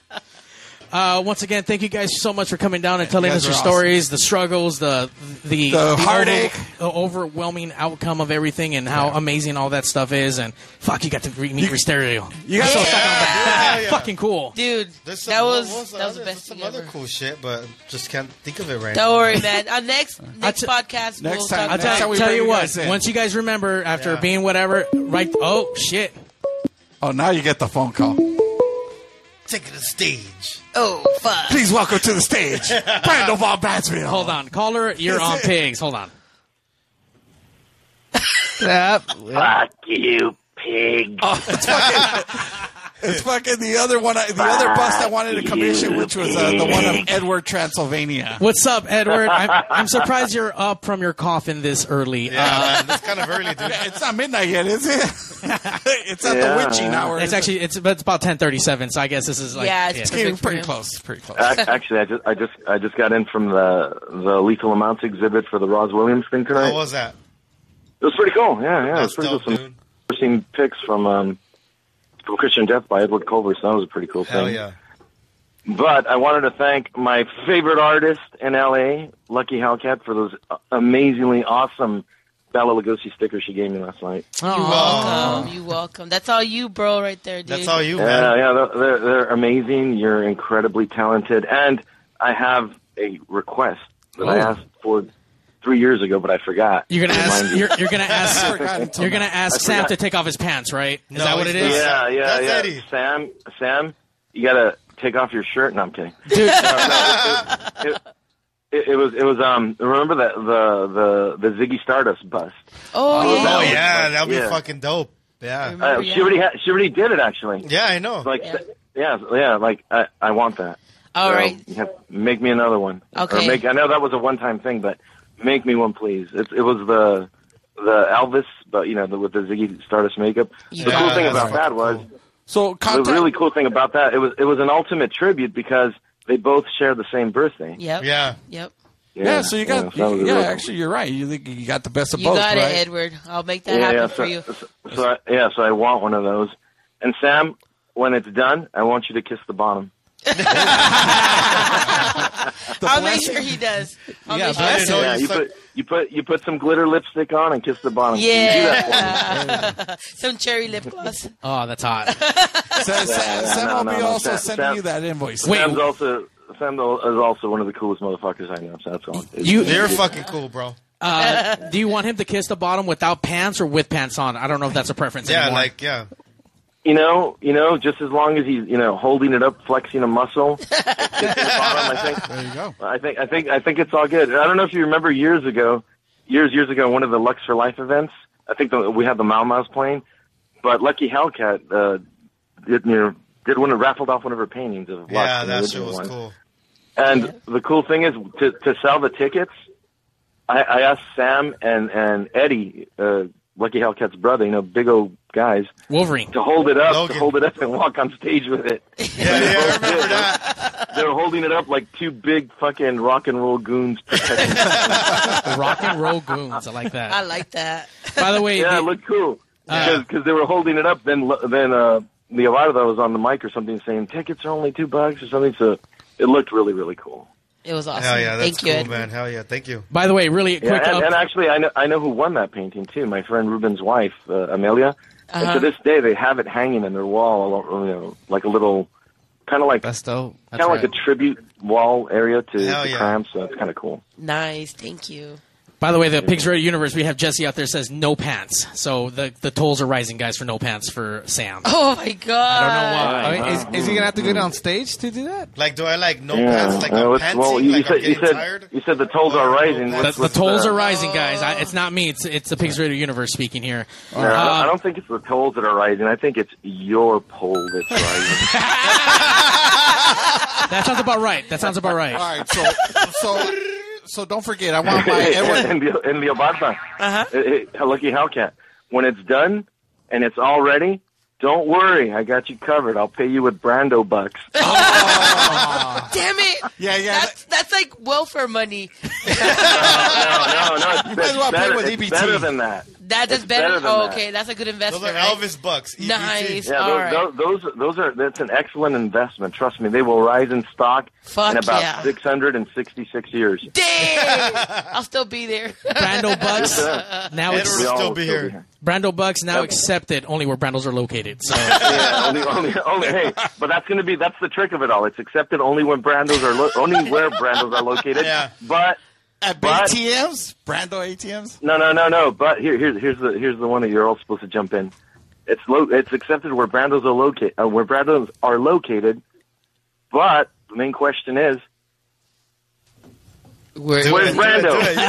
Speaker 2: Uh, once again, thank you guys so much for coming down and telling
Speaker 3: guys
Speaker 2: us your
Speaker 3: are awesome.
Speaker 2: stories, the struggles, the the,
Speaker 3: The heartache.
Speaker 2: over- the overwhelming outcome of everything, and how amazing all that stuff is. And fuck, you got to re- meet Mysterio.
Speaker 3: You got
Speaker 2: so
Speaker 3: some-
Speaker 2: fucking
Speaker 8: Yeah, yeah.
Speaker 2: fucking cool,
Speaker 7: dude. That was that was the best thing ever.
Speaker 8: Cool shit, but just can't think of it right now.
Speaker 7: Don't worry, man. Our next next podcast, we'll talk about
Speaker 2: I'll tell,
Speaker 7: it.
Speaker 2: tell you what. Once you guys remember, after
Speaker 7: Yeah.
Speaker 2: being whatever, right? Oh shit!
Speaker 3: Oh, now you get the phone call.
Speaker 8: Take it to the stage.
Speaker 7: Oh fuck!
Speaker 3: Please welcome to the stage, Brando von Batsville.
Speaker 2: Hold on, caller, you're on pigs. Hold on.
Speaker 16: Fuck you, pig.
Speaker 3: Oh, it's fucking. It's fucking the other one. I- The other bust I wanted to commission, which was uh, the one of Edward Transylvania.
Speaker 2: What's up, Edward? I'm, I'm surprised you're up from your coffin this early. Uh,
Speaker 3: it's kind of early, dude. it's not midnight yet, is it? it's at the
Speaker 2: Yeah.
Speaker 3: witching hour.
Speaker 2: It's actually it's, but it's about ten thirty seven, so I guess this is like
Speaker 3: Yeah, it's getting pretty
Speaker 2: close. It's pretty close.
Speaker 18: Ac- Actually, I just, I just I just got in from the the Lethal Amounts exhibit for the Roz Williams thing tonight.
Speaker 8: How was that?
Speaker 18: It was pretty cool. Yeah, yeah, it was pretty cool. Some interesting pics from um from Christian Death by Edward Culver. So that was a pretty cool
Speaker 8: Hell
Speaker 18: thing.
Speaker 8: yeah.
Speaker 18: But I wanted to thank my favorite artist in LA, Lucky Hellcat, for those amazingly awesome Bella Lugosi stickers she gave me last night.
Speaker 7: You're welcome. You're welcome. That's all you, bro, right there, dude.
Speaker 8: That's all you,
Speaker 18: Yeah, yeah, they're- they're they're amazing. You're incredibly talented, and I have a request that I
Speaker 2: Oh.
Speaker 18: asked for three years ago, but I forgot.
Speaker 2: You're gonna
Speaker 18: Remind
Speaker 2: ask.
Speaker 18: me.
Speaker 2: You're, you're gonna
Speaker 18: forgot
Speaker 2: ask.
Speaker 18: until
Speaker 2: you're gonna
Speaker 18: now.
Speaker 2: ask
Speaker 18: I
Speaker 2: Sam
Speaker 18: forgot.
Speaker 2: to take off his pants, right? Is that what it is?
Speaker 18: Yeah, yeah, yeah. Sam, Sam, you gotta take off your shirt. No, I'm kidding.
Speaker 2: Dude.
Speaker 18: it, it, it was it was um. Remember that the the the Ziggy Stardust bust?
Speaker 7: Oh,
Speaker 8: yeah.
Speaker 18: yeah.
Speaker 8: that'd be
Speaker 18: Yeah.
Speaker 8: fucking dope. Yeah.
Speaker 18: Uh, she already had, she already did it actually.
Speaker 8: Yeah, I know.
Speaker 18: Like yeah, yeah, like I, I want that.
Speaker 7: All
Speaker 18: All right,
Speaker 7: right.
Speaker 18: make me another one.
Speaker 7: Okay.
Speaker 18: Or make I know that was a one time thing, but make me one please. It, it was the the Elvis, but you know the, with the Ziggy Stardust makeup. the
Speaker 3: Yeah,
Speaker 18: cool thing
Speaker 3: that's
Speaker 18: about that
Speaker 3: fucking
Speaker 18: was
Speaker 3: so
Speaker 18: the really cool thing about that it was it was an ultimate tribute because they both share the same birthday.
Speaker 7: Yep.
Speaker 8: Yeah.
Speaker 7: Yep.
Speaker 3: Yeah,
Speaker 18: Yeah,
Speaker 3: so you
Speaker 18: yeah,
Speaker 3: got
Speaker 18: so that
Speaker 3: yeah,
Speaker 18: was really cool.
Speaker 3: actually you're right. You think you got the best of
Speaker 7: You
Speaker 3: both,
Speaker 7: got
Speaker 3: right?
Speaker 7: it, Edward. I'll make that
Speaker 18: yeah,
Speaker 7: happen
Speaker 18: yeah, so,
Speaker 7: for you.
Speaker 18: So, so I, yeah, so I want one of those. And Sam, when it's done, I want you to kiss the bottom.
Speaker 7: I'll make sure he does. I'll make sure.
Speaker 18: Yeah, you put you put you put some glitter lipstick on and kiss the bottom. Can you do that for me?
Speaker 7: Yeah. Some cherry lip gloss.
Speaker 2: Oh, that's hot.
Speaker 3: Sam, Sam,
Speaker 18: Yeah,
Speaker 3: Sam
Speaker 18: no,
Speaker 3: will
Speaker 18: no,
Speaker 3: be
Speaker 18: no,
Speaker 3: also
Speaker 18: Sam-
Speaker 3: sending
Speaker 18: Sam-
Speaker 3: you that invoice.
Speaker 18: Sam's also Sam is also one of the coolest motherfuckers I know. So that's all.
Speaker 2: You- You're fucking
Speaker 8: cool, bro.
Speaker 2: Uh, do you want him to kiss the bottom without pants or with pants on? I don't know if that's a preference
Speaker 8: Yeah,
Speaker 2: anymore.
Speaker 8: like yeah.
Speaker 18: You know, you know, just as long as he's you know holding it up, flexing a muscle. kiss the bottom, I think.
Speaker 3: There you go.
Speaker 18: I think I think I think it's all good. I don't know if you remember years ago, years years ago, one of the Lux for Life events. I think the, we had the Mau Mau's playing, but Lucky Hellcat uh, did you know, did one raffled off one of her paintings of Lux.
Speaker 8: Yeah,
Speaker 18: the
Speaker 8: that shit
Speaker 18: original
Speaker 8: was
Speaker 18: one.
Speaker 8: cool.
Speaker 18: And the cool thing is to to sell the tickets. I, I asked Sam and and Eddie, uh, Lucky Hellcat's brother, you know, big old guys,
Speaker 2: Wolverine,
Speaker 18: to hold it up,
Speaker 2: Logan.
Speaker 18: to hold it up and walk on stage with it. They were holding it up like two big fucking rock and roll goons protecting.
Speaker 2: rock and roll goons. I like that.
Speaker 7: I like that.
Speaker 2: By the way,
Speaker 18: yeah,
Speaker 2: the- Uh,
Speaker 18: it looked cool because they were holding it up. Then then uh, the Avarda was on the mic or something saying tickets are only two bucks or something. So it looked really really cool.
Speaker 7: It was awesome.
Speaker 8: Hell yeah,
Speaker 7: Thank
Speaker 8: that's cool,
Speaker 7: you, Edward.
Speaker 8: man. Hell yeah, thank you.
Speaker 2: By the way, really
Speaker 18: Yeah,
Speaker 2: quick. um,
Speaker 18: and,
Speaker 2: up-
Speaker 18: and actually, I know I know who won that painting too. My friend Ruben's wife, uh, Amelia. And
Speaker 2: Uh-huh.
Speaker 18: to this day, they have it hanging in their wall, along- you know, like a little, kind of like kind of like a tribute wall area to,
Speaker 7: Hell
Speaker 18: to
Speaker 7: yeah.
Speaker 18: Cramps. So it's kind of cool.
Speaker 7: Nice. Thank you.
Speaker 2: By the way, the Pigs Radio Universe, we have Jesse out there says no pants. So the the tolls are rising, guys, for no pants for Sam.
Speaker 7: Oh my god.
Speaker 2: I don't know why.
Speaker 4: I mean, is, is he gonna have to go down stage to do that?
Speaker 8: Like, do I like no
Speaker 18: Yeah.
Speaker 8: pants? Like
Speaker 18: Uh,
Speaker 8: I'm
Speaker 18: what's-
Speaker 8: pantsing?
Speaker 18: well, you,
Speaker 8: like
Speaker 18: said,
Speaker 8: I'm
Speaker 18: you
Speaker 8: getting
Speaker 18: said
Speaker 8: tired?
Speaker 18: you said the tolls are rising.
Speaker 2: The,
Speaker 18: What's-
Speaker 2: the
Speaker 18: what's
Speaker 2: tolls
Speaker 18: the-
Speaker 2: are rising, guys. I, it's not me. It's it's the Pigs Radio Universe speaking here.
Speaker 18: No, I, don't,
Speaker 2: Uh,
Speaker 18: I don't think it's the tolls that are rising. I think it's your poll that's rising.
Speaker 2: that sounds about right. That sounds about right.
Speaker 3: All right, so so so don't forget. I want my Edward.
Speaker 18: and the, and the Abartha. Uh-huh. Lucky Hellcat. When it's done and it's all ready, don't worry. I got you covered. I'll pay you with Brando bucks.
Speaker 7: Damn it.
Speaker 3: Yeah, yeah.
Speaker 7: That's, that's like welfare money.
Speaker 18: No, no, it's,
Speaker 3: might as well
Speaker 18: better,
Speaker 3: play with E
Speaker 18: it's
Speaker 3: EBT.
Speaker 18: better than that.
Speaker 7: That is
Speaker 18: It's
Speaker 7: better.
Speaker 18: better than
Speaker 7: oh,
Speaker 18: that.
Speaker 7: okay, that's a good investment.
Speaker 18: Those are
Speaker 7: right?
Speaker 18: Elvis
Speaker 8: bucks.
Speaker 7: Nice.
Speaker 18: Yeah,
Speaker 7: All right.
Speaker 18: those, those, those are that's an excellent investment. Trust me, they will rise in stock
Speaker 7: Fuck
Speaker 18: in about
Speaker 7: yeah.
Speaker 18: 666 years.
Speaker 7: Dang! I'll still be there.
Speaker 2: Brando Bucks. Now
Speaker 18: Ed
Speaker 2: it's
Speaker 18: will still be here.
Speaker 2: Brando Bucks now accepted only where Brandos are located. So
Speaker 18: yeah, only, only, only, hey, but that's going to be that's the trick of it all. It's accepted only when brandos are lo- only where brandos are located.
Speaker 3: Yeah.
Speaker 18: But
Speaker 3: At
Speaker 18: But-
Speaker 3: ATMs, Brando ATMs.
Speaker 18: no, no, no, no. But here, here's here's the here's the one that you're all supposed to jump in. It's lo- it's accepted where brandos are located uh, where brandos are located. But the main question is.
Speaker 19: Where's
Speaker 18: Brando?
Speaker 7: exactly.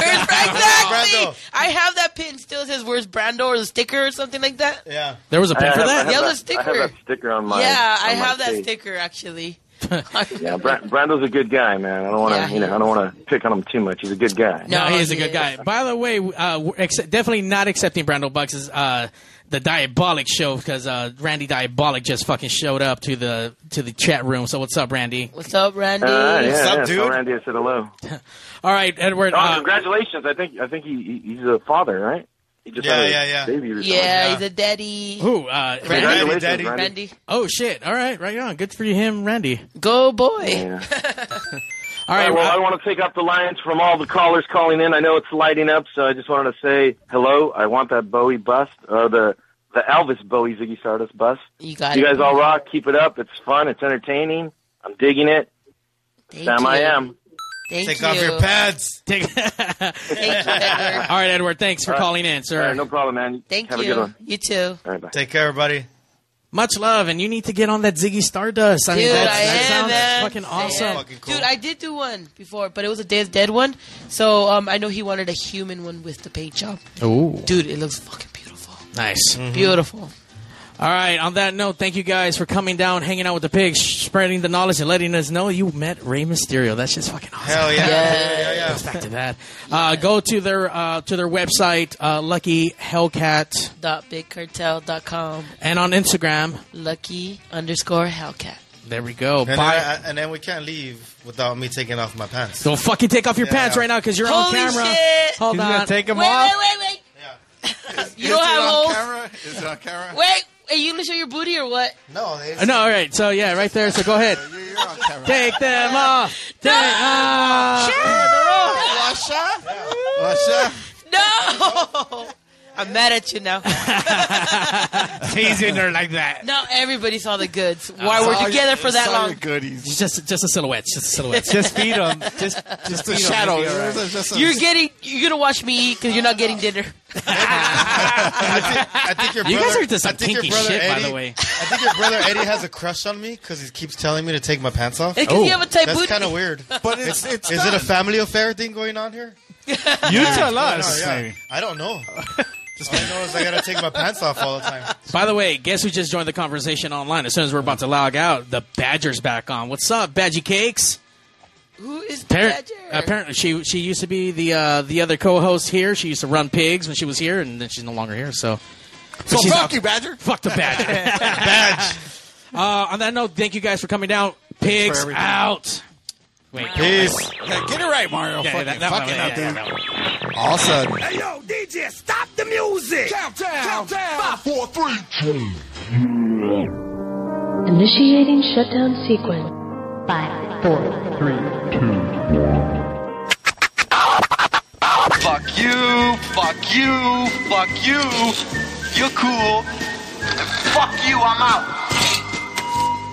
Speaker 7: I have that pin still. It says "Where's Brando?" or the sticker or something like that.
Speaker 8: Yeah.
Speaker 2: There was a pin for that?
Speaker 7: Yeah,
Speaker 18: I
Speaker 7: the
Speaker 18: have I have
Speaker 7: sticker.
Speaker 18: that sticker on my.
Speaker 7: yeah,
Speaker 18: on
Speaker 7: I
Speaker 18: my
Speaker 7: have that
Speaker 18: face.
Speaker 7: sticker actually.
Speaker 18: Yeah, Bra- Brando's a good guy, man. I don't want to,
Speaker 7: Yeah,
Speaker 18: you know, I don't want to pick on him too much. He's a good guy.
Speaker 2: no, he is a good guy. By the way, uh, we're accept- definitely not accepting Brando Bucks is uh, the Diabolic show because uh, Randy Diabolic just fucking showed up to the to the chat room. So what's up, Randy?
Speaker 7: What's up, Randy?
Speaker 18: Uh, yeah, yeah, Tell Randy I said hello.
Speaker 2: All right, Edward.
Speaker 18: Oh,
Speaker 2: Uh,
Speaker 18: congratulations! I think I think he, he he's a father, right? He just
Speaker 2: Yeah,
Speaker 18: had a
Speaker 2: yeah, yeah.
Speaker 18: Baby or
Speaker 7: Yeah, he's a daddy.
Speaker 2: who? Uh,
Speaker 18: Randy? Congratulations, Randy. Randy.
Speaker 7: Randy.
Speaker 2: Oh shit! All right, right on. Good for you, him, Randy.
Speaker 7: Go boy.
Speaker 2: All right.
Speaker 18: Well, I want to take up the lines from all the callers calling in. I know it's lighting up, so I just wanted to say hello. I want that Bowie bust or the the Elvis Bowie Ziggy Stardust bust.
Speaker 7: You got
Speaker 18: you
Speaker 7: it.
Speaker 18: guys all rock. Keep it up. It's fun. It's entertaining. I'm digging it.
Speaker 7: Thank
Speaker 18: Sam, I
Speaker 7: you.
Speaker 18: am.
Speaker 7: Thank
Speaker 18: Take
Speaker 7: you.
Speaker 18: off your
Speaker 2: pads. All right, Edward. Thanks for
Speaker 18: All right.
Speaker 2: calling in, sir.
Speaker 18: All right, no problem, man.
Speaker 7: Thank
Speaker 18: Have
Speaker 7: you.
Speaker 18: a good one.
Speaker 7: You too.
Speaker 8: Take care, buddy.
Speaker 2: Much love, and you need to get on that Ziggy Stardust. I mean,
Speaker 7: Dude,
Speaker 2: that's,
Speaker 7: I
Speaker 2: that
Speaker 7: am,
Speaker 2: sounds
Speaker 7: man.
Speaker 2: fucking
Speaker 7: I
Speaker 2: awesome.
Speaker 7: am. Dude, I did do one before, but it was a Day of the Dead one. So um, I know he wanted a human one with the paint job.
Speaker 2: Ooh.
Speaker 7: Dude, it looks fucking beautiful.
Speaker 2: Nice.
Speaker 8: Mm-hmm.
Speaker 7: Beautiful.
Speaker 2: All right. On that note, thank you guys for coming down, hanging out with the pigs, spreading the knowledge, and letting us know you met Rey Mysterio. That's just fucking awesome.
Speaker 8: Hell yeah. Yeah, yeah, yeah.
Speaker 2: Let's Back to that. Uh, go to their uh, to their website, uh, Lucky Hellcat,
Speaker 7: Dot bigcartel.com.
Speaker 2: and on Instagram.
Speaker 7: Lucky underscore Hellcat.
Speaker 2: There we go.
Speaker 8: And,
Speaker 2: Bye.
Speaker 8: then I- and then we can't leave without me taking off my pants.
Speaker 2: Don't fucking take off your
Speaker 8: Yeah.
Speaker 2: pants right now because you're on
Speaker 8: Holy
Speaker 2: camera.
Speaker 8: shit.
Speaker 2: Hold
Speaker 8: He's
Speaker 2: on.
Speaker 8: gonna take 'em
Speaker 7: wait,
Speaker 8: off?
Speaker 7: wait, wait, wait. you
Speaker 3: Is
Speaker 7: don't
Speaker 3: it
Speaker 7: have
Speaker 3: on
Speaker 7: holes.
Speaker 3: camera? Is it on camera?
Speaker 7: Wait, are you going to show your booty or what?
Speaker 8: No,
Speaker 2: Uh, No, all right. So yeah, right there. So go ahead. Take them off. Take off.
Speaker 3: Oh,
Speaker 7: No! I'm mad at you now.
Speaker 2: He's in there like that.
Speaker 7: Now everybody saw the goods. Why we're
Speaker 2: Saw
Speaker 7: together for that
Speaker 2: saw
Speaker 7: long?
Speaker 2: your goodies. Just, just a silhouette. Just a silhouette.
Speaker 7: Just feed 'em.
Speaker 2: Just,
Speaker 3: just a feed 'em. shadow. It'll be all right. Just- just a-
Speaker 7: You're getting. You're gonna watch me eat because you're not getting dinner.
Speaker 8: I think your
Speaker 2: You
Speaker 8: brother,
Speaker 2: guys are into some
Speaker 8: I think your
Speaker 2: kinky
Speaker 8: brother
Speaker 2: shit, by
Speaker 8: Eddie-
Speaker 2: the way.
Speaker 8: I think your brother Eddie has a crush on me because he keeps telling me to take my pants off.
Speaker 7: Hey, 'cause you have a tight
Speaker 8: That's
Speaker 7: booty.
Speaker 8: kind of weird.
Speaker 3: But it's, it's
Speaker 8: Is it a family affair thing going on here?
Speaker 2: You
Speaker 8: Yeah.
Speaker 2: tell
Speaker 8: Yeah,
Speaker 2: us.
Speaker 8: yeah. I don't know. Just all I know is I gotta take my pants off all the time.
Speaker 2: By the way, guess who just joined the conversation online? As soon as we're about to log out, the Badger's back on. What's up, Badgie Cakes?
Speaker 7: Who is the
Speaker 2: Appar-
Speaker 7: badger?
Speaker 2: Apparently, she she used to be the uh, the other co-host here. She used to run pigs when she was here, and then she's no longer here.
Speaker 3: So
Speaker 2: So, But she's
Speaker 3: fuck
Speaker 2: out-
Speaker 3: you, Badger.
Speaker 2: Fuck the Badger. Badge. Uh, on that note, thank you guys for coming down.
Speaker 3: for
Speaker 2: Pigs
Speaker 3: everything.
Speaker 2: out. Wait,
Speaker 3: Peace. Yeah, get it right, Mario.
Speaker 2: Yeah,
Speaker 3: Fucking-
Speaker 2: that- that one,
Speaker 3: fucking
Speaker 2: yeah,
Speaker 3: up,
Speaker 2: yeah,
Speaker 3: dude.
Speaker 2: that one.
Speaker 3: All of a sudden.
Speaker 1: Hey yo, DJ, stop the music! Countdown! Countdown! Five, four, three,
Speaker 20: Initiating shutdown sequence. Five, four, three, two, one.
Speaker 1: Fuck you, fuck you, fuck you. You're cool. Fuck you, I'm out.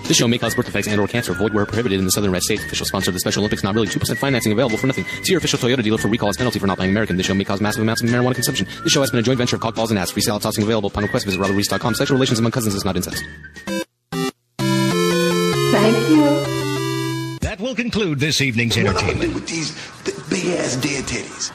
Speaker 12: This show may cause birth defects and or cancer. Void where prohibited in the southern red states. Official sponsor of the Special Olympics. Not really. 2% financing available for nothing. See your official Toyota dealer for recall as penalty for not buying American. This show may cause massive amounts of marijuana consumption. This show has been a joint venture of cockballs and ass. Free salad tossing available upon request. Visit robertreese.com. Sexual relations among cousins is not incest.
Speaker 20: Thank you.
Speaker 21: That will conclude this evening's entertainment.
Speaker 1: Big ass dead titties.